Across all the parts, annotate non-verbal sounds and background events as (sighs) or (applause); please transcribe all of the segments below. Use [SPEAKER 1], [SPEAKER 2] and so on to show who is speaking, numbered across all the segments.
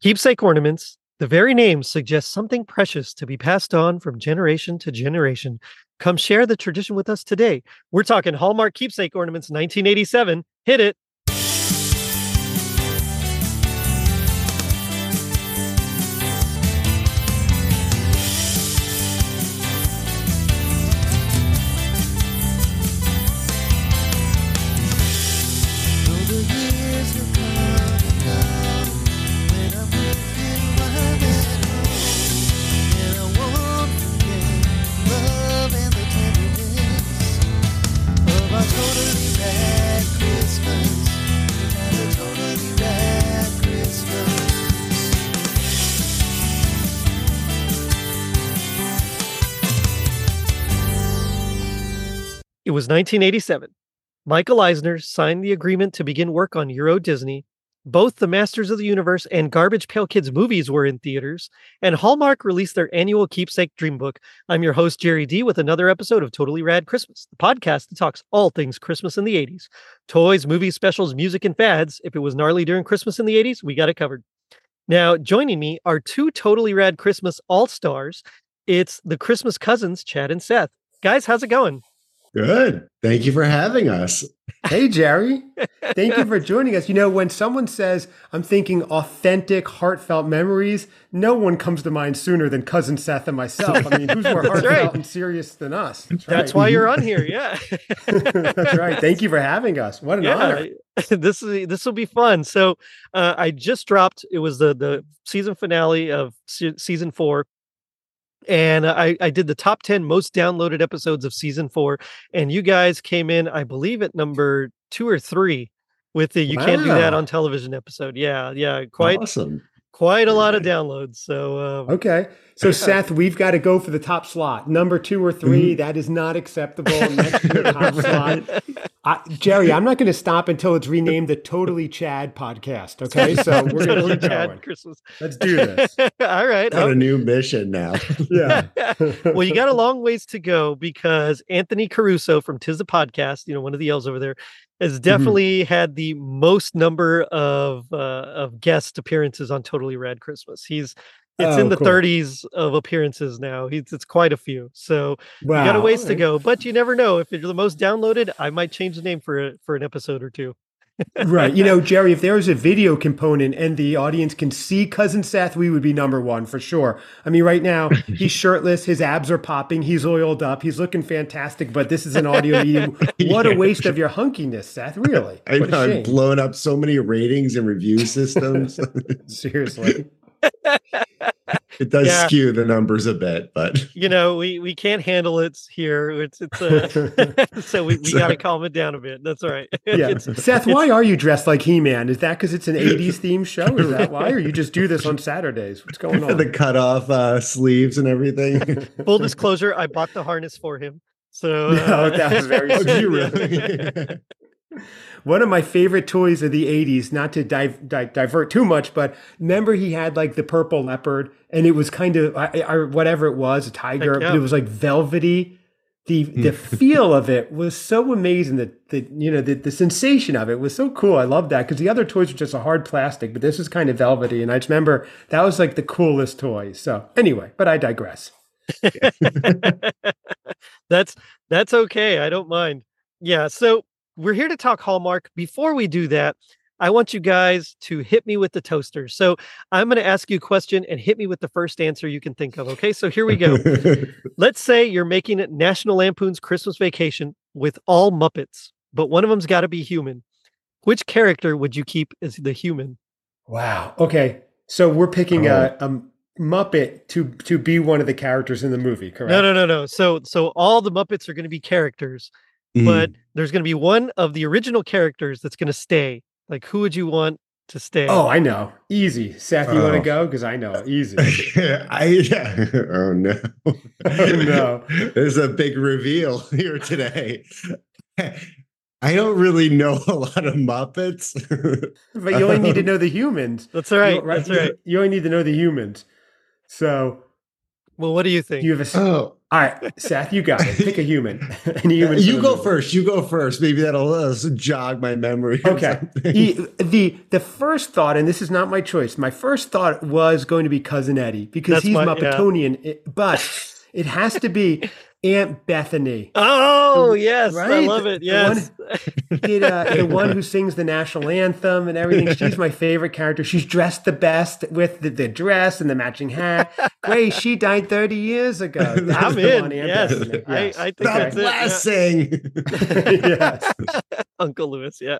[SPEAKER 1] Keepsake ornaments, the very name suggests something precious to be passed on from generation to generation. Come share the tradition with us today. We're talking Hallmark Keepsake Ornaments 1987. Hit it.
[SPEAKER 2] Though the years will come and go, when I'm with you, I'm at home, and I won't forget the love and the tenderness of our totally rad Christmas. We had a totally rad Christmas.
[SPEAKER 1] It was 1987. Michael Eisner signed the agreement to begin work on Euro Disney. Both the Masters of the Universe and Garbage Pail Kids movies were in theaters, and Hallmark released their annual Keepsake Dream Book. I'm your host, Jerry D, with another episode of Totally Rad Christmas, the podcast that talks all things Christmas in the 80s toys, movies, specials, music, and fads. If it was gnarly during Christmas in the 80s, we got it covered. Now, joining me are two Totally Rad Christmas All Stars. It's the Christmas cousins, Chad and Seth. Guys, how's it going?
[SPEAKER 3] Good. Thank you for having us.
[SPEAKER 4] Hey, Jerry. Thank you
[SPEAKER 1] (laughs)
[SPEAKER 4] for joining us. You know, when someone says, I'm thinking authentic, heartfelt memories, no one comes to mind sooner than cousin Seth and myself. I mean, who's more
[SPEAKER 1] That's
[SPEAKER 4] heartfelt
[SPEAKER 1] right.
[SPEAKER 4] and serious than us?
[SPEAKER 1] That's
[SPEAKER 4] right.
[SPEAKER 1] why you're on here. Yeah.
[SPEAKER 4] (laughs) That's right. Thank you for having us. What an honor.
[SPEAKER 1] (laughs) this is this will be fun. So uh, I just dropped. It was the the season finale of se- season four, and I I did the top ten most downloaded episodes of season four, and you guys came in, I believe, at number two or three with the "You Can't Do That
[SPEAKER 3] Wow.
[SPEAKER 1] on Television" episode. Yeah, yeah, quite
[SPEAKER 3] awesome.
[SPEAKER 1] quite a lot of
[SPEAKER 3] Right.
[SPEAKER 1] downloads. So um,
[SPEAKER 4] Okay. So, Seth, we've got to go for the top slot. Number two or 3
[SPEAKER 1] Mm-hmm.
[SPEAKER 4] that is not acceptable. Next
[SPEAKER 1] (laughs)
[SPEAKER 4] year, top slot. I, Jerry, I'm not going to stop until it's renamed the Totally Chad podcast.
[SPEAKER 1] (laughs)
[SPEAKER 4] Okay. So, we're going to
[SPEAKER 1] totally
[SPEAKER 4] keep going.
[SPEAKER 1] Chad Christmas. (laughs)
[SPEAKER 4] Let's do this.
[SPEAKER 1] All right.
[SPEAKER 3] Got a new
[SPEAKER 1] (laughs)
[SPEAKER 3] mission now.
[SPEAKER 4] Yeah. (laughs)
[SPEAKER 1] well, you got a long ways to go because Anthony Caruso from Tis the Podcast, you know, one of the L's over there, has
[SPEAKER 4] Mm-hmm.
[SPEAKER 1] definitely had the most number of uh, of guest appearances on Totally Rad Christmas. He's it's in
[SPEAKER 4] Oh,
[SPEAKER 1] the
[SPEAKER 4] cool.
[SPEAKER 1] 30s of appearances now. He's it's quite a few. So
[SPEAKER 4] Wow.
[SPEAKER 1] you got a ways to go, but you never know. If you're the most downloaded, I might change the name for a, for an episode or two.
[SPEAKER 4] right. You know, Jerry, if there was a video component and the audience can see Cousin Seth, we would be number one for sure. I mean,
[SPEAKER 3] (laughs)
[SPEAKER 4] right now, he's shirtless, his abs are popping, he's oiled up, he's looking fantastic, but this is an audio
[SPEAKER 3] (laughs)
[SPEAKER 4] medium. What a
[SPEAKER 3] Yeah.
[SPEAKER 4] waste of your hunkiness, Seth, really.
[SPEAKER 3] I,
[SPEAKER 4] What a
[SPEAKER 3] I've
[SPEAKER 4] shame.
[SPEAKER 3] blown up so many ratings
[SPEAKER 1] (laughs)
[SPEAKER 3] and review systems. (laughs)
[SPEAKER 4] Seriously.
[SPEAKER 3] it does
[SPEAKER 1] Yeah.
[SPEAKER 3] skew the numbers a bit, but
[SPEAKER 1] You know, we we can't handle it here. It's it's
[SPEAKER 4] (laughs)
[SPEAKER 1] uh, (laughs) so we, we got to
[SPEAKER 3] Sorry.
[SPEAKER 1] calm it down a bit. That's all right. (laughs)
[SPEAKER 4] Yeah.
[SPEAKER 1] It's-
[SPEAKER 4] Seth, why are you dressed like He Man? Is that because it's an 80s themed show? Is that why? Or you just
[SPEAKER 3] (laughs)
[SPEAKER 4] do this on Saturdays? What's
[SPEAKER 1] Oh,
[SPEAKER 4] going on?
[SPEAKER 3] the cut off uh, sleeves
[SPEAKER 1] (laughs)
[SPEAKER 3] and everything.
[SPEAKER 1] full disclosure, I bought the harness for him. So
[SPEAKER 4] (laughs)
[SPEAKER 1] uh,
[SPEAKER 4] No, that
[SPEAKER 1] (laughs)
[SPEAKER 4] was very
[SPEAKER 3] oh,
[SPEAKER 4] sweet.
[SPEAKER 3] you
[SPEAKER 4] (laughs)
[SPEAKER 3] really?
[SPEAKER 4] One of my favorite toys of the 80s, not to dive, di- divert too much, but remember he had like the purple leopard and it was kind of, I, I, whatever it was, a tiger,
[SPEAKER 1] Heck, yeah.
[SPEAKER 4] but it was like velvety. The, the feel of it was so amazing that the you know the, the sensation of it was so cool. I love that because the other toys were just a hard plastic, but this was kind of velvety, and I just remember that was like the coolest toy. So anyway, but I digress.
[SPEAKER 1] that's that's okay. I don't mind. Yeah. So we're here to talk Hallmark. Before we do that, I want you guys to hit me with the toaster. So I'm going to ask you a question and hit me with the first answer you can think of. Okay. So here we
[SPEAKER 3] (laughs)
[SPEAKER 4] (laughs)
[SPEAKER 1] go.
[SPEAKER 3] Hmm.
[SPEAKER 1] Let's say you're making it National Lampoon's Christmas Vacation with all Muppets, but one of them's got to be human. Which character would you keep as the human?
[SPEAKER 4] Wow. Okay. So we're picking
[SPEAKER 3] Oh.
[SPEAKER 4] a, a Muppet to to be one of the characters in the movie, correct?
[SPEAKER 1] No, no, no, no. So, so all the Muppets are going to be characters.
[SPEAKER 4] Mm.
[SPEAKER 1] but there's going to be one of the original characters that's going to stay. Like, who would you want to stay?
[SPEAKER 4] Oh, I know. Easy. Seth, you want
[SPEAKER 3] Oh.
[SPEAKER 4] to go? Because I know. Easy.
[SPEAKER 1] (laughs)
[SPEAKER 3] (laughs) I (laughs) yeah. oh no. (laughs)
[SPEAKER 4] no.
[SPEAKER 3] There's a big reveal (laughs) here today. (laughs) I don't really know a lot of Muppets. (laughs)
[SPEAKER 4] But you only need to
[SPEAKER 1] (laughs)
[SPEAKER 4] know the humans.
[SPEAKER 1] that's all
[SPEAKER 4] You-
[SPEAKER 1] right. That's
[SPEAKER 4] You-
[SPEAKER 1] all right.
[SPEAKER 4] You only need to know the humans. So
[SPEAKER 1] Well, what do you think? (laughs)
[SPEAKER 4] you have a. s-
[SPEAKER 3] oh,
[SPEAKER 4] All right, Seth, you got it. Pick a human. (laughs) Any human. for
[SPEAKER 3] you
[SPEAKER 4] the
[SPEAKER 3] go
[SPEAKER 4] movie.
[SPEAKER 3] first. You go first. Maybe that'll uh, jog my memory. or
[SPEAKER 4] Okay.
[SPEAKER 3] something. (laughs)
[SPEAKER 4] E- the the first thought, and this is not my choice. My first thought was going to be cousin Eddie because
[SPEAKER 1] That's
[SPEAKER 4] he's
[SPEAKER 1] my- yeah.
[SPEAKER 4] Muppetonian, i- but
[SPEAKER 1] (laughs)
[SPEAKER 4] it has to be Aunt Bethany,
[SPEAKER 1] Oh yes, I
[SPEAKER 4] right?
[SPEAKER 1] love it.
[SPEAKER 4] The one-
[SPEAKER 1] Yes,
[SPEAKER 4] Did, uh,
[SPEAKER 1] (laughs)
[SPEAKER 4] the one who sings the national anthem and everything. She's my favorite character. She's dressed the best with the, the dress and the matching hat. Grace, she died thirty years ago.
[SPEAKER 1] (laughs)
[SPEAKER 4] That's
[SPEAKER 1] I'm
[SPEAKER 4] the
[SPEAKER 1] in.
[SPEAKER 4] one, Aunt
[SPEAKER 1] Yes,
[SPEAKER 4] Bethany.
[SPEAKER 1] I, I
[SPEAKER 4] Yes.
[SPEAKER 1] think
[SPEAKER 3] The
[SPEAKER 1] that's it. yeah.
[SPEAKER 3] blessing.
[SPEAKER 4] (laughs) yes.
[SPEAKER 1] Uncle Lewis. Yeah.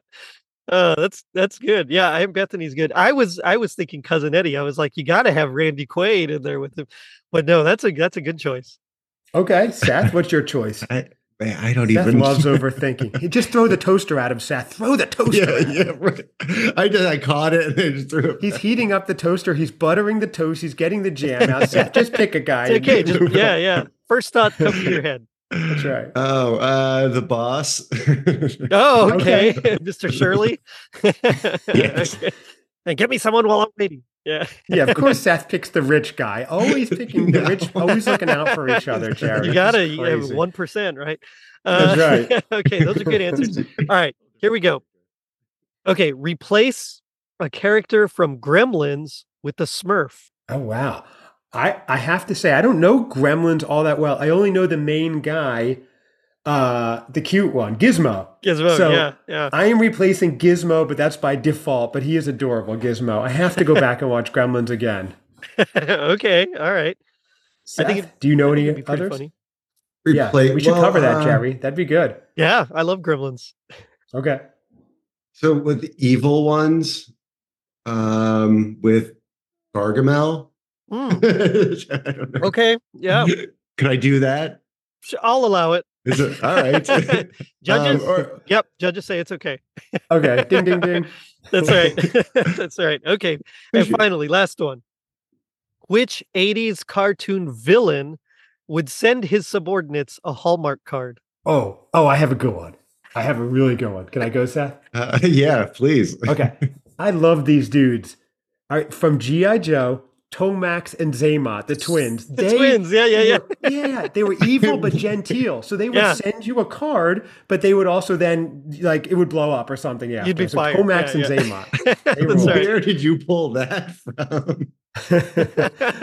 [SPEAKER 1] Uh, that's that's good. Yeah, I am Bethany's good. I was I was thinking cousin Eddie. I was like, you got to have Randy Quaid in there with him, but no, that's a that's a good choice.
[SPEAKER 4] Okay, Seth, what's your choice?
[SPEAKER 3] Man, I don't
[SPEAKER 4] Seth
[SPEAKER 3] even (laughs)
[SPEAKER 4] loves overthinking. Just throw the toaster at him, Seth. Throw the toaster.
[SPEAKER 3] yeah,
[SPEAKER 4] at him.
[SPEAKER 3] yeah, right. I just I caught it and I just threw it.
[SPEAKER 4] He's heating up the toaster. He's buttering the toast. He's getting the jam out. Seth, just pick
[SPEAKER 1] (laughs)
[SPEAKER 4] a guy.
[SPEAKER 1] It's
[SPEAKER 4] and-
[SPEAKER 1] okay. Just, yeah, yeah. First thought comes to your head.
[SPEAKER 3] That's
[SPEAKER 4] right.
[SPEAKER 3] Oh, uh, the boss. (laughs)
[SPEAKER 1] Oh, okay,
[SPEAKER 4] (laughs)
[SPEAKER 1] (laughs)
[SPEAKER 4] Okay.
[SPEAKER 1] Mr.
[SPEAKER 4] (laughs)
[SPEAKER 1] Shirley.
[SPEAKER 3] Yes.
[SPEAKER 1] Okay. And get me someone while I'm waiting. Yeah.
[SPEAKER 4] Yeah,
[SPEAKER 1] (laughs)
[SPEAKER 4] of course, Seth picks the rich guy. Always picking the
[SPEAKER 3] No.
[SPEAKER 4] rich. Always looking out for each other, Jared.
[SPEAKER 1] (laughs) you gotta
[SPEAKER 4] It's
[SPEAKER 1] you have
[SPEAKER 4] crazy.
[SPEAKER 1] one percent, right?
[SPEAKER 4] That's
[SPEAKER 1] right. (laughs) okay, those are good
[SPEAKER 4] (laughs)
[SPEAKER 1] answers. All right, here we go. Okay, replace a character from Gremlins with a Smurf.
[SPEAKER 4] Oh wow. I I have to say I don't know Gremlins all that well. I only know the main guy, uh, the cute one, Gizmo.
[SPEAKER 1] Gizmo.
[SPEAKER 4] So-
[SPEAKER 1] yeah, yeah. (laughs)
[SPEAKER 4] I am replacing Gizmo, but that's by default. But he is adorable, Gizmo. I have to go back and watch Gremlins again.
[SPEAKER 1] okay, all right. (laughs) I
[SPEAKER 4] Seth,
[SPEAKER 1] think
[SPEAKER 4] do you know
[SPEAKER 1] I think
[SPEAKER 4] any
[SPEAKER 1] it'd be pretty
[SPEAKER 4] others?
[SPEAKER 1] funny.
[SPEAKER 4] Yeah,
[SPEAKER 3] Replay-
[SPEAKER 4] we should
[SPEAKER 3] well,
[SPEAKER 4] cover that,
[SPEAKER 3] uh,
[SPEAKER 4] Jerry. That'd be good.
[SPEAKER 1] Yeah, I love Gremlins.
[SPEAKER 4] Okay.
[SPEAKER 3] So with the evil ones, um, with Gargamel. (laughs)
[SPEAKER 1] Mm,
[SPEAKER 3] I don't know.
[SPEAKER 1] okay,
[SPEAKER 3] (laughs)
[SPEAKER 1] yeah,
[SPEAKER 3] Could I do that?
[SPEAKER 1] sh- I'll allow
[SPEAKER 4] Oh,
[SPEAKER 1] it.
[SPEAKER 3] Is it all
[SPEAKER 4] (laughs)
[SPEAKER 3] right? Um,
[SPEAKER 1] Judges,
[SPEAKER 3] or-
[SPEAKER 1] yep, judges say it's okay.
[SPEAKER 4] Okay. Ding
[SPEAKER 3] (laughs)
[SPEAKER 4] ding ding.
[SPEAKER 1] That's all
[SPEAKER 4] (laughs)
[SPEAKER 1] right. (laughs) That's all right. Okay. And finally, last one. Which 80s cartoon villain would send his subordinates a Hallmark card?
[SPEAKER 4] Oh, oh, I have a good one. I have a really good one. Can I go, Seth?
[SPEAKER 3] uh, (laughs) yeah, please.
[SPEAKER 1] (laughs)
[SPEAKER 4] Okay. I love these dudes. All right, from G.I. Joe, Tomax and Zaymot, the twins.
[SPEAKER 1] The twins. Yeah, yeah, yeah.
[SPEAKER 4] Were, yeah, they were
[SPEAKER 1] (laughs)
[SPEAKER 4] evil but genteel. So they would
[SPEAKER 1] Yeah.
[SPEAKER 4] send you a card, but they would also then like it would blow up or something. Yeah,
[SPEAKER 1] You'd be
[SPEAKER 4] so
[SPEAKER 1] fired.
[SPEAKER 4] Tomax
[SPEAKER 1] Yeah,
[SPEAKER 4] and
[SPEAKER 1] (laughs) That's
[SPEAKER 4] They rule.
[SPEAKER 1] all right.
[SPEAKER 3] (laughs) Where did you pull that from?
[SPEAKER 4] Zaymot. (laughs)
[SPEAKER 1] (laughs)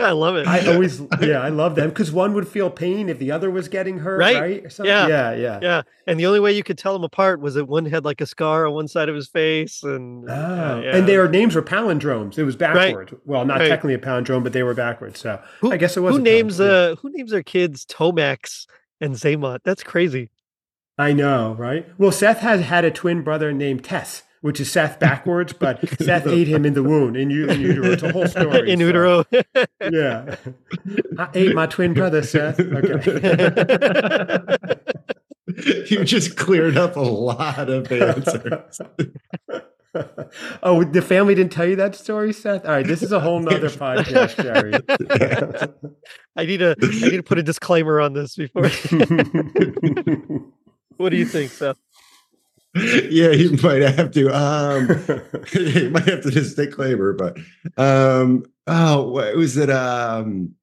[SPEAKER 1] I love it.
[SPEAKER 4] I always, yeah, I love them because one would feel pain if the other was getting hurt,
[SPEAKER 1] Right.
[SPEAKER 4] right? Or something.
[SPEAKER 1] Yeah.
[SPEAKER 4] yeah, yeah.
[SPEAKER 1] yeah. And the only way you could tell them apart was that one had like a scar on one side of his face and uh,
[SPEAKER 4] Oh,
[SPEAKER 1] yeah.
[SPEAKER 4] and their names were palindromes. It was backwards. Well, not
[SPEAKER 1] Right.
[SPEAKER 4] technically a palindrome, but they were backwards. So
[SPEAKER 1] Who-
[SPEAKER 4] I guess it was.
[SPEAKER 1] who
[SPEAKER 4] a
[SPEAKER 1] names
[SPEAKER 4] palindrome.
[SPEAKER 1] uh who names their kids Tomax and Zaymot? That's crazy.
[SPEAKER 4] I know, right? Well, Seth has had a twin brother named Tess, which is
[SPEAKER 1] (laughs)
[SPEAKER 4] Seth backwards, but Seth ate him in the wound in, u- in utero. It's a whole story.
[SPEAKER 1] In
[SPEAKER 4] so, (laughs)
[SPEAKER 1] utero. (laughs)
[SPEAKER 4] yeah. I ate my twin brother,
[SPEAKER 1] (laughs)
[SPEAKER 4] Seth. Okay.
[SPEAKER 3] (laughs) you just cleared up a lot of answers.
[SPEAKER 4] oh, the family didn't tell you that story, Seth? All right, this is
[SPEAKER 1] (laughs)
[SPEAKER 4] a whole nother podcast, Jerry.
[SPEAKER 1] I need a I need to put a disclaimer on this before. (laughs) what do you think,
[SPEAKER 4] (laughs)
[SPEAKER 1] Seth?
[SPEAKER 3] yeah, you might have to. Um,
[SPEAKER 1] (laughs)
[SPEAKER 3] (laughs)
[SPEAKER 4] (laughs)
[SPEAKER 3] you might have to just disclaimer, but um, oh, what was it? Um,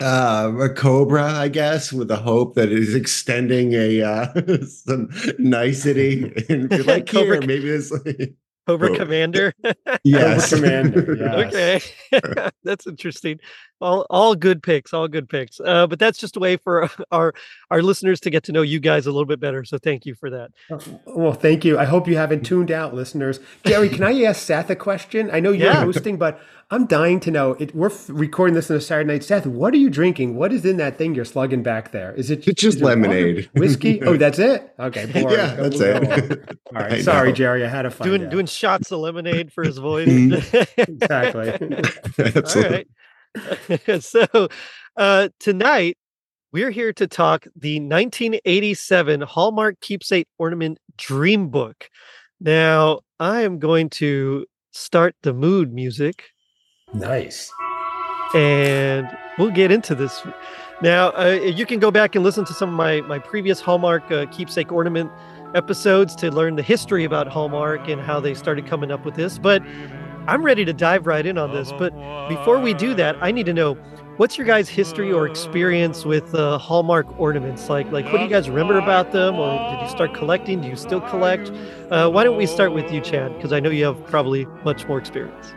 [SPEAKER 3] uh, a cobra, I guess, with the hope that it is extending a uh, (laughs) some nicety and be like,
[SPEAKER 1] Cobra
[SPEAKER 3] here, maybe it's like,
[SPEAKER 1] Cobra
[SPEAKER 3] Well,
[SPEAKER 1] Commander.
[SPEAKER 3] (laughs) yes,
[SPEAKER 4] Commander, yeah.
[SPEAKER 1] okay, (laughs) that's interesting. All all good picks, all good picks. Uh, but that's just a way for (laughs) our our listeners to get to know you guys a little bit better. So thank you for that.
[SPEAKER 4] Well, thank you. I hope you haven't tuned out, listeners. Gary, can I ask Seth a question? I know you're
[SPEAKER 1] Yeah.
[SPEAKER 4] hosting, but I'm dying to know. It, we're f- recording this on a Saturday night. Seth, what are you drinking? What is in that thing you're slugging back there? Is it
[SPEAKER 3] It's just
[SPEAKER 4] is it water?
[SPEAKER 1] (laughs)
[SPEAKER 3] lemonade.
[SPEAKER 4] whiskey?
[SPEAKER 3] (laughs)
[SPEAKER 4] Oh, that's it. Okay, boring.
[SPEAKER 3] Yeah,
[SPEAKER 4] Go-
[SPEAKER 3] that's
[SPEAKER 4] go
[SPEAKER 3] it.
[SPEAKER 4] on. All
[SPEAKER 3] (laughs) I
[SPEAKER 4] right, sorry,
[SPEAKER 3] know.
[SPEAKER 4] Jerry. I had to find
[SPEAKER 1] Doing
[SPEAKER 4] out.
[SPEAKER 1] doing shots of lemonade for his voice. (laughs)
[SPEAKER 4] exactly.
[SPEAKER 1] All right. (laughs) so uh, tonight we're here to talk the 1987 Hallmark keepsake ornament dream book. Now I am going to start the mood music
[SPEAKER 4] nice.
[SPEAKER 1] and we'll get into this. Now uh, you can go back and listen to some of my my previous Hallmark uh, keepsake ornament episodes to learn the history about Hallmark and how they started coming up with this. But I'm ready to dive right in on this. But before we do that, I need to know What's your guys' history or experience with uh, Hallmark ornaments? Like, like what do you guys remember about them, or did you start collecting? Do you still collect? Uh, why don't we start with you, Chad? Because I know you have probably much more experience.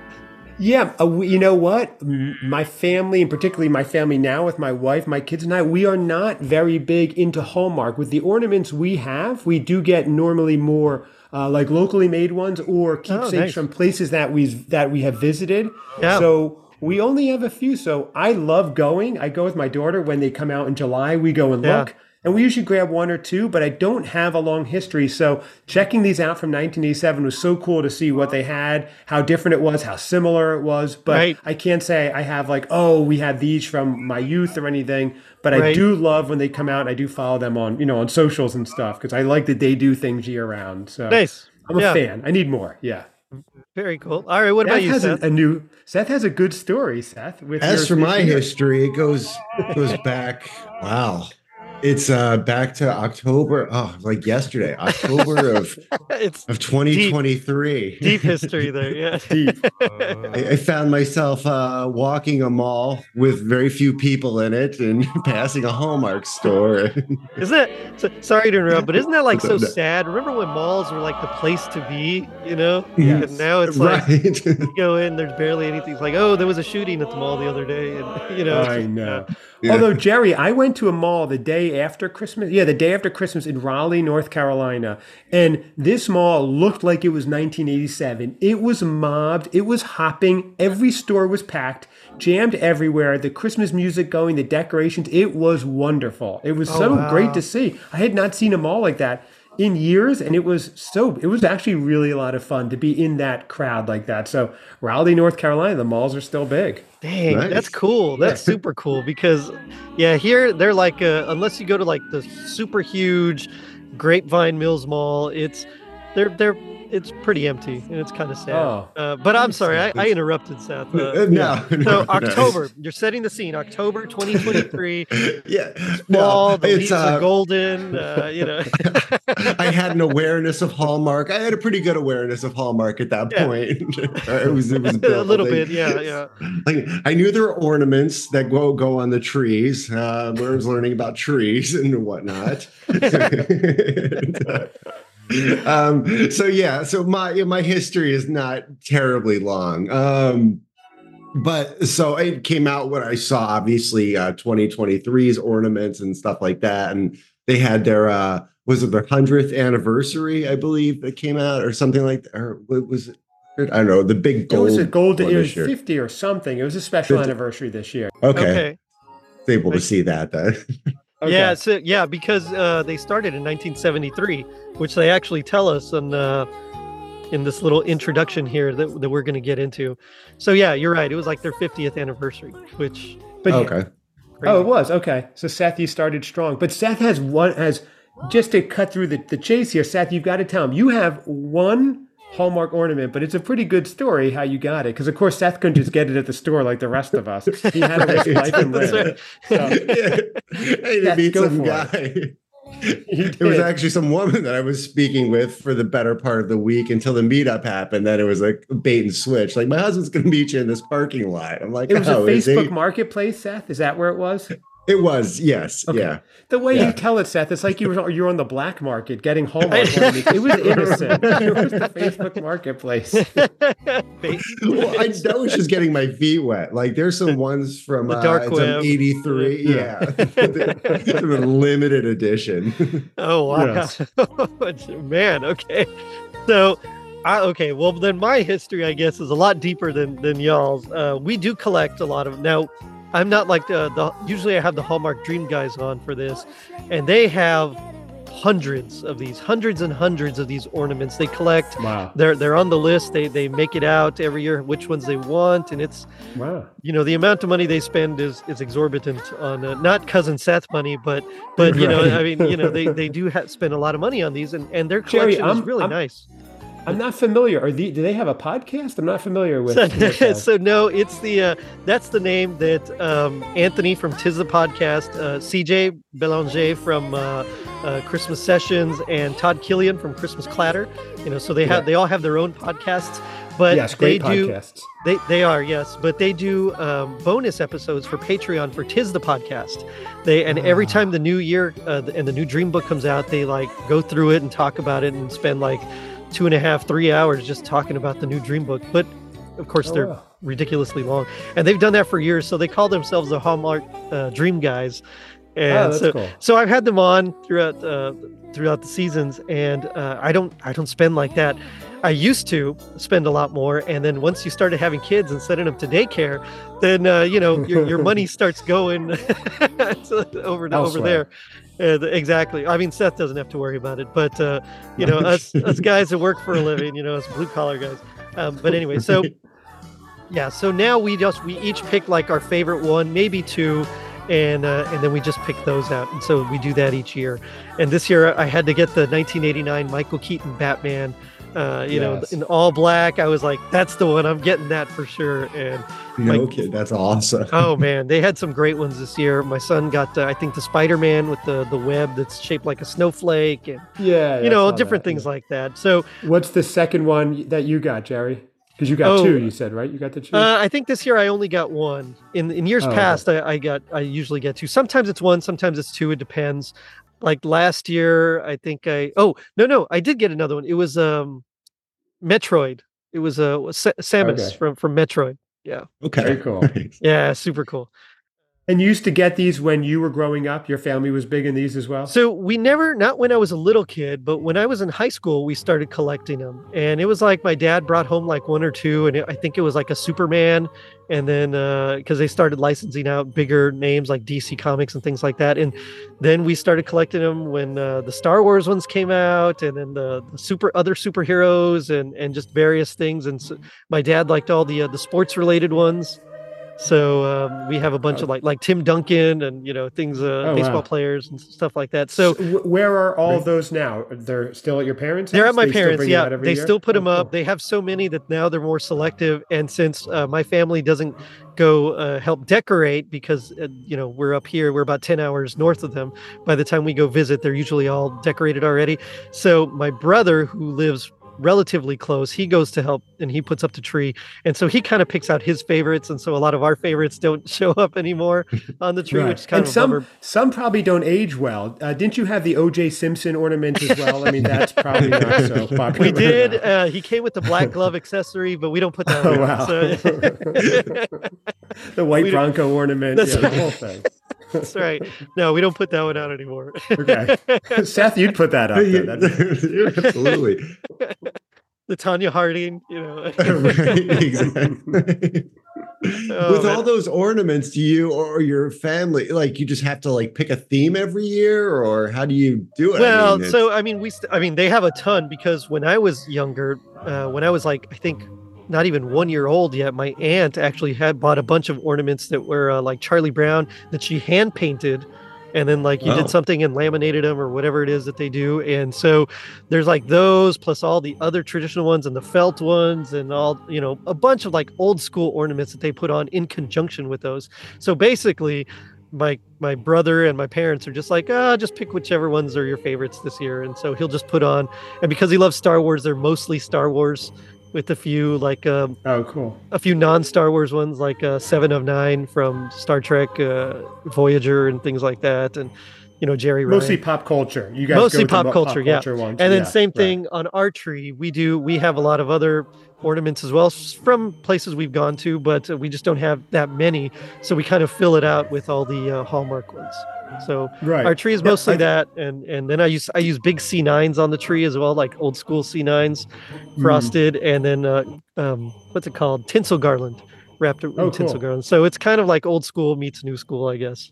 [SPEAKER 4] Yeah, uh, we- you know what? M- My family, and particularly my family now with my wife, my kids, and I, we are not very big into Hallmark. With the ornaments we have, we do get normally more uh, like locally made ones or keepsakes
[SPEAKER 1] Oh, nice.
[SPEAKER 4] from places that we that we have visited.
[SPEAKER 1] Yeah.
[SPEAKER 4] So we only have a few. So I love going. I go with my daughter when they come out in July. We go and
[SPEAKER 1] Yeah.
[SPEAKER 4] look. And we usually grab one or two, but I don't have a long history. So checking these out from 1987 was so cool to see what they had, how different it was, how similar it was. But
[SPEAKER 1] Right.
[SPEAKER 4] I can't say I have like, oh, we had these from my youth or anything. But I
[SPEAKER 1] Right.
[SPEAKER 4] do love when they come out. And I do follow them on, you know, on socials and stuff because I like that they do things year round. So
[SPEAKER 1] Nice.
[SPEAKER 4] I'm a
[SPEAKER 1] Yeah.
[SPEAKER 4] fan. I need more. Yeah.
[SPEAKER 1] Very cool. All right, what about
[SPEAKER 4] Seth
[SPEAKER 1] you,
[SPEAKER 4] has
[SPEAKER 1] Seth?
[SPEAKER 4] A, a new Seth has a good story, Seth. With
[SPEAKER 3] As
[SPEAKER 4] yours
[SPEAKER 3] for
[SPEAKER 4] this
[SPEAKER 3] my
[SPEAKER 4] year.
[SPEAKER 3] history, it goes goes back. Wow, it's uh back to October. Oh,
[SPEAKER 1] (laughs)
[SPEAKER 3] like yesterday, October of
[SPEAKER 1] it's
[SPEAKER 3] of 2023.
[SPEAKER 1] deep history there.
[SPEAKER 3] (laughs)
[SPEAKER 1] Yeah.
[SPEAKER 4] Deep.
[SPEAKER 3] I, I found myself uh, walking a mall with very few people in it and (laughs) passing a Hallmark store.
[SPEAKER 1] Isn't that so, sorry to interrupt, but isn't that like so
[SPEAKER 3] No.
[SPEAKER 1] sad? Remember when malls were like the place to be, you know?
[SPEAKER 3] Yes.
[SPEAKER 1] And now it's like
[SPEAKER 3] (laughs) right.
[SPEAKER 1] you go in, there's barely anything. It's like, oh, there was a shooting at the mall the other day, and you know. it's
[SPEAKER 4] (laughs) I
[SPEAKER 1] just,
[SPEAKER 4] know.
[SPEAKER 3] Yeah.
[SPEAKER 4] Although Jerry, I went to a mall the day after Christmas. Yeah, the day after Christmas in Raleigh, North Carolina, and this mall looked like it was 1987. It was mobbed. It was hopping. Every store was packed, jammed everywhere. The Christmas music going, the decorations. It was wonderful. It was so great to see. I had not seen a mall like that in years and it was so it was actually really a lot of fun to be in that crowd like that so raleigh north carolina the malls are still big
[SPEAKER 1] Dang, that's
[SPEAKER 3] Nice. (laughs)
[SPEAKER 1] cool. That's super cool because, yeah, here they're like, uh, unless you go to like the super huge Grapevine Mills Mall, it's they're they're it's pretty empty and it's kind of sad.
[SPEAKER 4] Oh.
[SPEAKER 1] uh, but I'm sorry, I, I interrupted Seth. Uh,
[SPEAKER 3] (laughs) no, no,
[SPEAKER 1] so
[SPEAKER 3] no.
[SPEAKER 1] October, you're setting the scene. October 2023.
[SPEAKER 3] Yeah. (laughs) No,
[SPEAKER 1] Mall, the
[SPEAKER 3] it's,
[SPEAKER 1] leaves
[SPEAKER 3] uh,
[SPEAKER 1] are golden. Uh, you
[SPEAKER 3] (laughs)
[SPEAKER 1] know,
[SPEAKER 3] I had an awareness of Hallmark. I had a pretty good awareness of Hallmark at that
[SPEAKER 1] Yeah.
[SPEAKER 3] point. (laughs) it was, it
[SPEAKER 1] (laughs)
[SPEAKER 3] was
[SPEAKER 1] a little
[SPEAKER 3] building.
[SPEAKER 1] bit. Yeah, yeah.
[SPEAKER 3] Like I knew there were ornaments that go go on the trees. Uh, I
[SPEAKER 4] (laughs)
[SPEAKER 3] was learning about trees and whatnot. um, so yeah, so my yeah, my history is not terribly long. Um, but so it came out what I saw, obviously, uh, 2023's ornaments and stuff like that. And they had their, uh, was it their 100th anniversary, I believe, that came out or something like that? Or what was it? I don't know, the big
[SPEAKER 4] it
[SPEAKER 3] gold.
[SPEAKER 4] was a gold
[SPEAKER 3] one
[SPEAKER 4] it was
[SPEAKER 3] this year.
[SPEAKER 4] 50 or something it was a special
[SPEAKER 3] 50.
[SPEAKER 4] anniversary this year
[SPEAKER 3] (laughs) Okay.
[SPEAKER 1] Okay.
[SPEAKER 3] was able to see that
[SPEAKER 4] (laughs)
[SPEAKER 3] then.
[SPEAKER 1] Yeah, so yeah, because uh, they started in 1973, which they actually tell us in uh, in this little introduction here that, that we're going to get into. So yeah, you're right. It was like their 50th anniversary, which
[SPEAKER 4] but
[SPEAKER 3] okay.
[SPEAKER 4] oh it
[SPEAKER 1] crazy.
[SPEAKER 4] was okay so seth you started strong but seth has one has just to cut through the, the chase here seth you've got to tell him you have one hallmark ornament but it's a pretty good story how you got it because of course seth couldn't just get it at the store like the rest of (laughs) us he had to risk (laughs) life and
[SPEAKER 1] That's
[SPEAKER 4] limb.
[SPEAKER 1] right.
[SPEAKER 3] (laughs)
[SPEAKER 4] So,
[SPEAKER 3] yeah. I had to
[SPEAKER 4] Yes,
[SPEAKER 3] meet
[SPEAKER 4] go
[SPEAKER 3] some
[SPEAKER 4] for
[SPEAKER 3] guy.
[SPEAKER 4] it. (laughs) he
[SPEAKER 3] It was
[SPEAKER 4] did.
[SPEAKER 3] actually some woman that I was speaking with for the better part of the week until the meetup happened. Then it was like bait and switch. Like my husband's gonna meet you in this parking lot. I'm like,
[SPEAKER 4] it was a
[SPEAKER 3] "Oh, is he?"
[SPEAKER 4] facebook marketplace seth is that where it was
[SPEAKER 3] It was, yes, yeah.
[SPEAKER 4] The way
[SPEAKER 3] Yeah.
[SPEAKER 4] you tell it, Seth, it's like you were you're on the black market (laughs) getting Hallmark. ornaments. it was (laughs) innocent. It was the Facebook Marketplace.
[SPEAKER 1] Ba-
[SPEAKER 3] Well, I that was just getting my feet wet. Like there's
[SPEAKER 4] (laughs)
[SPEAKER 3] some ones from
[SPEAKER 1] The dark
[SPEAKER 3] uh,
[SPEAKER 1] web.
[SPEAKER 3] '83, yeah, (laughs) They're a limited
[SPEAKER 4] (laughs)
[SPEAKER 3] edition.
[SPEAKER 1] Oh wow,
[SPEAKER 4] Yes.
[SPEAKER 1] (laughs) man. Okay, so I okay. Well, then my history, I guess, is a lot deeper than than y'all's. Uh, we do collect a lot of now. I'm not like the, the usually I have the Hallmark Dream guys on for this, and they have hundreds of these, hundreds and hundreds of these ornaments. They collect.
[SPEAKER 4] Wow.
[SPEAKER 1] They're they're on the list. They they make it out every year which ones they want, and it's
[SPEAKER 4] Wow.
[SPEAKER 1] you know the amount of money they spend is is exorbitant on uh, not cousin Seth money, but but you know I mean you know they
[SPEAKER 4] (laughs)
[SPEAKER 1] they do ha- spend a lot of money on these, and and their
[SPEAKER 4] Jerry,
[SPEAKER 1] collection is
[SPEAKER 4] I'm-
[SPEAKER 1] really
[SPEAKER 4] I'm-
[SPEAKER 1] nice.
[SPEAKER 4] I'm not familiar. Are the, do they have a podcast? I'm not familiar with. with
[SPEAKER 1] so, (laughs)
[SPEAKER 4] that.
[SPEAKER 1] so no, it's the uh, that's the name that um, Anthony from Tis the Podcast, uh, CJ Belanger from uh, uh, Christmas Sessions, and Todd Killian from Christmas Clatter. You know, so they have they all have their own podcasts. But
[SPEAKER 4] yes, great
[SPEAKER 1] they do
[SPEAKER 4] podcasts.
[SPEAKER 1] they they are yes, but they do um, bonus episodes for Patreon for Tis the podcast. They and every
[SPEAKER 4] Ah.
[SPEAKER 1] time the new year uh, th- and the new dream book comes out, they like go through it and talk about it and spend like two and a half three hours just talking about the new dream book. But of course,
[SPEAKER 4] Oh,
[SPEAKER 1] they're
[SPEAKER 4] wow.
[SPEAKER 1] ridiculously long, and they've done that for years. So they call themselves the Hallmark uh, Dream Guys.
[SPEAKER 4] oh,
[SPEAKER 1] And
[SPEAKER 4] that's
[SPEAKER 1] so,
[SPEAKER 4] cool.
[SPEAKER 1] so I've had them on throughout uh, throughout the seasons, and uh, I don't I don't spend like that. I used to spend a lot more, and then once you started having kids and sending them to daycare, then uh, you know your, your money starts going (laughs) to- over to, over
[SPEAKER 4] Elsewhere.
[SPEAKER 1] there. And exactly. I mean, Seth doesn't have to worry about it, but uh, you know us us guys that work for a living, you know us blue collar guys. Um, but anyway, so yeah, so now we just we each pick like our favorite one, maybe two, and uh, and then we just pick those out. And so we do that each year. And this year I had to get the 1989 Michael Keaton Batman. Uh, you
[SPEAKER 4] Yes.
[SPEAKER 1] know, in all black. I was like, that's the one. I'm getting that for sure. And
[SPEAKER 3] No
[SPEAKER 1] Like-
[SPEAKER 3] kid, that's awesome.
[SPEAKER 4] (laughs)
[SPEAKER 1] oh man, they had some great ones this year. My son got, uh, I think, the Spider Man with the the web that's shaped like a snowflake, and
[SPEAKER 4] Yeah,
[SPEAKER 1] you know, different things like that. So
[SPEAKER 4] Like- What's the second one that you got, Jerry? Because you got
[SPEAKER 1] Oh.
[SPEAKER 4] two, you said, right? You got the two.
[SPEAKER 1] Uh, I think this year I only got one. In in years
[SPEAKER 4] Oh, okay.
[SPEAKER 1] past, I, I got I usually get two. Sometimes it's one, sometimes it's two. It depends. Like last year, I think I oh no no I did get another one. It was um, Metroid. It was uh, was Sa- Samus
[SPEAKER 4] Okay.
[SPEAKER 1] from from Metroid.
[SPEAKER 3] Okay.
[SPEAKER 4] Very cool.
[SPEAKER 3] Nice.
[SPEAKER 1] Yeah, super cool.
[SPEAKER 4] and you used to get these when you were growing up. Your family was big in these as well. Mm-hmm.
[SPEAKER 1] So we never, not when I was a little kid, but when I was in high school, we started collecting them. And it was like my dad brought home like one or two, and it, I think it was like a Superman. And then because they started licensing out bigger names like DC Comics and things like that. And then we started collecting them when uh, the Star Wars ones came out, and then the, the super other superheroes and and just various things. And so my dad liked all the uh, the sports related ones. So um, we have a bunch of like like Tim Duncan and you know things uh,
[SPEAKER 4] Oh,
[SPEAKER 1] baseball
[SPEAKER 4] wow.
[SPEAKER 1] players and stuff like that. So
[SPEAKER 4] W- where are all those now? They're still at your parents'
[SPEAKER 1] they're
[SPEAKER 4] house?
[SPEAKER 1] at my
[SPEAKER 4] They still
[SPEAKER 1] parents.
[SPEAKER 4] bring them
[SPEAKER 1] Yeah,
[SPEAKER 4] out every
[SPEAKER 1] they
[SPEAKER 4] year?
[SPEAKER 1] still put
[SPEAKER 4] Oh,
[SPEAKER 1] them up.
[SPEAKER 4] cool.
[SPEAKER 1] They have so many that now they're more selective. And since uh, my family doesn't go uh, help decorate because uh, you know we're up here, we're about ten hours north of them. By the time we go visit, they're usually all decorated already. So my brother, who lives relatively close, he goes to help and he puts up the tree. And so he kind of picks out his favorites. And so a lot of our favorites don't (laughs) show up anymore on the tree,
[SPEAKER 4] Right.
[SPEAKER 1] which is kind
[SPEAKER 4] and
[SPEAKER 1] of a
[SPEAKER 4] some
[SPEAKER 1] bummer.
[SPEAKER 4] some probably don't age well. Uh, didn't you have the O.J. Simpson ornament as well?
[SPEAKER 1] (laughs)
[SPEAKER 4] I mean, that's probably not so popular.
[SPEAKER 1] We did. Uh, he came with the black glove accessory, but we don't put that.
[SPEAKER 4] Oh,
[SPEAKER 1] on.
[SPEAKER 4] wow.
[SPEAKER 1] So-
[SPEAKER 4] the white
[SPEAKER 1] we did-
[SPEAKER 4] Bronco ornament,
[SPEAKER 1] That's
[SPEAKER 4] yeah, the
[SPEAKER 1] right.
[SPEAKER 4] whole thing.
[SPEAKER 1] That's right. No, we don't put that one out anymore.
[SPEAKER 4] Okay, Seth, you'd put that up.
[SPEAKER 3] Yeah,
[SPEAKER 4] Then. That'd
[SPEAKER 3] (laughs) Absolutely.
[SPEAKER 1] (laughs) (laughs) the Tanya Harding, you know.
[SPEAKER 3] Right, exactly.
[SPEAKER 1] Oh,
[SPEAKER 3] With
[SPEAKER 1] man.
[SPEAKER 3] all those ornaments, do you or your family like you just have to like pick a theme every year, or how do you do it?
[SPEAKER 1] (laughs)
[SPEAKER 3] I
[SPEAKER 1] well,
[SPEAKER 3] mean,
[SPEAKER 1] so I mean, we. St- I mean, they have a ton because when I was younger, uh, when I was like, I think. Not even one year old yet. My aunt actually had bought a bunch of ornaments that were uh, like Charlie Brown that she hand painted, and then like you
[SPEAKER 3] Wow.
[SPEAKER 1] did something and laminated them or whatever it is that they do. And so there's like those plus all the other traditional ones and the felt ones and all you know a bunch of like old school ornaments that they put on in conjunction with those. So basically, my my brother and my parents are just like, ah, just pick whichever ones are your favorites this year. And so he'll just put on, and because he loves Star Wars, they're mostly Star Wars, with a few like um,
[SPEAKER 4] Oh, cool.
[SPEAKER 1] a few non Star Wars ones like uh, Seven of Nine from Star Trek uh, Voyager and things like that, and you know Jerry Ryan.
[SPEAKER 4] Mostly pop culture. You guys
[SPEAKER 1] Mostly
[SPEAKER 4] go to
[SPEAKER 1] pop
[SPEAKER 4] mo-
[SPEAKER 1] culture, yeah.
[SPEAKER 4] ones.
[SPEAKER 1] And then
[SPEAKER 4] yeah,
[SPEAKER 1] same
[SPEAKER 4] right.
[SPEAKER 1] thing on our tree. We do we have a lot of other ornaments as well s- from places we've gone to, but uh, we just don't have that many. So we kind of fill it out with all the uh, hallmark ones. So
[SPEAKER 4] Right.
[SPEAKER 1] our tree is
[SPEAKER 4] Yeah,
[SPEAKER 1] mostly
[SPEAKER 4] I-
[SPEAKER 1] that, and and then I use I use big C nines on the tree as well, like old school C nines,
[SPEAKER 4] Mm.
[SPEAKER 1] frosted, and then uh, um, what's it called, tinsel garland, wrapped in
[SPEAKER 4] Oh,
[SPEAKER 1] tinsel
[SPEAKER 4] cool.
[SPEAKER 1] garland. So it's kind of like old school meets new school, I guess.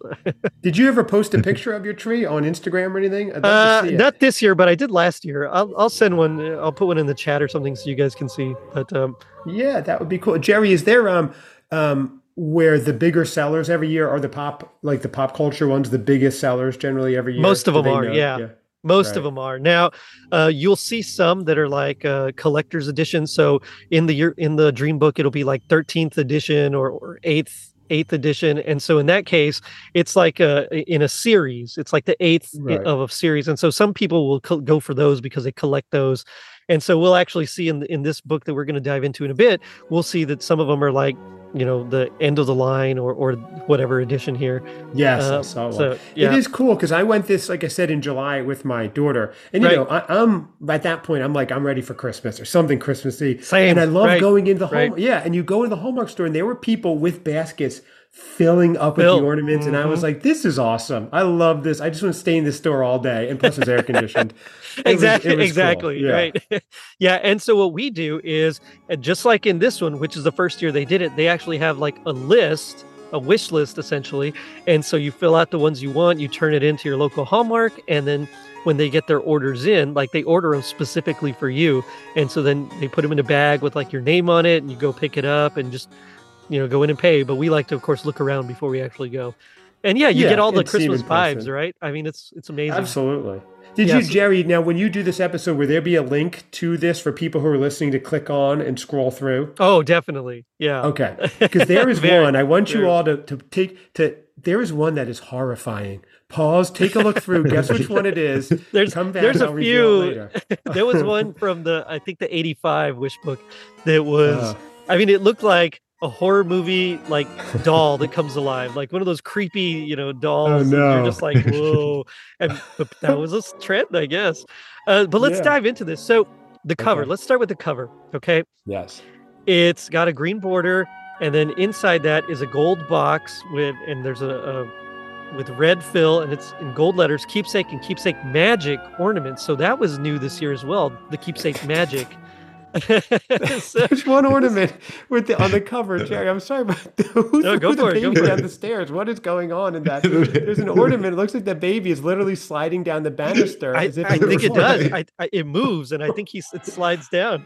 [SPEAKER 4] Did you ever post a picture of your tree on Instagram or anything? I'd
[SPEAKER 1] Uh,
[SPEAKER 4] love to see it.
[SPEAKER 1] not this year, but I did last year. I'll, I'll send one. uh, I'll put one in the chat or something so you guys can see. But um,
[SPEAKER 4] Yeah, that would be cool. Jerry, is there um um where the bigger sellers every year are the pop like the pop culture ones, the biggest sellers generally every year?
[SPEAKER 1] Most of
[SPEAKER 4] Do
[SPEAKER 1] them
[SPEAKER 4] they
[SPEAKER 1] are, yeah. most of
[SPEAKER 4] Right.
[SPEAKER 1] them are now. Uh, you'll see some that are like uh, collector's edition. So in the year in the dream book, it'll be like thirteenth edition or- or eighth eighth edition. And so in that case, it's like uh, i- in a series. It's like the eighth i-
[SPEAKER 4] Right.
[SPEAKER 1] of a series. And so some people will co- go for those because they collect those. And so we'll actually see in in this book that we're going to dive into in a bit, we'll see that some of them are like, you know, the end of the line or or whatever edition here.
[SPEAKER 4] Yes, I
[SPEAKER 1] Uh,
[SPEAKER 4] saw one.
[SPEAKER 1] So yeah,
[SPEAKER 4] It is cool because I went this, like I said, in July with my daughter, and you
[SPEAKER 1] Right.
[SPEAKER 4] know, I, I'm at that point. I'm like, I'm ready for Christmas or something Christmassy,
[SPEAKER 1] Same,
[SPEAKER 4] and I love
[SPEAKER 1] right,
[SPEAKER 4] going into the home.
[SPEAKER 1] right.
[SPEAKER 4] Yeah, and you go to the Hallmark store, and there were people with baskets filling up with
[SPEAKER 1] Filled, Mm-hmm.
[SPEAKER 4] the ornaments, and I was like, this is awesome. I love this. I just want to stay in this store all day, and plus it's air conditioned. (laughs) It was-
[SPEAKER 1] exactly,
[SPEAKER 4] it was cool.
[SPEAKER 1] exactly,
[SPEAKER 4] Yeah.
[SPEAKER 1] right. (laughs) yeah, and so what we do is uh, just like in this one, which is the first year they did it, they actually have like a list, a wish list essentially, and so you fill out the ones you want, you turn it into your local Hallmark, and then when they get their orders in, like they order them specifically for you, and so then they put them in a bag with like your name on it, and you go pick it up and just you know go in and pay. But we like to, of course, look around before we actually go. And yeah, you
[SPEAKER 4] Yeah,
[SPEAKER 1] get all the
[SPEAKER 4] and see 'em in
[SPEAKER 1] Christmas vibes,
[SPEAKER 4] person.
[SPEAKER 1] right? I mean, it's it's (laughs) amazing.
[SPEAKER 4] Absolutely. Did
[SPEAKER 1] Yeah,
[SPEAKER 4] you,
[SPEAKER 1] so-
[SPEAKER 4] Jerry? Now, when you do this episode, will there be a link to this for people who are listening to click on and scroll through?
[SPEAKER 1] Oh, definitely. Yeah.
[SPEAKER 4] Okay. Because there is
[SPEAKER 1] (laughs) Very,
[SPEAKER 4] one. I want you
[SPEAKER 1] very.
[SPEAKER 4] all to, to take to there is one that is horrifying. Pause, take a look through, guess which one it is.
[SPEAKER 1] (laughs)
[SPEAKER 4] (laughs)
[SPEAKER 1] There's
[SPEAKER 4] Come back,
[SPEAKER 1] there's a
[SPEAKER 4] I'll reveal it
[SPEAKER 1] few.
[SPEAKER 4] later.
[SPEAKER 1] there was one from the I think the 85 wish book that was
[SPEAKER 4] Uh,
[SPEAKER 1] I mean it looked like a horror movie like doll that comes alive, like one of those creepy, you know, dolls. that You're
[SPEAKER 4] Oh, no.
[SPEAKER 1] just
[SPEAKER 4] (laughs)
[SPEAKER 1] like, whoa. and but that was a s- trend, I guess. Uh, but let's
[SPEAKER 4] Yeah.
[SPEAKER 1] dive into this. So the cover,
[SPEAKER 4] Okay.
[SPEAKER 1] let's start with the cover. Okay.
[SPEAKER 4] yes.
[SPEAKER 1] It's got a green border, and then inside that is a gold box with, and there's a, a with red fill, and it's in gold letters, keepsake and keepsake magic ornaments. So that was new this year as well, the keepsake magic. (laughs) So-
[SPEAKER 4] There's one ornament with the on the cover, Jerry. I'm sorry, but (laughs) who's
[SPEAKER 1] No, go
[SPEAKER 4] who's the
[SPEAKER 1] for it, go
[SPEAKER 4] baby
[SPEAKER 1] for
[SPEAKER 4] down
[SPEAKER 1] it.
[SPEAKER 4] the stairs? What is going on in (laughs) that? There's
[SPEAKER 3] (laughs)
[SPEAKER 4] an ornament. It looks like the baby is literally sliding down the banister.
[SPEAKER 1] I,
[SPEAKER 4] as if
[SPEAKER 1] I
[SPEAKER 4] were
[SPEAKER 1] think it
[SPEAKER 4] flying.
[SPEAKER 1] does.
[SPEAKER 4] (laughs)
[SPEAKER 1] I, I, it moves, and I think he s- it slides down.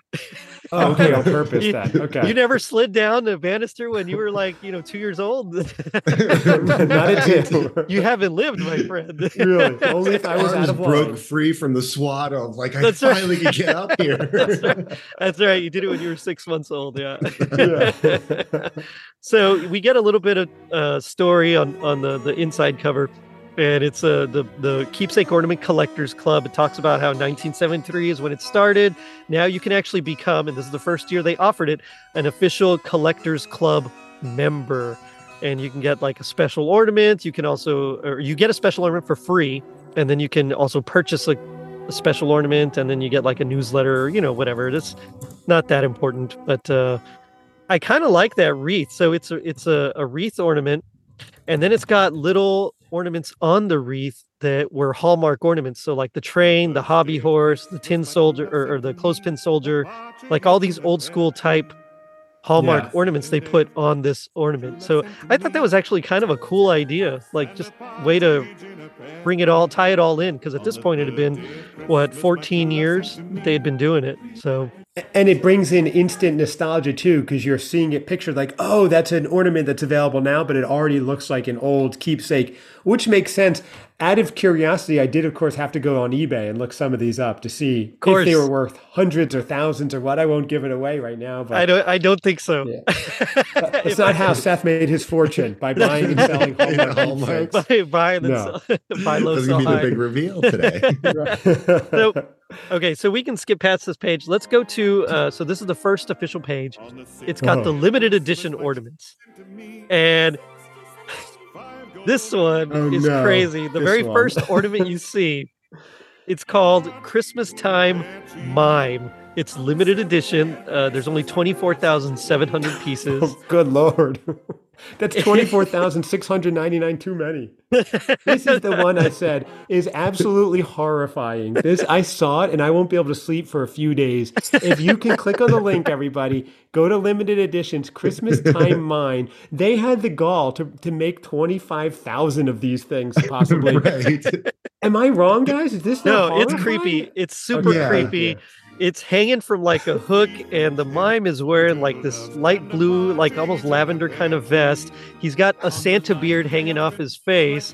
[SPEAKER 4] Oh, okay, on
[SPEAKER 1] (laughs)
[SPEAKER 4] purpose
[SPEAKER 1] You-
[SPEAKER 4] then. Okay.
[SPEAKER 1] You never slid down the banister when you were like, you know, two years old. (laughs)
[SPEAKER 4] Not (laughs) a two.
[SPEAKER 1] you haven't lived, my friend. (laughs)
[SPEAKER 4] really. Only if I was out
[SPEAKER 3] Arms
[SPEAKER 4] of
[SPEAKER 3] broke
[SPEAKER 4] line.
[SPEAKER 3] free from the swaddle. Like I
[SPEAKER 1] That's right.
[SPEAKER 3] finally could get up
[SPEAKER 4] (laughs)
[SPEAKER 3] here.
[SPEAKER 1] That's right. That's right. You did it when you were six months old. Yeah.
[SPEAKER 4] Yeah.
[SPEAKER 1] (laughs) so we get a little bit of uh, story on on the the inside cover and it's uh, the the keepsake ornament collectors club it talks about how 1973 is when it started now you can actually become and this is the first year they offered it an official collectors club member and you can get like a special ornament you can also or you get a special ornament for free and then you can also purchase a, a special ornament and then you get like a newsletter or you know whatever it's not that important but uh I kind of like that wreath. So it's a it's a, a wreath ornament, and then it's got little ornaments on the wreath that were hallmark ornaments. So like the train, the hobby horse, the tin soldier, or, or the clothespin soldier, like all these old school type hallmark
[SPEAKER 4] Yeah.
[SPEAKER 1] ornaments they put on this ornament. So I thought that was actually kind of a cool idea, like just way to bring it all, tie it all in. Because at this point, it had been what 14 years they had been doing it. So
[SPEAKER 4] And it brings in instant nostalgia too, because you're seeing it pictured like, oh, that's an ornament that's available now, but it already looks like an old keepsake, which makes sense. Out of curiosity, I did, of course, have to go on eBay and look some of these up to see if
[SPEAKER 1] course.
[SPEAKER 4] they were worth hundreds or thousands or what. I won't give it away right now, but
[SPEAKER 1] I don't I don't think so. (laughs)
[SPEAKER 4] Yeah. (laughs) that's not how Seth made his fortune by buying
[SPEAKER 1] (laughs)
[SPEAKER 4] and selling
[SPEAKER 3] Yeah,
[SPEAKER 4] Hallmark
[SPEAKER 1] buy,
[SPEAKER 4] keepsakes.
[SPEAKER 1] buy and then
[SPEAKER 4] No.
[SPEAKER 1] (laughs) sell, buy low,
[SPEAKER 3] That's gonna
[SPEAKER 1] sell
[SPEAKER 3] be the
[SPEAKER 1] high.
[SPEAKER 3] big reveal today.
[SPEAKER 1] So- okay, so we can skip past this page. Let's go to uh, so this is the first official page. It's got the
[SPEAKER 4] Oh.
[SPEAKER 1] limited edition ornaments, and (laughs) this one
[SPEAKER 4] Oh,
[SPEAKER 1] is
[SPEAKER 4] no.
[SPEAKER 1] crazy. The
[SPEAKER 4] This
[SPEAKER 1] very
[SPEAKER 4] one.
[SPEAKER 1] first ornament you
[SPEAKER 4] (laughs)
[SPEAKER 1] see, it's called Christmas Time Mime. It's limited edition. Uh, there's only twenty four thousand seven hundred pieces.
[SPEAKER 4] Oh, good lord. (laughs)
[SPEAKER 1] (laughs)
[SPEAKER 4] That's 24,699 too many. This is the
[SPEAKER 1] (laughs)
[SPEAKER 4] one I said is absolutely horrifying. This I saw it and I won't be able to sleep for a few days. If you can click on the link everybody, go to limited editions Christmas time mine. They had the gall to to make 25,000 of these things (laughs)
[SPEAKER 1] (laughs)
[SPEAKER 4] possibly.
[SPEAKER 3] right.
[SPEAKER 4] Am I wrong guys? Is this not
[SPEAKER 1] No, it's
[SPEAKER 4] horrifying?
[SPEAKER 1] creepy. It's super
[SPEAKER 3] Oh, Yeah.
[SPEAKER 1] creepy. It's hanging from like a hook, and the mime is wearing like this light blue, like almost lavender kind of vest. He's got a Santa beard hanging off his face,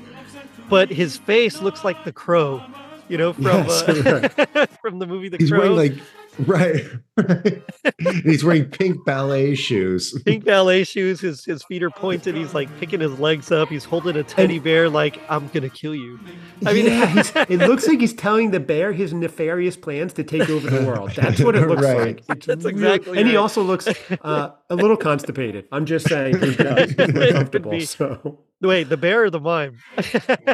[SPEAKER 1] but his face looks like the crow, you know, from
[SPEAKER 4] Yes,
[SPEAKER 1] uh, (laughs) from the movie The
[SPEAKER 3] He's
[SPEAKER 1] Crow.
[SPEAKER 3] wearing like Right. right. (laughs) And he's wearing pink ballet shoes.
[SPEAKER 1] Pink ballet shoes. His his feet are pointed. He's like picking his legs up. He's holding a teddy bear. Like I'm gonna kill you. I mean,
[SPEAKER 4] yeah, he's, it looks like he's telling the bear his nefarious plans to take over the world. That's what it looks
[SPEAKER 3] Right.
[SPEAKER 4] like.
[SPEAKER 1] (laughs)
[SPEAKER 4] It's
[SPEAKER 1] That's
[SPEAKER 4] weird.
[SPEAKER 1] exactly
[SPEAKER 4] And he
[SPEAKER 1] right.
[SPEAKER 4] also looks uh, a little constipated. I'm just saying, he does. He's
[SPEAKER 1] It could
[SPEAKER 4] more comfortable.
[SPEAKER 1] be.
[SPEAKER 4] So
[SPEAKER 1] (laughs)
[SPEAKER 4] (laughs)
[SPEAKER 1] wait, the bear or the mime?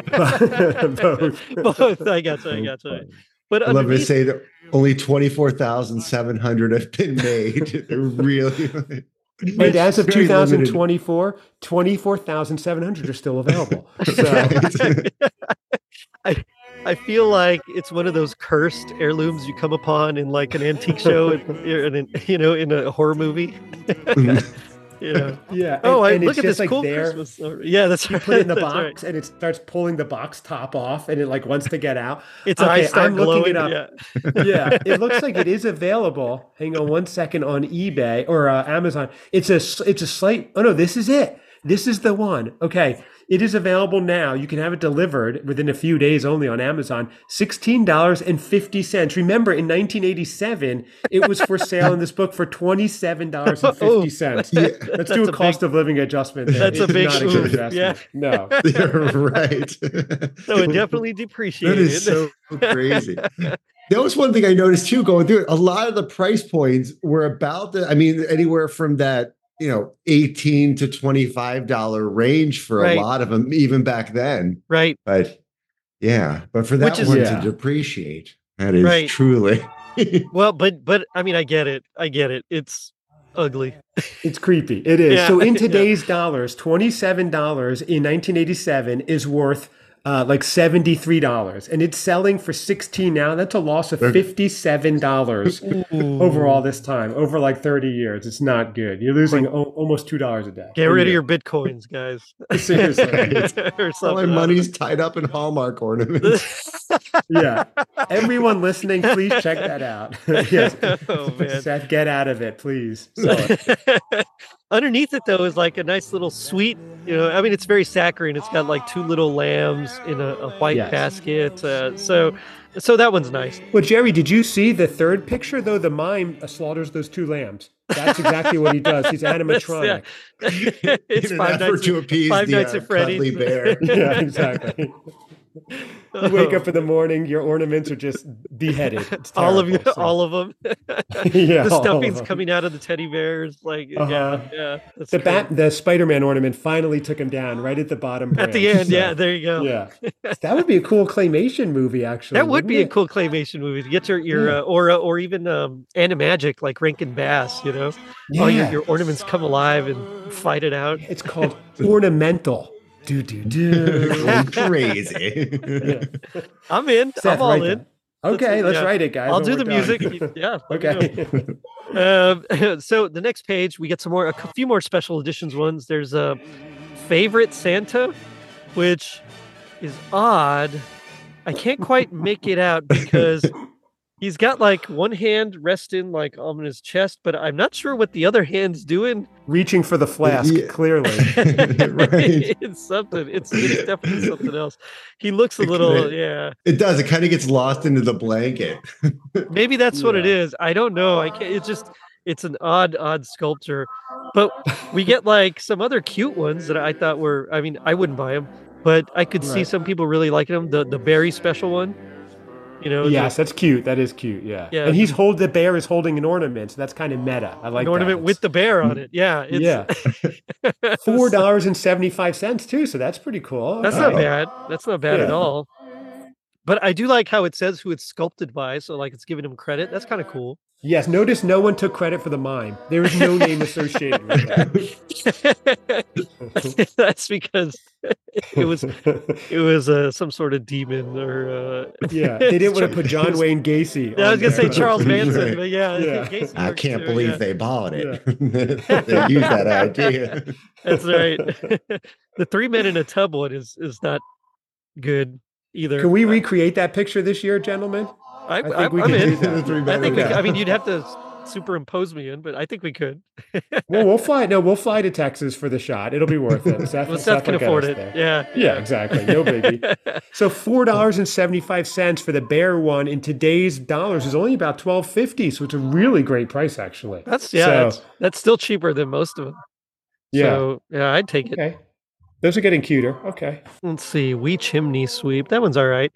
[SPEAKER 4] both.
[SPEAKER 1] (laughs) Both. I gotcha. I gotcha. (laughs) But
[SPEAKER 3] I love to
[SPEAKER 1] underneath-
[SPEAKER 3] say that only 24,700 have been made. (laughs)
[SPEAKER 1] (laughs)
[SPEAKER 3] They're really.
[SPEAKER 4] And as of
[SPEAKER 3] Very limited.
[SPEAKER 4] 2024, 24,700 are still available.
[SPEAKER 3] (laughs)
[SPEAKER 4] So,
[SPEAKER 3] Right.
[SPEAKER 1] I, I feel like it's one of those cursed heirlooms you come upon in like an antique show, in, in, an- you know, in a horror movie. (laughs) you know.
[SPEAKER 4] yeah. Mm-hmm. and-
[SPEAKER 1] Oh, I
[SPEAKER 4] and it's
[SPEAKER 1] look at
[SPEAKER 4] just
[SPEAKER 1] this cool
[SPEAKER 4] there.
[SPEAKER 1] Christmas. story. Yeah, that's
[SPEAKER 4] You
[SPEAKER 1] right.
[SPEAKER 4] put it in the
[SPEAKER 1] (laughs) that's
[SPEAKER 4] box
[SPEAKER 1] right.
[SPEAKER 4] and it starts pulling the box top off and it like wants to get out.
[SPEAKER 1] It's
[SPEAKER 4] Okay,
[SPEAKER 1] eyes start
[SPEAKER 4] I'm looking
[SPEAKER 1] glowing.
[SPEAKER 4] it up.
[SPEAKER 1] Yeah.
[SPEAKER 4] yeah, it looks like it is available. Hang on one second on eBay or uh, Amazon. It's a s- it's a slight. Oh no, this is it. This is the one. Okay, it is available now. You can have it delivered within a few days only on Amazon. Sixteen dollars and fifty cents. Remember, in 1987, it was for sale in this book for twenty seven dollars and fifty cents.
[SPEAKER 3] Yeah.
[SPEAKER 4] Let's do
[SPEAKER 1] That's
[SPEAKER 4] a
[SPEAKER 1] a
[SPEAKER 4] cost of living adjustment. there.
[SPEAKER 1] That's
[SPEAKER 4] It
[SPEAKER 1] a
[SPEAKER 4] is
[SPEAKER 1] big
[SPEAKER 4] not
[SPEAKER 3] ooh,
[SPEAKER 4] good investment.
[SPEAKER 1] yeah.
[SPEAKER 4] No.
[SPEAKER 3] They're right.
[SPEAKER 1] (laughs) So
[SPEAKER 3] (laughs)
[SPEAKER 1] it
[SPEAKER 4] (laughs)
[SPEAKER 1] definitely
[SPEAKER 3] That
[SPEAKER 1] depreciated.
[SPEAKER 3] is so crazy. That was one thing I noticed too going through it. A lot of the price points were about the, I mean, anywhere from that, you know, 18 to $25 range for
[SPEAKER 1] Right.
[SPEAKER 3] a lot of them, even back then.
[SPEAKER 1] (laughs) right.
[SPEAKER 3] But yeah, but for that
[SPEAKER 1] Which is-
[SPEAKER 3] one
[SPEAKER 4] Yeah.
[SPEAKER 3] to depreciate, that is
[SPEAKER 1] Right.
[SPEAKER 3] truly.
[SPEAKER 1] Well, but but I mean, I get it. I get it. It's ugly.
[SPEAKER 4] It's creepy. It is.
[SPEAKER 1] Yeah.
[SPEAKER 4] So
[SPEAKER 1] (laughs)
[SPEAKER 4] in
[SPEAKER 1] Yeah.
[SPEAKER 4] today's dollars, twenty-seven dollars in nineteen eighty-seven is worth uh, like seventy-three dollars, and it's selling for sixteen now. That's a loss of fifty-seven dollars overall this time over like thirty years. It's not good. You're losing o- almost two dollars a day.
[SPEAKER 1] Get rid of your bitcoins,
[SPEAKER 4] (laughs)
[SPEAKER 1] guys.
[SPEAKER 4] your (laughs) seriously.
[SPEAKER 1] (laughs) or
[SPEAKER 3] All my
[SPEAKER 1] something.
[SPEAKER 3] money's tied up in Hallmark ornaments.
[SPEAKER 1] (laughs)
[SPEAKER 4] yeah. Everyone listening, please check that out. (laughs) yes.
[SPEAKER 1] (laughs) Oh, man.
[SPEAKER 4] Seth, get out of it, please. Sell
[SPEAKER 1] (laughs)
[SPEAKER 4] it.
[SPEAKER 1] Underneath it though is like a nice little sweet, you know. I mean, it's very saccharine. It's got like two little lambs in a, a white
[SPEAKER 4] Yes.
[SPEAKER 1] basket. Uh, so, so that one's nice. (laughs)
[SPEAKER 4] Well, Jerry, did you see the third picture though? The mime uh, slaughters those two lambs. That's exactly what he does.
[SPEAKER 1] (laughs)
[SPEAKER 4] He's animatronic.
[SPEAKER 1] it's
[SPEAKER 3] in
[SPEAKER 1] five
[SPEAKER 3] an effort
[SPEAKER 1] nights.
[SPEAKER 3] to appease
[SPEAKER 1] Five
[SPEAKER 3] the
[SPEAKER 1] Nights
[SPEAKER 3] uh,
[SPEAKER 1] at Freddy's.
[SPEAKER 3] cuddly bear.
[SPEAKER 4] yeah. exactly. You wake up in the morning, your ornaments are just beheaded. It's
[SPEAKER 1] (laughs) all of you,
[SPEAKER 4] terrible, so-
[SPEAKER 1] all of them.
[SPEAKER 4] (laughs) yeah,
[SPEAKER 1] the
[SPEAKER 4] all of
[SPEAKER 1] stuffing's
[SPEAKER 4] them.
[SPEAKER 1] coming out of the teddy bears. Like,
[SPEAKER 4] Uh-huh.
[SPEAKER 1] yeah, yeah. that's
[SPEAKER 4] The
[SPEAKER 1] great.
[SPEAKER 4] bat, the Spider-Man ornament finally took him down right at the bottom.
[SPEAKER 1] at the
[SPEAKER 4] branch,
[SPEAKER 1] end.
[SPEAKER 4] so-
[SPEAKER 1] Yeah, there you go. (laughs)
[SPEAKER 4] yeah. That would be a cool claymation movie, actually.
[SPEAKER 1] That would
[SPEAKER 4] wouldn't
[SPEAKER 1] be a
[SPEAKER 4] it?
[SPEAKER 1] cool claymation movie. To get your your uh, aura, or even um, animagic, like Rankin Bass. You know, all your,
[SPEAKER 4] Yeah.
[SPEAKER 1] your ornaments come alive and fight it out.
[SPEAKER 4] It's called ornamental. Do
[SPEAKER 1] (laughs)
[SPEAKER 4] do do.
[SPEAKER 3] Going crazy. (laughs)
[SPEAKER 1] I'm in.
[SPEAKER 4] Seth,
[SPEAKER 1] I'm all
[SPEAKER 4] write
[SPEAKER 1] in.
[SPEAKER 4] that. Okay, let's
[SPEAKER 1] yeah.
[SPEAKER 4] write it, guys.
[SPEAKER 1] I'll
[SPEAKER 4] when
[SPEAKER 1] do
[SPEAKER 4] we're
[SPEAKER 1] the
[SPEAKER 4] done.
[SPEAKER 1] music. yeah. let me know.
[SPEAKER 4] (laughs) okay.
[SPEAKER 1] Um, (laughs) so the next page, we get some more, a c- few more special editions ones. There's a favorite Santa, which is odd. I can't quite make it out because
[SPEAKER 4] (laughs)
[SPEAKER 1] he's got like one hand resting like on his chest, but I'm not sure what the other hand's
[SPEAKER 4] (laughs)
[SPEAKER 1] doing. (laughs)
[SPEAKER 4] Reaching for the flask,
[SPEAKER 3] Yeah.
[SPEAKER 4] clearly.
[SPEAKER 3] right.
[SPEAKER 1] it's something. It's, it's definitely something else. He looks a
[SPEAKER 3] It's
[SPEAKER 1] little,
[SPEAKER 3] great.
[SPEAKER 1] yeah.
[SPEAKER 3] It does. It kind of gets lost into the blanket.
[SPEAKER 1] Maybe that's what it
[SPEAKER 4] Yeah.
[SPEAKER 1] is. I don't know. I can't. It's just it's an odd, odd sculpture. But we get like some other cute ones that I thought were. I mean, I wouldn't buy them, but I could see
[SPEAKER 4] Right.
[SPEAKER 1] some people really liking them. The the berry special one. You know,
[SPEAKER 4] yes,
[SPEAKER 1] just
[SPEAKER 4] that's cute. That is cute. Yeah.
[SPEAKER 1] Yeah.
[SPEAKER 4] And he's hold the bear is holding an ornament, so that's kind of meta. I like
[SPEAKER 1] an ornament
[SPEAKER 4] that.
[SPEAKER 1] with the bear on it. Yeah, (laughs) it's,
[SPEAKER 4] yeah. Four dollars and seventy five cents too, so that's pretty cool.
[SPEAKER 1] That's
[SPEAKER 4] Okay.
[SPEAKER 1] not bad. That's not bad at
[SPEAKER 4] Yeah.
[SPEAKER 1] all. But I do like how it says who it's sculpted by, so like it's giving him credit. That's kind of
[SPEAKER 4] (laughs)
[SPEAKER 1] cool. (laughs)
[SPEAKER 4] Yes, notice no one took credit for the mime. There is
[SPEAKER 1] (laughs)
[SPEAKER 4] no name associated with
[SPEAKER 1] That's because (laughs) it
[SPEAKER 3] (laughs)
[SPEAKER 1] was
[SPEAKER 4] that.
[SPEAKER 1] it was uh, some sort of demon or uh,
[SPEAKER 4] yeah. They didn't want to put John Wayne Gacy.
[SPEAKER 1] Yeah, I
[SPEAKER 4] on
[SPEAKER 1] was gonna say
[SPEAKER 4] there. (laughs)
[SPEAKER 1] Charles Manson,
[SPEAKER 3] Right.
[SPEAKER 1] but yeah,
[SPEAKER 4] Yeah.
[SPEAKER 1] Gacy
[SPEAKER 3] I
[SPEAKER 1] works
[SPEAKER 3] can't
[SPEAKER 1] there,
[SPEAKER 3] believe
[SPEAKER 1] yeah.
[SPEAKER 3] they bought it. (laughs) they
[SPEAKER 1] (laughs)
[SPEAKER 3] used that idea.
[SPEAKER 1] That's
[SPEAKER 4] (laughs)
[SPEAKER 1] right. (laughs) the three men in a tub one is is not good either. (laughs)
[SPEAKER 4] Can we recreate that picture this year, gentlemen?
[SPEAKER 1] I,
[SPEAKER 4] I
[SPEAKER 1] I
[SPEAKER 4] think we
[SPEAKER 1] am
[SPEAKER 4] can
[SPEAKER 3] (laughs)
[SPEAKER 4] do
[SPEAKER 1] in.
[SPEAKER 4] that.
[SPEAKER 3] The three
[SPEAKER 1] I
[SPEAKER 3] men
[SPEAKER 1] think
[SPEAKER 3] in
[SPEAKER 1] we.
[SPEAKER 3] a
[SPEAKER 1] I mean, you'd have to superimpose me in, but I think we could.
[SPEAKER 4] well, we'll fly. No, we'll fly to Texas for the shot. It'll be worth
[SPEAKER 1] (laughs)
[SPEAKER 4] it. Seth,
[SPEAKER 1] Well, Seth can
[SPEAKER 4] will get
[SPEAKER 1] afford
[SPEAKER 4] us
[SPEAKER 1] it.
[SPEAKER 4] there.
[SPEAKER 1] Yeah.
[SPEAKER 4] Yeah, exactly. No biggie.
[SPEAKER 1] (laughs)
[SPEAKER 4] So four dollars and seventy five cents for the bear one in today's dollars is only about twelve fifty. So it's a really great price, actually.
[SPEAKER 1] That's yeah.
[SPEAKER 4] So-
[SPEAKER 1] that's, that's still cheaper than most of them.
[SPEAKER 4] Yeah.
[SPEAKER 1] So yeah, I'd take it.
[SPEAKER 4] okay. Those are getting cuter. Okay.
[SPEAKER 1] Let's see. We chimney sweep. That one's all right.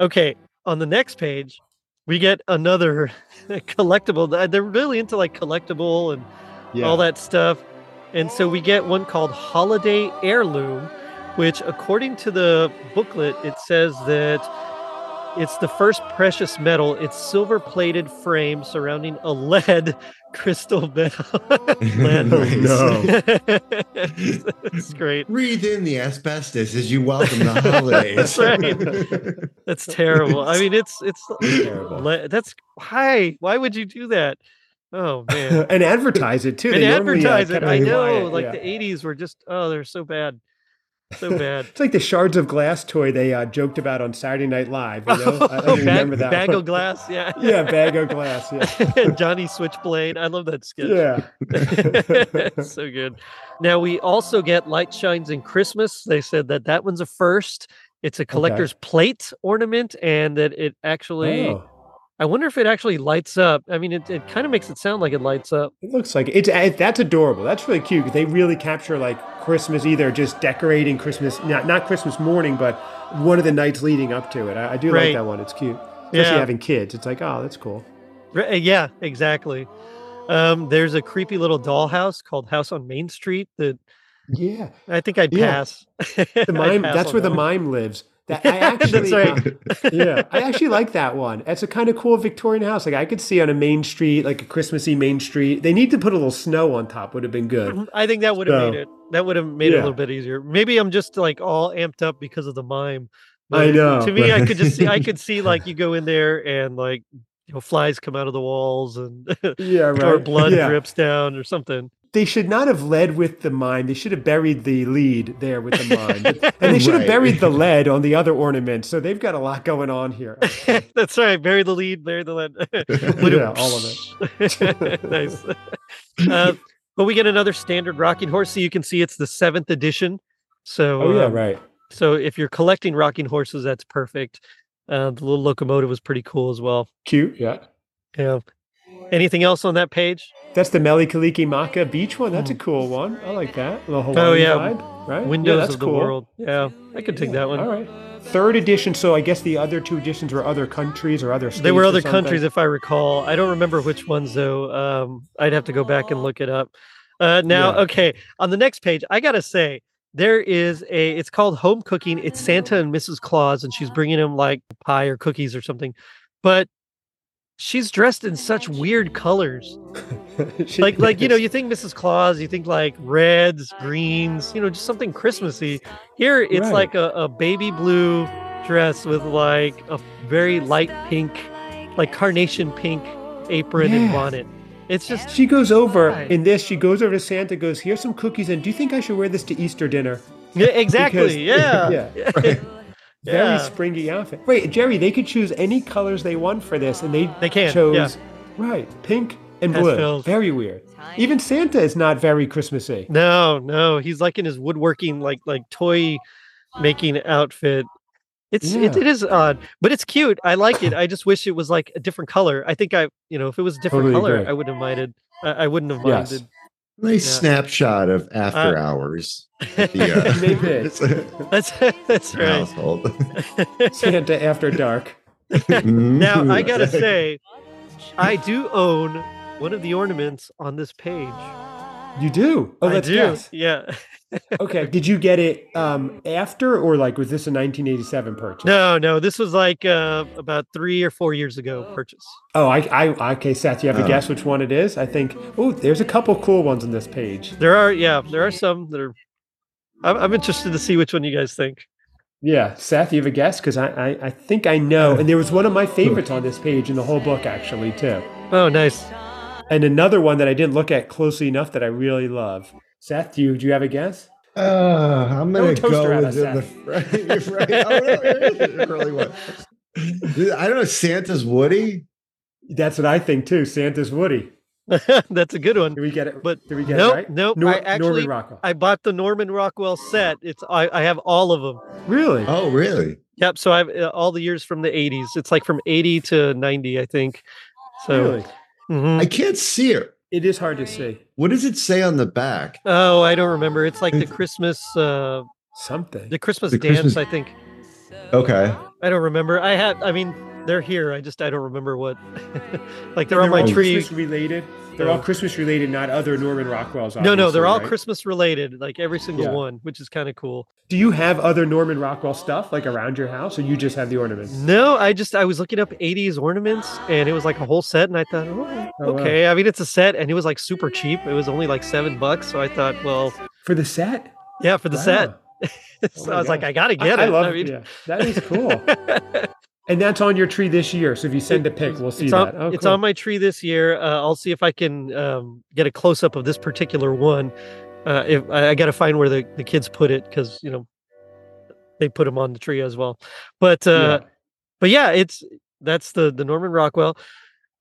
[SPEAKER 1] Okay. On the next page, we get another (laughs) collectible. Th- They're really into like collectible and all that stuff. And so we get one called Holiday Heirloom, which, according to the booklet, it says that it's the first precious metal. It's silver plated frame surrounding a lead (laughs) crystal metal. (laughs)
[SPEAKER 3] (laughs)
[SPEAKER 1] lead.
[SPEAKER 3] Oh,
[SPEAKER 1] (laughs) That's great.
[SPEAKER 3] Breathe in the asbestos as you
[SPEAKER 1] (laughs)
[SPEAKER 3] welcome the holidays.
[SPEAKER 1] That's
[SPEAKER 3] (laughs)
[SPEAKER 1] right. That's terrible. I mean, it's it's
[SPEAKER 4] Terrible.
[SPEAKER 1] (laughs) le- that's why why would you do that? Oh
[SPEAKER 4] (laughs)
[SPEAKER 1] man.
[SPEAKER 4] and advertise it too.
[SPEAKER 1] And
[SPEAKER 4] They normally, uh,
[SPEAKER 1] advertise it.
[SPEAKER 4] kinda
[SPEAKER 1] I
[SPEAKER 4] rely
[SPEAKER 1] know.
[SPEAKER 4] it,
[SPEAKER 1] Like
[SPEAKER 4] yeah.
[SPEAKER 1] the 80s were just oh, they're so bad. So
[SPEAKER 4] (laughs)
[SPEAKER 1] bad.
[SPEAKER 4] It's like the shards of glass toy they uh, joked about on Saturday Night Live. You know,
[SPEAKER 1] (laughs)
[SPEAKER 4] I, I
[SPEAKER 1] Oh,
[SPEAKER 4] remember that.
[SPEAKER 1] bag
[SPEAKER 4] one.
[SPEAKER 1] of glass, yeah.
[SPEAKER 4] (laughs) yeah, bag of glass.
[SPEAKER 1] (laughs)
[SPEAKER 4] Yeah,
[SPEAKER 1] Johnny Switchblade. I love that sketch. (laughs)
[SPEAKER 4] yeah.
[SPEAKER 1] so good. Now we also get Light Shines in Christmas. They said that that one's a first. It's a collector's plate ornament, and that it actually.
[SPEAKER 4] Oh,
[SPEAKER 1] I wonder if it actually lights up. I mean, it, it kind of makes it sound like it lights up.
[SPEAKER 4] it looks like it's uh, that's adorable. That's really cute. 'cause They really capture like Christmas, either just decorating Christmas, not not Christmas morning, but one of the nights leading up to it. I, I do
[SPEAKER 1] Right.
[SPEAKER 4] like that one. It's cute, especially
[SPEAKER 1] Yeah.
[SPEAKER 4] having kids. It's like, oh, that's cool.
[SPEAKER 1] Ri- uh, Yeah, exactly. Um, there's a creepy little dollhouse called House on Main Street that (laughs)
[SPEAKER 4] Yeah,
[SPEAKER 1] I think I'd
[SPEAKER 4] Yeah.
[SPEAKER 1] pass. (laughs)
[SPEAKER 4] the mime. That's where the mime lives. That I actually. uh,
[SPEAKER 1] That's right.
[SPEAKER 4] yeah, I actually like that one. It's a kind of cool Victorian house. Like I could see on a main street, like a Christmassy main street. They need to put a little snow on top. Would have
[SPEAKER 1] (laughs)
[SPEAKER 4] been good.
[SPEAKER 1] I think that would have made
[SPEAKER 4] So,
[SPEAKER 1] it. That would have made it a
[SPEAKER 4] yeah.
[SPEAKER 1] little bit easier. Maybe I'm just like all amped up because of the mime.
[SPEAKER 4] I
[SPEAKER 1] But
[SPEAKER 4] know,
[SPEAKER 1] To me, I
[SPEAKER 3] right.
[SPEAKER 1] could just see. I could see like you go in there and like you know flies come out of the walls
[SPEAKER 4] (laughs)
[SPEAKER 1] and (laughs)
[SPEAKER 4] Yeah, right.
[SPEAKER 1] or (laughs) blood
[SPEAKER 4] yeah.
[SPEAKER 1] drips down or something.
[SPEAKER 4] They should not have led with the mime. They should have buried the lead there with
[SPEAKER 1] (laughs)
[SPEAKER 4] the mime, and they should have
[SPEAKER 3] Right.
[SPEAKER 4] buried the lead on the other ornament. So they've got a lot going
[SPEAKER 1] (laughs)
[SPEAKER 4] on here.
[SPEAKER 1] That's right. Bury the lead. Bury the lead.
[SPEAKER 4] yeah, all of
[SPEAKER 1] (laughs)
[SPEAKER 4] it.
[SPEAKER 1] nice. Uh, but we get another standard rocking horse. So you can see it's the seventh edition. So
[SPEAKER 4] Oh yeah,
[SPEAKER 1] um,
[SPEAKER 4] right.
[SPEAKER 1] So if you're collecting rocking horses, that's perfect. Uh, the little locomotive was pretty cool as well.
[SPEAKER 4] Cute. Yeah.
[SPEAKER 1] Yeah. Anything else on that page?
[SPEAKER 4] That's the Melikaliki Maka beach one. That's a cool one. I like that. The Hawaiian
[SPEAKER 1] Hmm. Oh, yeah.
[SPEAKER 4] vibe, right? Yeah,
[SPEAKER 1] Windows
[SPEAKER 4] that's
[SPEAKER 1] of the
[SPEAKER 4] cool.
[SPEAKER 1] world. Yeah, I could take that one.
[SPEAKER 4] All right. Third edition. So I guess the other two editions were other countries or other states.
[SPEAKER 1] There were
[SPEAKER 4] or
[SPEAKER 1] other
[SPEAKER 4] something.
[SPEAKER 1] countries, if I recall. I don't remember which ones though. Um, I'd have to go back and look it up. Uh, now,
[SPEAKER 4] Yeah.
[SPEAKER 1] okay, on the next page, I gotta say there is a. It's called Home Cooking. It's Santa and Mrs. Claus, and she's bringing him like pie or cookies or something, but she's dressed in such weird colors.
[SPEAKER 4] (laughs) She-
[SPEAKER 1] Like, like you know, you think Mrs. Claus, you think like reds, greens, you know, just something Christmassy. Here, it's
[SPEAKER 4] Right.
[SPEAKER 1] like a, a baby blue dress with like a very light pink like carnation pink apron and
[SPEAKER 4] Yeah.
[SPEAKER 1] bonnet. It's just
[SPEAKER 4] She goes over
[SPEAKER 1] Right.
[SPEAKER 4] in this. She goes over to Santa. Goes here's some cookies. And do you think I should wear this to Easter dinner?
[SPEAKER 1] yeah, exactly.
[SPEAKER 4] (laughs) (laughs) Because-
[SPEAKER 1] yeah.
[SPEAKER 4] yeah.
[SPEAKER 1] Yeah.
[SPEAKER 4] (laughs) Very springy outfit. Right, Jerry. They could choose any colors they want for this, and they
[SPEAKER 1] They can,
[SPEAKER 4] chose
[SPEAKER 1] yeah.
[SPEAKER 4] right pink and blue.
[SPEAKER 1] Pastels.
[SPEAKER 4] Very weird. Even Santa is not very Christmassy.
[SPEAKER 1] (laughs) No, no, he's like in his woodworking like like toy making outfit. It's it,
[SPEAKER 4] Yeah.
[SPEAKER 1] it is odd, but it's cute. I like
[SPEAKER 4] (laughs)
[SPEAKER 1] it. I just wish it was like a different color. I think I, you know, if it was a different
[SPEAKER 4] Totally
[SPEAKER 1] color,
[SPEAKER 4] agree.
[SPEAKER 1] I wouldn't have minded. I, I wouldn't have
[SPEAKER 4] Yes.
[SPEAKER 1] minded.
[SPEAKER 3] Nice
[SPEAKER 1] Yeah.
[SPEAKER 3] snapshot of after
[SPEAKER 1] Uh,
[SPEAKER 3] hours.
[SPEAKER 1] (laughs)
[SPEAKER 3] at the, uh,
[SPEAKER 4] Maybe.
[SPEAKER 3] (laughs) it's a
[SPEAKER 1] That's (laughs) that's
[SPEAKER 4] (laughs)
[SPEAKER 1] right.
[SPEAKER 3] household. (laughs)
[SPEAKER 4] Santa after dark.
[SPEAKER 1] Now I
[SPEAKER 4] (laughs)
[SPEAKER 1] gotta
[SPEAKER 3] Ooh.
[SPEAKER 1] say, I do own one of the ornaments on this page.
[SPEAKER 4] You do. Oh,
[SPEAKER 1] I
[SPEAKER 4] let's
[SPEAKER 1] do.
[SPEAKER 4] guess.
[SPEAKER 1] Yeah. (laughs)
[SPEAKER 4] Okay. Did you get it um, after or like was this a 1987 purchase?
[SPEAKER 1] No, no, this was like uh, about three or four years ago purchase.
[SPEAKER 4] Oh, I, I okay, Seth. You have a
[SPEAKER 3] Oh.
[SPEAKER 4] guess which one it is? I think. Oh, there's a couple cool ones on this page.
[SPEAKER 1] There are, yeah, there are some that are. I'm, I'm interested to see which one you guys think.
[SPEAKER 4] Yeah, Seth, you have a guess because I, I I think I know. And there was one of my favorites on this page in the whole book actually too.
[SPEAKER 1] Oh, nice. (laughs)
[SPEAKER 4] And another one that I didn't look at closely enough that I really love. Seth, do you do you have a guess?
[SPEAKER 3] (laughs) Uh, I'm
[SPEAKER 4] Throw a
[SPEAKER 3] gonna
[SPEAKER 4] toaster
[SPEAKER 3] go
[SPEAKER 4] at
[SPEAKER 3] with
[SPEAKER 4] us,
[SPEAKER 3] the, the right, (laughs) right. Oh, no, it is really was. I don't know. Santa's Woody.
[SPEAKER 4] That's what I think too. Santa's Woody.
[SPEAKER 1] That's a good one.
[SPEAKER 4] Did we get it?
[SPEAKER 1] But
[SPEAKER 4] Did we get
[SPEAKER 1] nope,
[SPEAKER 4] it right?
[SPEAKER 1] nope.
[SPEAKER 4] Nor-
[SPEAKER 1] I actually,
[SPEAKER 4] Norman Rockwell.
[SPEAKER 1] I bought the Norman Rockwell set. It's I, I have all of them.
[SPEAKER 4] really?
[SPEAKER 3] Oh, really?
[SPEAKER 1] Yep. So I have uh, all the years from the 80s. It's like from 80 to 90, I think. So
[SPEAKER 4] really?
[SPEAKER 1] mhm.
[SPEAKER 3] I can't see her.
[SPEAKER 4] It is hard to see.
[SPEAKER 3] What does it say on the back?
[SPEAKER 1] oh, I don't remember. It's like the Christmas uh
[SPEAKER 4] Something.
[SPEAKER 1] the Christmas
[SPEAKER 3] The
[SPEAKER 1] dance,
[SPEAKER 3] Christmas-
[SPEAKER 1] I think.
[SPEAKER 3] Okay.
[SPEAKER 1] I don't remember. I had I mean, they're here. I just I don't remember what. (laughs) like they're on my
[SPEAKER 4] all
[SPEAKER 1] tree.
[SPEAKER 4] Christmas related. They're all Christmas related, not other Norman Rockwell's.
[SPEAKER 1] No, no,
[SPEAKER 4] obviously,
[SPEAKER 1] they're all
[SPEAKER 4] right?
[SPEAKER 1] Christmas related, like every single
[SPEAKER 4] Yeah.
[SPEAKER 1] one, which is kind of cool.
[SPEAKER 4] Do you have other Norman Rockwell stuff like around your house, or you just have the ornaments?
[SPEAKER 1] No, I just I was looking up 80s ornaments and it was like a whole set and I thought, oh,
[SPEAKER 4] Oh, wow.
[SPEAKER 1] okay. I mean, it's a set and it was like super cheap. It was only like 7 bucks, so I thought, well,
[SPEAKER 4] For the set?
[SPEAKER 1] yeah, for the
[SPEAKER 4] Wow.
[SPEAKER 1] set.
[SPEAKER 4] Oh
[SPEAKER 1] (laughs) so
[SPEAKER 4] my
[SPEAKER 1] I was like,
[SPEAKER 4] God.
[SPEAKER 1] I got to
[SPEAKER 4] I,
[SPEAKER 1] get
[SPEAKER 4] I
[SPEAKER 1] it.
[SPEAKER 4] love
[SPEAKER 1] mean,
[SPEAKER 4] yeah. That is
[SPEAKER 1] (laughs)
[SPEAKER 4] cool. and that's on your tree this year. So if you send a pic, we'll see
[SPEAKER 1] It's on,
[SPEAKER 4] that. Oh,
[SPEAKER 1] it's
[SPEAKER 4] cool.
[SPEAKER 1] on my tree this year. Uh, I'll see if I can um, get a close up of this particular one. Uh, if I, I got to find where the, the kids put it because you know they put them on the tree as well. But uh, but yeah, it's that's the the Norman Rockwell.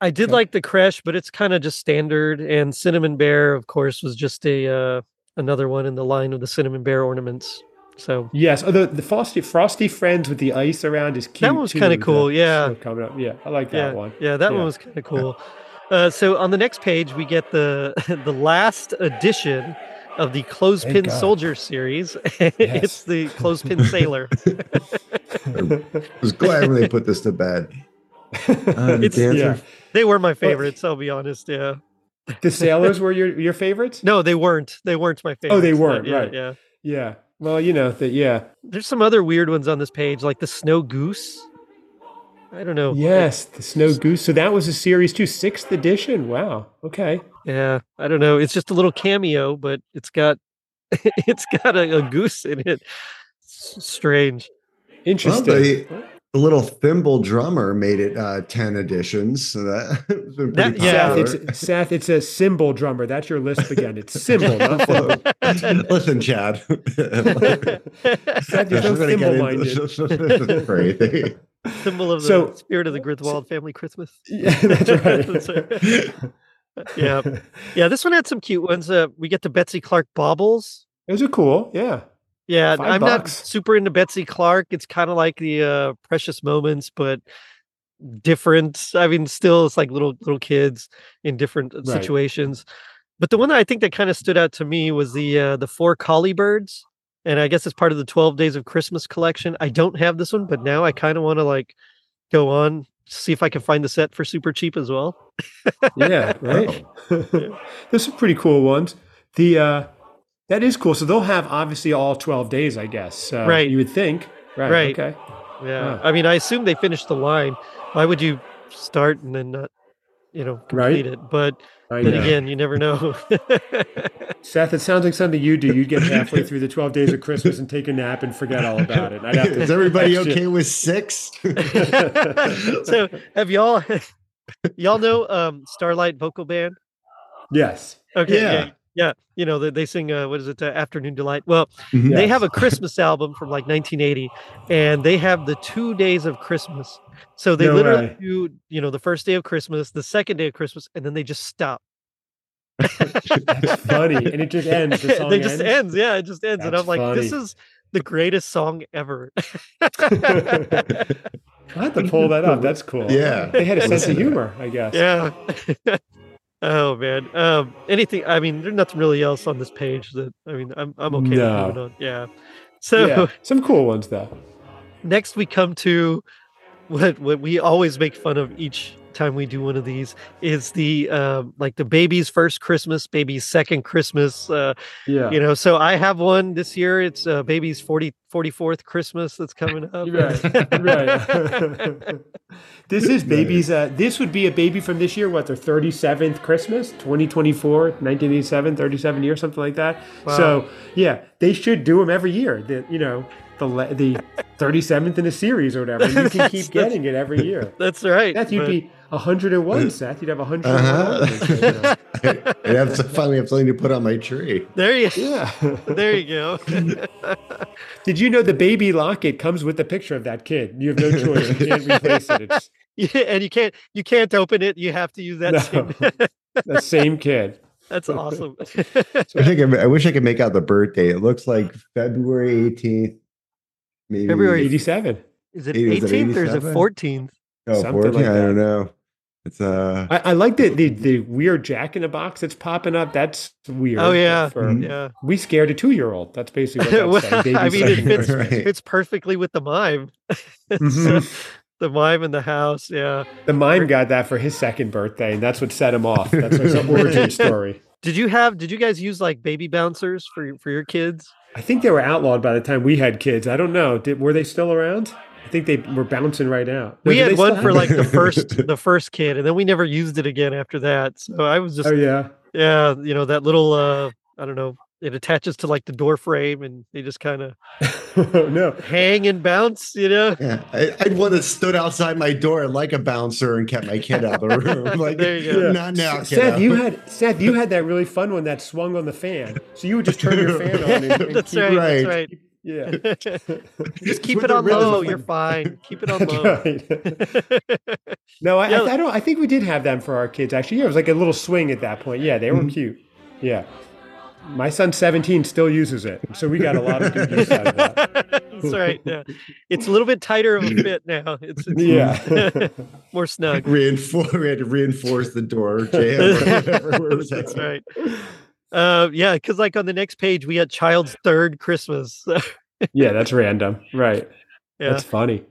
[SPEAKER 1] I did
[SPEAKER 4] Okay.
[SPEAKER 1] like the crash, but it's kind of just standard. And Cinnamon Bear, of course, was just a uh, another one in the line of the Cinnamon Bear ornaments. So
[SPEAKER 4] Yes, although the frosty, frosty friends with the ice around is cute.
[SPEAKER 1] That one's
[SPEAKER 4] too,
[SPEAKER 1] kinda
[SPEAKER 4] with
[SPEAKER 1] cool,
[SPEAKER 4] the
[SPEAKER 1] yeah.
[SPEAKER 4] snow coming up. Yeah, I like that
[SPEAKER 1] yeah,
[SPEAKER 4] one.
[SPEAKER 1] Yeah, that
[SPEAKER 4] Yeah.
[SPEAKER 1] one was kind of cool. Uh, so on the next page, we get the (laughs) the last edition of the Clothespin
[SPEAKER 4] God.
[SPEAKER 1] Soldier series. (laughs)
[SPEAKER 4] Yes.
[SPEAKER 1] it's
[SPEAKER 4] (laughs)
[SPEAKER 1] the Clothespin Sailor.
[SPEAKER 3] I was glad when they put this
[SPEAKER 1] (laughs)
[SPEAKER 3] to bed. Uh, the
[SPEAKER 1] It's-
[SPEAKER 3] dancer?
[SPEAKER 4] yeah.
[SPEAKER 1] They were my favorites. I'll be honest. Yeah.
[SPEAKER 4] (laughs)
[SPEAKER 1] (laughs)
[SPEAKER 4] The sailors were your your favorites.
[SPEAKER 1] No, they weren't. They weren't my favorites. but
[SPEAKER 4] Oh, weren't,
[SPEAKER 1] Yeah,
[SPEAKER 4] right.
[SPEAKER 1] Yeah.
[SPEAKER 4] Yeah. Well, you know that. Yeah.
[SPEAKER 1] There's some other weird ones on this page, like the Snow Goose. I don't know.
[SPEAKER 4] Yes, the snow goose. So that was a series too, sixth edition. Wow. Okay.
[SPEAKER 1] Yeah, I don't know. It's just a little cameo, but it's got (laughs) it's got a, a goose in it. S- strange. (laughs)
[SPEAKER 3] Well,
[SPEAKER 4] Interesting.
[SPEAKER 3] the, the little thimble drummer made it uh, 10 editions. So that (laughs) has been
[SPEAKER 1] That-
[SPEAKER 3] pretty
[SPEAKER 1] yeah.
[SPEAKER 4] Seth,
[SPEAKER 3] popular.
[SPEAKER 4] it's Seth. It's a cymbal drummer. That's your lisp again. It's cymbal, not thimble.
[SPEAKER 3] (laughs)
[SPEAKER 1] (laughs)
[SPEAKER 3] Listen, Chad. (laughs)
[SPEAKER 4] Seth, you're so thimble-minded.
[SPEAKER 3] (laughs) into crazy.
[SPEAKER 1] symbol of the
[SPEAKER 4] So-
[SPEAKER 1] spirit of the Griswold family
[SPEAKER 4] (laughs)
[SPEAKER 1] Christmas.
[SPEAKER 4] Yeah,
[SPEAKER 3] (laughs)
[SPEAKER 4] that's
[SPEAKER 1] That's
[SPEAKER 4] right.
[SPEAKER 1] right. yeah, yeah. This one had some cute ones. Uh, we get the Betsy Clark baubles.
[SPEAKER 4] Those are cool. Yeah.
[SPEAKER 1] Yeah,
[SPEAKER 4] Five
[SPEAKER 1] I'm not
[SPEAKER 4] bucks.
[SPEAKER 1] super into Betsy Clark. It's kind of like the uh, Precious Moments, but different. I mean, still, it's like little little kids in different uh,
[SPEAKER 4] Right.
[SPEAKER 1] situations. But the one that I think that kind of stood out to me was the uh, the four collie birds, and I guess it's part of the Twelve Days of Christmas collection. I don't have this one, but now
[SPEAKER 4] Ah.
[SPEAKER 1] I kind of want to like go on see if I can find the set for super cheap as well.
[SPEAKER 4] (laughs) yeah, right. There's some Oh. pretty cool ones. The uh, that is cool. So they'll have obviously all twelve days, I guess. Uh,
[SPEAKER 1] Right.
[SPEAKER 4] You would think. Right.
[SPEAKER 1] Right.
[SPEAKER 4] Okay.
[SPEAKER 1] Yeah,
[SPEAKER 4] Wow.
[SPEAKER 1] I mean, I assume they finished the line. Why would you start and then not, you know,
[SPEAKER 4] Right.
[SPEAKER 1] complete it? But
[SPEAKER 4] I
[SPEAKER 1] But
[SPEAKER 4] know.
[SPEAKER 1] again, you never know. (laughs)
[SPEAKER 4] Seth, it sounds like something you do. You'd get halfway through the twelve days of Christmas and take a nap and forget all about it. I'd
[SPEAKER 1] (laughs)
[SPEAKER 4] have to.
[SPEAKER 3] Is everybody
[SPEAKER 4] text you.
[SPEAKER 3] okay with six? (laughs)
[SPEAKER 4] (laughs)
[SPEAKER 1] so, have y'all (laughs) y'all know um Starlight Vocal Band?
[SPEAKER 4] Yes.
[SPEAKER 1] Okay, yeah,
[SPEAKER 3] Yeah.
[SPEAKER 1] yeah. You know they, they sing uh, what is it? Uh, Afternoon Delight. Well,
[SPEAKER 3] Mhm.
[SPEAKER 1] they
[SPEAKER 4] Yes.
[SPEAKER 1] have a Christmas album from like 1980, and they have the two days of Christmas. So they
[SPEAKER 4] No
[SPEAKER 1] literally
[SPEAKER 4] way.
[SPEAKER 1] do you know the first day of Christmas, the second day of Christmas, and then they just stop.
[SPEAKER 4] That's funny, and it just ends.
[SPEAKER 1] (laughs)
[SPEAKER 4] The song
[SPEAKER 1] they just
[SPEAKER 4] ends.
[SPEAKER 1] ends. Yeah, it just ends, and
[SPEAKER 4] That's
[SPEAKER 1] I'm like, this
[SPEAKER 4] funny.
[SPEAKER 1] is the greatest song
[SPEAKER 4] (laughs)
[SPEAKER 1] ever. (laughs)
[SPEAKER 4] I had to pull that up. That's cool.
[SPEAKER 3] Yeah.
[SPEAKER 4] They had a
[SPEAKER 1] (laughs)
[SPEAKER 4] sense
[SPEAKER 3] Listen
[SPEAKER 4] of
[SPEAKER 3] to that.
[SPEAKER 4] humor, I guess.
[SPEAKER 1] yeah. (laughs) oh man. Um anything I mean, there's nothing really else on this page that I mean I'm I'm okay
[SPEAKER 4] No.
[SPEAKER 1] with moving on. Yeah. So
[SPEAKER 4] yeah. Some cool ones though.
[SPEAKER 1] (laughs) next we come to what what we always make fun of each time we do one of these is the um like the baby's first Christmas, baby's second Christmas. Uh
[SPEAKER 4] Yeah.
[SPEAKER 1] you know, so I have one this year. It's uh baby's 40 44th Christmas that's coming
[SPEAKER 4] (laughs)
[SPEAKER 1] up.
[SPEAKER 4] right. right. (laughs) this is baby's. Uh, this would be a baby from this year. What their thirty seventh Christmas, 2024, 1987, 37 years, something like that. So yeah, they should do them every year. The you know the le- the thirty seventh in a series or whatever. You can
[SPEAKER 1] That's-
[SPEAKER 4] keep getting it every year.
[SPEAKER 1] That's right.
[SPEAKER 4] Seth, you'd
[SPEAKER 1] but-
[SPEAKER 4] be 101. Seth, you'd have 101.
[SPEAKER 3] Uh-huh. I have to finally have something to put on my tree.
[SPEAKER 1] there you (laughs)
[SPEAKER 4] Yeah.
[SPEAKER 1] there you go. (laughs)
[SPEAKER 4] Did you know the baby locket comes with the picture of that kid? You have no choice. You can't replace it. It's
[SPEAKER 1] Yeah, and you can't you can't open it. You have to use that.
[SPEAKER 4] No.
[SPEAKER 1] Same,
[SPEAKER 4] the same kid.
[SPEAKER 1] (laughs) that's awesome.
[SPEAKER 3] I, wish I, could, I wish I could make out the birthday. It looks like February 18th, maybe
[SPEAKER 1] February
[SPEAKER 4] Eighty-seven.
[SPEAKER 1] is it
[SPEAKER 3] Is it
[SPEAKER 1] 18th or is it
[SPEAKER 3] 87?
[SPEAKER 1] 14th?
[SPEAKER 3] oh,
[SPEAKER 4] something
[SPEAKER 3] 14th,
[SPEAKER 4] like
[SPEAKER 3] I
[SPEAKER 4] that.
[SPEAKER 3] don't know. It's uh,
[SPEAKER 4] I, I like the, the the weird Jack in the Box that's popping up. That's weird.
[SPEAKER 1] Oh yeah,
[SPEAKER 4] For-
[SPEAKER 3] Mhm.
[SPEAKER 1] yeah.
[SPEAKER 4] we scared a two-year-old. That's basically
[SPEAKER 1] (laughs)
[SPEAKER 4] what Mm. that's saying.
[SPEAKER 1] I mean,
[SPEAKER 4] (laughs)
[SPEAKER 1] it
[SPEAKER 4] Babysitting.
[SPEAKER 1] fits,
[SPEAKER 3] Right.
[SPEAKER 1] fits perfectly with the mime. (laughs)
[SPEAKER 4] Mhm.
[SPEAKER 1] The mime in the house. Yeah.
[SPEAKER 4] The mime got that for his second birthday, and that's what set him off. That's like
[SPEAKER 1] (laughs)
[SPEAKER 4] some origin story.
[SPEAKER 1] Did you have? Did you guys use like baby bouncers for your- for your kids?
[SPEAKER 4] I think they were outlawed by the time we had kids. I don't know. Did, were they still around? I think they were bouncing right out. No,
[SPEAKER 1] We
[SPEAKER 4] do they
[SPEAKER 1] had
[SPEAKER 4] still
[SPEAKER 1] one
[SPEAKER 4] have
[SPEAKER 1] for
[SPEAKER 4] them?
[SPEAKER 1] like the first the first kid, and then we never used it again after that. So I was just
[SPEAKER 4] Oh yeah.
[SPEAKER 1] yeah, you know that little uh I don't know. It attaches to like the door frame, and they just kind of
[SPEAKER 4] oh (laughs) no.
[SPEAKER 1] hang and bounce. You know.
[SPEAKER 3] yeah, I, I'd want to stood outside my door like a bouncer and kept my kid out of the room. (laughs) Like,
[SPEAKER 1] There you go. Yeah.
[SPEAKER 3] not now,
[SPEAKER 4] S-
[SPEAKER 3] kiddo.
[SPEAKER 4] Seth, you had Seth, you had that really fun one that swung on the fan. So you would just turn
[SPEAKER 3] (laughs)
[SPEAKER 4] your
[SPEAKER 1] (laughs)
[SPEAKER 4] fan on. And, and
[SPEAKER 1] that's
[SPEAKER 4] keep,
[SPEAKER 1] right. That's
[SPEAKER 3] right.
[SPEAKER 1] right.
[SPEAKER 4] Yeah. (laughs)
[SPEAKER 1] just keep
[SPEAKER 3] With
[SPEAKER 1] it
[SPEAKER 3] the
[SPEAKER 1] on
[SPEAKER 3] rhythm
[SPEAKER 1] low.
[SPEAKER 3] of-
[SPEAKER 1] You're fine. Keep it on
[SPEAKER 4] That's
[SPEAKER 1] low.
[SPEAKER 4] (laughs) right. No, I,
[SPEAKER 1] Yeah.
[SPEAKER 4] I, I don't. I think we did have them for our kids. Actually, yeah, it was like a little swing at that point. Yeah, they were
[SPEAKER 1] Mm-hmm.
[SPEAKER 3] Mhm.
[SPEAKER 4] cute. Yeah, my son, seventeen, still uses it. So we got a lot of good use out
[SPEAKER 1] (laughs)
[SPEAKER 4] of that.
[SPEAKER 1] That's right. Yeah. It's a little bit tighter of a fit now. It's, it's Mm-hmm.
[SPEAKER 4] Yeah.
[SPEAKER 1] (laughs)
[SPEAKER 4] (laughs)
[SPEAKER 1] more snug.
[SPEAKER 3] Reinfor- we had to reinforce the door (laughs) jam
[SPEAKER 1] (laughs)
[SPEAKER 3] or whatever. Where was that?
[SPEAKER 1] That's right. Uh, yeah, because like on the next page we had child's third Christmas. (laughs) So,
[SPEAKER 4] yeah, that's random. Right.
[SPEAKER 1] yeah,
[SPEAKER 4] That's funny.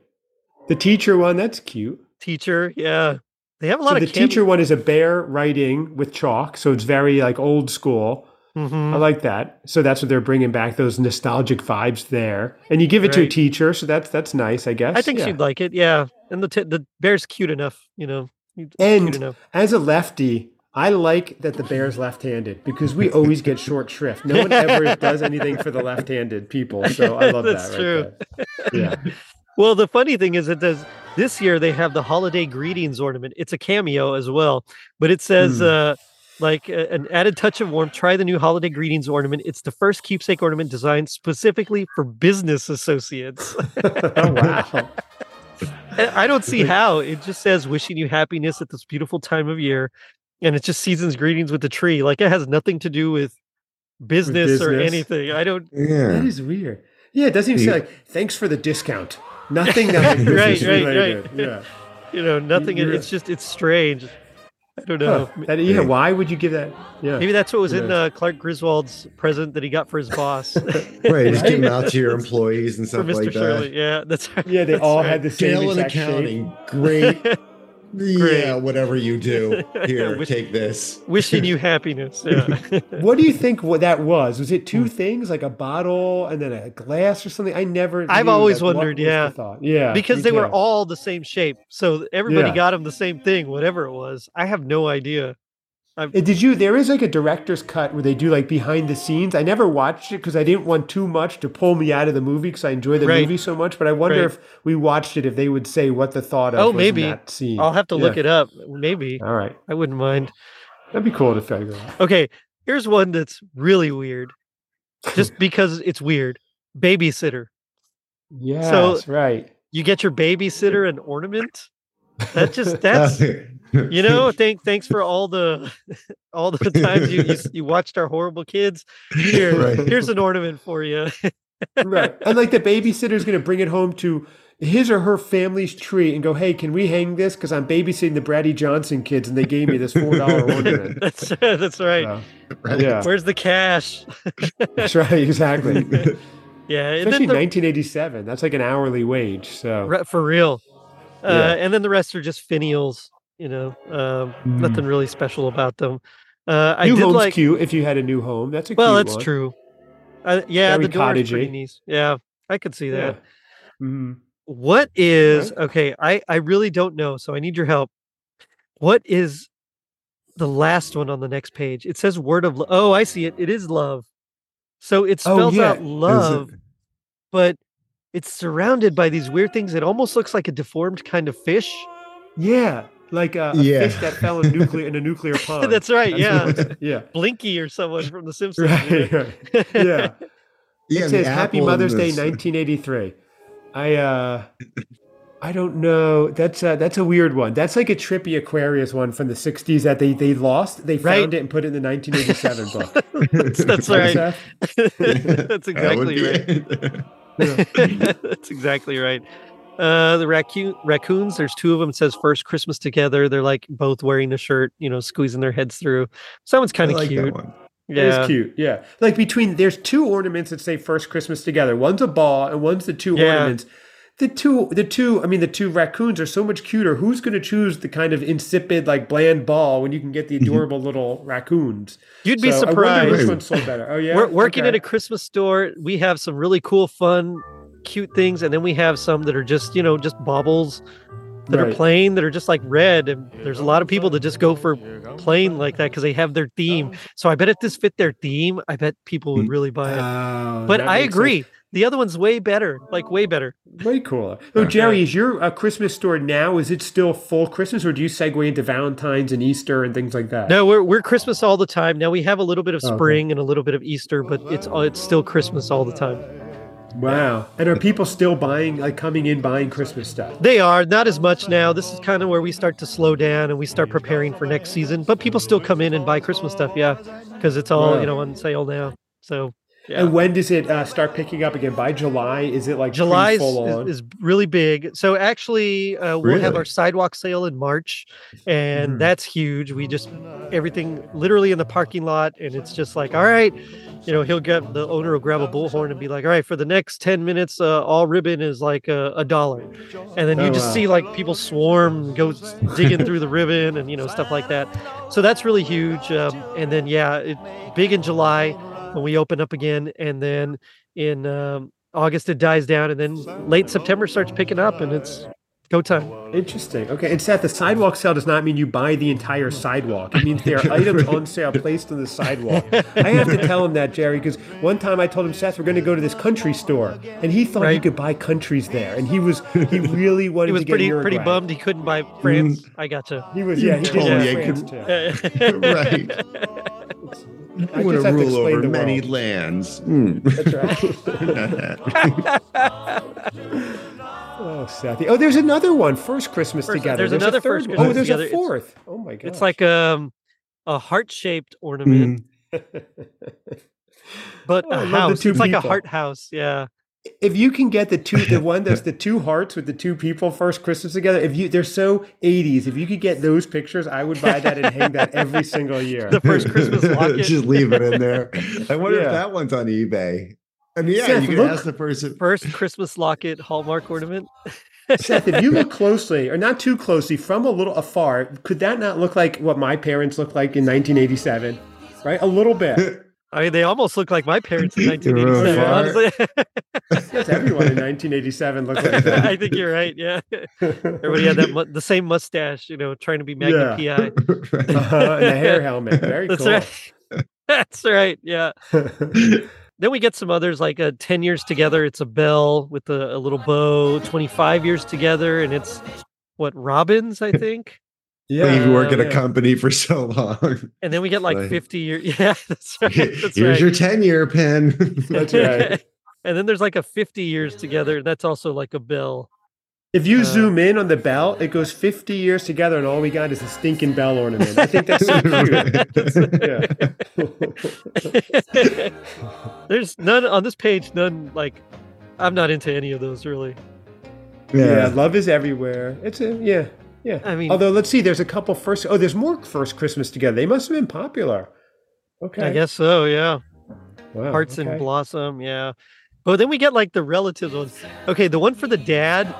[SPEAKER 4] The teacher one. That's cute.
[SPEAKER 1] teacher. Yeah, they have a lot
[SPEAKER 4] So
[SPEAKER 1] of
[SPEAKER 4] the
[SPEAKER 1] cameo-
[SPEAKER 4] teacher one is a bear writing with chalk, so it's very like old school.
[SPEAKER 1] Mhm.
[SPEAKER 4] I like that. So that's what they're bringing back those nostalgic vibes there. And you give it to a
[SPEAKER 1] Right.
[SPEAKER 4] teacher, so that's that's nice, I guess.
[SPEAKER 1] I think
[SPEAKER 4] Yeah.
[SPEAKER 1] she'd like it. Yeah, and the t- the bear's cute enough. You know, he's
[SPEAKER 4] And
[SPEAKER 1] cute enough.
[SPEAKER 4] As a lefty, I like that the Bears left-handed because we always get short shrift. No one ever
[SPEAKER 1] (laughs)
[SPEAKER 4] does anything for the left-handed people, so I love
[SPEAKER 1] That's
[SPEAKER 4] that.
[SPEAKER 1] true.
[SPEAKER 4] Right there.
[SPEAKER 1] (laughs)
[SPEAKER 4] Yeah,
[SPEAKER 1] Well, the funny thing is, it does. This year they have the holiday greetings ornament. It's a cameo as well, but it says,
[SPEAKER 4] Hmm.
[SPEAKER 1] uh, like, uh, an added touch of warmth. Try the new holiday greetings ornament. It's the first keepsake ornament designed specifically for business associates. (laughs)
[SPEAKER 4] oh, wow.
[SPEAKER 1] And I don't
[SPEAKER 4] (laughs)
[SPEAKER 1] see how. It just says wishing you happiness at this beautiful time of year. And it's just season's greetings with the tree. Like it has nothing to do with business, or
[SPEAKER 4] business.
[SPEAKER 1] anything. I don't
[SPEAKER 4] (laughs) That
[SPEAKER 3] Yeah.
[SPEAKER 4] is weird. Yeah, it doesn't even say
[SPEAKER 3] Yeah.
[SPEAKER 4] like thanks for the discount. Nothing
[SPEAKER 1] (laughs)
[SPEAKER 4] that
[SPEAKER 1] Right,
[SPEAKER 4] right,
[SPEAKER 1] right, right.
[SPEAKER 4] related. Yeah.
[SPEAKER 1] you know, nothing
[SPEAKER 4] you're
[SPEAKER 1] it's just it's strange. I don't know.
[SPEAKER 4] Huh. That- yeah,
[SPEAKER 3] Yeah.
[SPEAKER 4] why would you give that? Yeah.
[SPEAKER 1] Maybe that's what was in
[SPEAKER 4] Yeah.
[SPEAKER 1] uh, Clark Griswold's present that he got for his
[SPEAKER 4] (laughs)
[SPEAKER 1] boss. (laughs)
[SPEAKER 3] Right. Just give them out to your employees and
[SPEAKER 1] for
[SPEAKER 3] stuff
[SPEAKER 1] Mr.
[SPEAKER 3] like
[SPEAKER 1] Shirley.
[SPEAKER 3] that.
[SPEAKER 1] Yeah, that's right.
[SPEAKER 4] Yeah, they
[SPEAKER 1] That's
[SPEAKER 4] all
[SPEAKER 1] right.
[SPEAKER 4] had the same
[SPEAKER 3] Jail and
[SPEAKER 4] exact shape.
[SPEAKER 3] accounting. Great.
[SPEAKER 1] (laughs)
[SPEAKER 3] Yeah, whatever you do. Here,
[SPEAKER 1] Which-
[SPEAKER 3] take this.
[SPEAKER 1] wishing
[SPEAKER 4] (laughs)
[SPEAKER 1] you happiness. Yeah.
[SPEAKER 4] What do you think what that was? Was it
[SPEAKER 1] Hmm.
[SPEAKER 4] two things, like a bottle and then a glass or something? I never.
[SPEAKER 1] I've
[SPEAKER 4] knew,
[SPEAKER 1] always
[SPEAKER 4] like, what
[SPEAKER 1] wondered,
[SPEAKER 4] was the
[SPEAKER 1] yeah. (laughs)
[SPEAKER 4] thought. Yeah.
[SPEAKER 1] because
[SPEAKER 4] me
[SPEAKER 1] they were
[SPEAKER 4] too.
[SPEAKER 1] all the same shape. So everybody
[SPEAKER 4] Yeah.
[SPEAKER 1] got them the same thing, whatever it was. I have no idea.
[SPEAKER 4] Uh, Did you? There is like a director's cut where they do like behind the scenes. I never watched it because I didn't want too much to pull me out of the movie because I enjoy the
[SPEAKER 1] Right.
[SPEAKER 4] movie so much. But I wonder
[SPEAKER 1] Right.
[SPEAKER 4] if we watched it, if they would say what the thought of
[SPEAKER 1] Oh,
[SPEAKER 4] was in
[SPEAKER 1] maybe.
[SPEAKER 4] that scene.
[SPEAKER 1] I'll have to look
[SPEAKER 4] Yeah.
[SPEAKER 1] it up. Maybe.
[SPEAKER 4] All right,
[SPEAKER 1] I wouldn't mind.
[SPEAKER 4] that'd be cool to figure out.
[SPEAKER 1] Okay. Here's one that's really weird just
[SPEAKER 4] (laughs)
[SPEAKER 1] because it's weird. Babysitter.
[SPEAKER 4] Yes, right.
[SPEAKER 1] You get your babysitter an ornament. That
[SPEAKER 4] (laughs)
[SPEAKER 1] just, that's, you
[SPEAKER 3] (laughs)
[SPEAKER 1] know, thank, thanks for all the, (laughs) all the times you, you, s-
[SPEAKER 4] (laughs)
[SPEAKER 1] you watched our horrible kids. Here,
[SPEAKER 3] Right.
[SPEAKER 1] here's an ornament for
[SPEAKER 4] (laughs)
[SPEAKER 1] you. (laughs)
[SPEAKER 4] right. And like the babysitter's going to bring it home to his or her family's tree and go, hey, can we hang this? Because I'm babysitting the Braddy Johnson kids and they gave me
[SPEAKER 1] (laughs)
[SPEAKER 4] this $4 ornament.
[SPEAKER 1] that's, that's right.
[SPEAKER 4] So,
[SPEAKER 3] (laughs) Right. (laughs)
[SPEAKER 4] yeah,
[SPEAKER 1] Where's the cash?
[SPEAKER 4] that's right. Exactly.
[SPEAKER 1] (laughs)
[SPEAKER 4] Especially
[SPEAKER 1] Yeah. And then the
[SPEAKER 4] 1987. That's like an hourly wage. So,
[SPEAKER 1] Re- for real.
[SPEAKER 4] Yeah.
[SPEAKER 1] Uh, and then the rest are just finials, you know, um, nothing really special about them. Uh, I
[SPEAKER 4] Hmm. new
[SPEAKER 1] did
[SPEAKER 4] home's
[SPEAKER 1] like,
[SPEAKER 4] cute if you had a new home. That's a
[SPEAKER 1] well,
[SPEAKER 4] cute
[SPEAKER 1] that's
[SPEAKER 4] one.
[SPEAKER 1] true. Uh, yeah,
[SPEAKER 4] Very
[SPEAKER 1] the door is pretty
[SPEAKER 4] cottagey.
[SPEAKER 1] nice. Yeah, I could see that.
[SPEAKER 4] Yeah. Mhm.
[SPEAKER 1] What is okay? I I really don't know, so I need your help. What is the last one on the next page? It says word of love. Oh, I see it. It is love. So it
[SPEAKER 4] Oh,
[SPEAKER 1] spells
[SPEAKER 4] yeah.
[SPEAKER 1] out love, but it's surrounded by these weird things. It almost looks like a deformed kind of fish. (laughs)
[SPEAKER 4] Yeah. Like uh, a, a
[SPEAKER 3] Yeah.
[SPEAKER 4] fish that fell in, nuclear, in a nuclear
[SPEAKER 1] (laughs)
[SPEAKER 4] pond.
[SPEAKER 1] That's right. Yeah.
[SPEAKER 4] Oh, (laughs) what it- yeah.
[SPEAKER 1] Blinky or someone from The Simpsons. you know?
[SPEAKER 4] (laughs) Right. right. Yeah.
[SPEAKER 3] (laughs) Yeah,
[SPEAKER 4] it
[SPEAKER 3] and
[SPEAKER 4] says
[SPEAKER 3] the
[SPEAKER 4] Happy
[SPEAKER 3] (laughs) apple and
[SPEAKER 4] Mother's Day
[SPEAKER 3] this-
[SPEAKER 4] 1983. I uh I don't know. That's a, that's a weird one. That's like a trippy Aquarius one from the '60s that they they lost. They
[SPEAKER 1] Right.
[SPEAKER 4] found it and put it in the 1987 book.
[SPEAKER 1] (laughs) That's, that's (laughs) right.
[SPEAKER 4] Right, Seth?
[SPEAKER 1] (laughs) that's
[SPEAKER 3] That would
[SPEAKER 1] exactly
[SPEAKER 3] be (laughs)
[SPEAKER 1] right.
[SPEAKER 3] it.
[SPEAKER 1] That's exactly right. Uh, the raccoon raccoons. There's two of them. Says first Christmas together. They're like both wearing a shirt. You know, squeezing their heads through. Someone's
[SPEAKER 3] I
[SPEAKER 1] kind of
[SPEAKER 3] like that
[SPEAKER 1] cute.
[SPEAKER 3] one.
[SPEAKER 4] It
[SPEAKER 1] Yeah,
[SPEAKER 4] is cute. Yeah. Like between there's two ornaments that say first Christmas together. One's a ball and one's the two
[SPEAKER 1] Yeah.
[SPEAKER 4] ornaments. The two the two I mean the two raccoons are so much cuter. Who's gonna choose the kind of insipid, like bland ball when you can get the adorable little raccoons?
[SPEAKER 1] Mm-hmm. you'd be
[SPEAKER 4] So I wonder which
[SPEAKER 1] surprised.
[SPEAKER 4] one sold better. Oh yeah.
[SPEAKER 1] We're working
[SPEAKER 4] Okay.
[SPEAKER 1] at a Christmas store. We have some really cool, fun, cute things, and then we have some that are just you know just baubles that are
[SPEAKER 4] Right.
[SPEAKER 1] plain that are just like red. And there's a lot of people that just go for plain like that because they have their theme. So I bet if this fit their theme, I bet people would really buy it.
[SPEAKER 4] Oh,
[SPEAKER 1] But
[SPEAKER 4] that
[SPEAKER 1] I
[SPEAKER 4] makes
[SPEAKER 1] agree. The other one's way better. Like way better.
[SPEAKER 4] sense. Way cooler. Oh, Jerry, is your uh, Christmas store now? Is it still full Christmas, or do you segue into Valentine's and Easter and things like that?
[SPEAKER 1] No, we're we're Christmas all the time. Now we have a little bit of
[SPEAKER 4] Oh, Okay.
[SPEAKER 1] spring and a little bit of Easter, but it's all it's still Christmas all the time.
[SPEAKER 4] Wow. And are people still buying, like coming in buying Christmas stuff?
[SPEAKER 1] They are not as much now. This is kind of where we start to slow down and we start preparing for next season. But people still come in and buy Christmas stuff, yeah, because it's all
[SPEAKER 4] Wow.
[SPEAKER 1] you know on sale now. So yeah.
[SPEAKER 4] And when does it uh, start picking up again? By July? Is it like pretty
[SPEAKER 1] July is,
[SPEAKER 4] full on?
[SPEAKER 1] is, is really big. So actually, uh, we'll have
[SPEAKER 3] Really?
[SPEAKER 1] our sidewalk sale in March, and
[SPEAKER 4] Mhm.
[SPEAKER 1] that's huge. We just everything literally in the parking lot, and it's just like, all right, you know, he'll get the owner will grab a bullhorn and be like, all right, for the next ten minutes, uh, all ribbon is like a, a dollar, and then you
[SPEAKER 4] Oh,
[SPEAKER 1] just
[SPEAKER 4] wow.
[SPEAKER 1] see like people swarm, go s- digging through the ribbon, and you know stuff like that. So that's really huge. Um, and then yeah, it, big in July when we open up again, and then in um, August it dies down, and then late September starts picking up, and it's go time.
[SPEAKER 4] Interesting. Okay. And Seth, the sidewalk sale does not mean you buy the entire sidewalk. It means (laughs) there are items on sale placed on the sidewalk. I have to tell him that, Jerry, because one time I told him, Seth, we're going to go to this country store. And he thought he
[SPEAKER 1] Right.
[SPEAKER 4] could buy countries there. And he was, he really wanted
[SPEAKER 1] He was
[SPEAKER 4] to get
[SPEAKER 1] pretty pretty
[SPEAKER 4] Uruguay. Mm.
[SPEAKER 1] bummed he couldn't buy France. I gotcha.
[SPEAKER 4] He was, yeah, he did
[SPEAKER 3] told
[SPEAKER 4] yeah.
[SPEAKER 1] me I
[SPEAKER 4] France
[SPEAKER 3] could-
[SPEAKER 4] too.
[SPEAKER 3] right. I want
[SPEAKER 4] just
[SPEAKER 3] to
[SPEAKER 4] have to
[SPEAKER 3] rule
[SPEAKER 4] explain
[SPEAKER 3] over
[SPEAKER 4] the
[SPEAKER 3] many
[SPEAKER 4] world.
[SPEAKER 3] lands. (laughs) Hmm.
[SPEAKER 4] That's right. (laughs)
[SPEAKER 3] Not that.
[SPEAKER 4] Oh, Sethy. Oh, there's another one. First Christmas
[SPEAKER 1] First-
[SPEAKER 4] together.
[SPEAKER 1] there's
[SPEAKER 4] a
[SPEAKER 1] another
[SPEAKER 4] third
[SPEAKER 1] First
[SPEAKER 4] one.
[SPEAKER 1] Christmas
[SPEAKER 4] Oh, there's
[SPEAKER 1] Together.
[SPEAKER 4] a
[SPEAKER 1] It's-
[SPEAKER 4] fourth. oh my god.
[SPEAKER 1] It's like um, a heart shaped ornament, but
[SPEAKER 4] Oh,
[SPEAKER 1] a
[SPEAKER 4] I love the
[SPEAKER 1] house.
[SPEAKER 4] two
[SPEAKER 1] It's like a
[SPEAKER 4] people.
[SPEAKER 1] heart house. Yeah.
[SPEAKER 4] if you can get the two,
[SPEAKER 1] (laughs)
[SPEAKER 4] the one that's the two hearts with the two people first Christmas together. If you, they're so 80s. If you could get those pictures, I would buy that and hang
[SPEAKER 1] (laughs)
[SPEAKER 4] that every single year.
[SPEAKER 1] The first
[SPEAKER 3] (laughs)
[SPEAKER 1] Christmas locket.
[SPEAKER 3] Just leave it in
[SPEAKER 4] (laughs)
[SPEAKER 3] there. I wonder
[SPEAKER 4] Yeah.
[SPEAKER 3] if that one's on eBay. I mean, yeah,
[SPEAKER 4] Seth,
[SPEAKER 3] you can
[SPEAKER 4] look.
[SPEAKER 3] ask the
[SPEAKER 4] (laughs)
[SPEAKER 3] person.
[SPEAKER 1] First Christmas locket hallmark ornament.
[SPEAKER 4] Seth, if
[SPEAKER 1] (laughs)
[SPEAKER 4] you look closely, or not too closely, from a little afar, could that not look like what my parents looked like in 1987? Right, a little bit.
[SPEAKER 1] (laughs) I mean, they almost look like my
[SPEAKER 4] (laughs)
[SPEAKER 1] parents in
[SPEAKER 3] You're a
[SPEAKER 1] 1987.
[SPEAKER 4] fart.
[SPEAKER 1] Honestly, (laughs)
[SPEAKER 4] Yes, everyone in 1987 looked
[SPEAKER 1] (laughs)
[SPEAKER 4] like that. Uh-huh,
[SPEAKER 1] I think you're right. Yeah, everybody had that mu- the same mustache. You know, trying to be Magna
[SPEAKER 4] Yeah. (laughs)
[SPEAKER 1] PI.
[SPEAKER 4] Uh-huh, and a hair helmet. Very
[SPEAKER 1] That's
[SPEAKER 4] cool.
[SPEAKER 1] right. (laughs) That's right. Yeah. Then we get some others like uh, 10 years together, it's a bell with a, a little bow. 25 years together, and it's what, robins,
[SPEAKER 4] (laughs)
[SPEAKER 1] I think.
[SPEAKER 3] When
[SPEAKER 4] Yeah.
[SPEAKER 3] you work at a
[SPEAKER 1] yeah.
[SPEAKER 3] company for so
[SPEAKER 4] (laughs)
[SPEAKER 3] long.
[SPEAKER 1] And then we get like
[SPEAKER 3] Right.
[SPEAKER 1] 50 years. (laughs) Yeah, that's
[SPEAKER 3] (laughs)
[SPEAKER 1] right. That's right. (laughs)
[SPEAKER 3] Here's your 10 year
[SPEAKER 4] (laughs)
[SPEAKER 3] pin.
[SPEAKER 4] That's right.
[SPEAKER 1] and then there's like a 50 years together, and that's also like a bell.
[SPEAKER 4] (laughs) If you
[SPEAKER 1] Uh,
[SPEAKER 4] zoom in on the bell, it goes 50 years together, and all we got is a stinking bell ornament. (laughs) I think that's so cute. Yeah.
[SPEAKER 1] (laughs) There's none on this page, none like I'm not into any of those really.
[SPEAKER 3] yeah.
[SPEAKER 4] yeah, love is everywhere. It's a yeah, yeah.
[SPEAKER 1] I mean-
[SPEAKER 4] although let's see, there's a couple first. Oh, there's more first Christmas together. They must have been popular. Okay,
[SPEAKER 1] I guess so, yeah.
[SPEAKER 4] Wow,
[SPEAKER 1] Hearts in
[SPEAKER 4] okay.
[SPEAKER 1] Blossom, yeah. But then we get like the relatives ones. Okay, the one for the dad,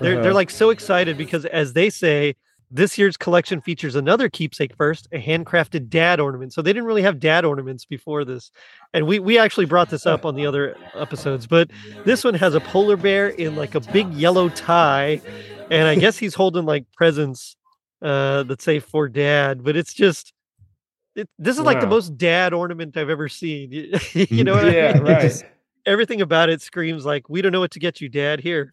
[SPEAKER 1] they're
[SPEAKER 4] Uh-huh.
[SPEAKER 1] they're like so excited because as they say, this year's collection features another keepsake first, a handcrafted dad ornament. So they didn't really have dad ornaments before this. And we we actually brought this up on the other episodes, but this one has a polar bear in like a big yellow tie. And I guess he's holding like presents uh that say for dad, but it's just it, this is like the
[SPEAKER 4] Wow.
[SPEAKER 1] most dad ornament I've ever seen. (laughs) You, you know what I (laughs)
[SPEAKER 4] Yeah,
[SPEAKER 1] mean? It just-
[SPEAKER 4] right.
[SPEAKER 1] everything about it screams like we don't know what to get you, Dad. Here,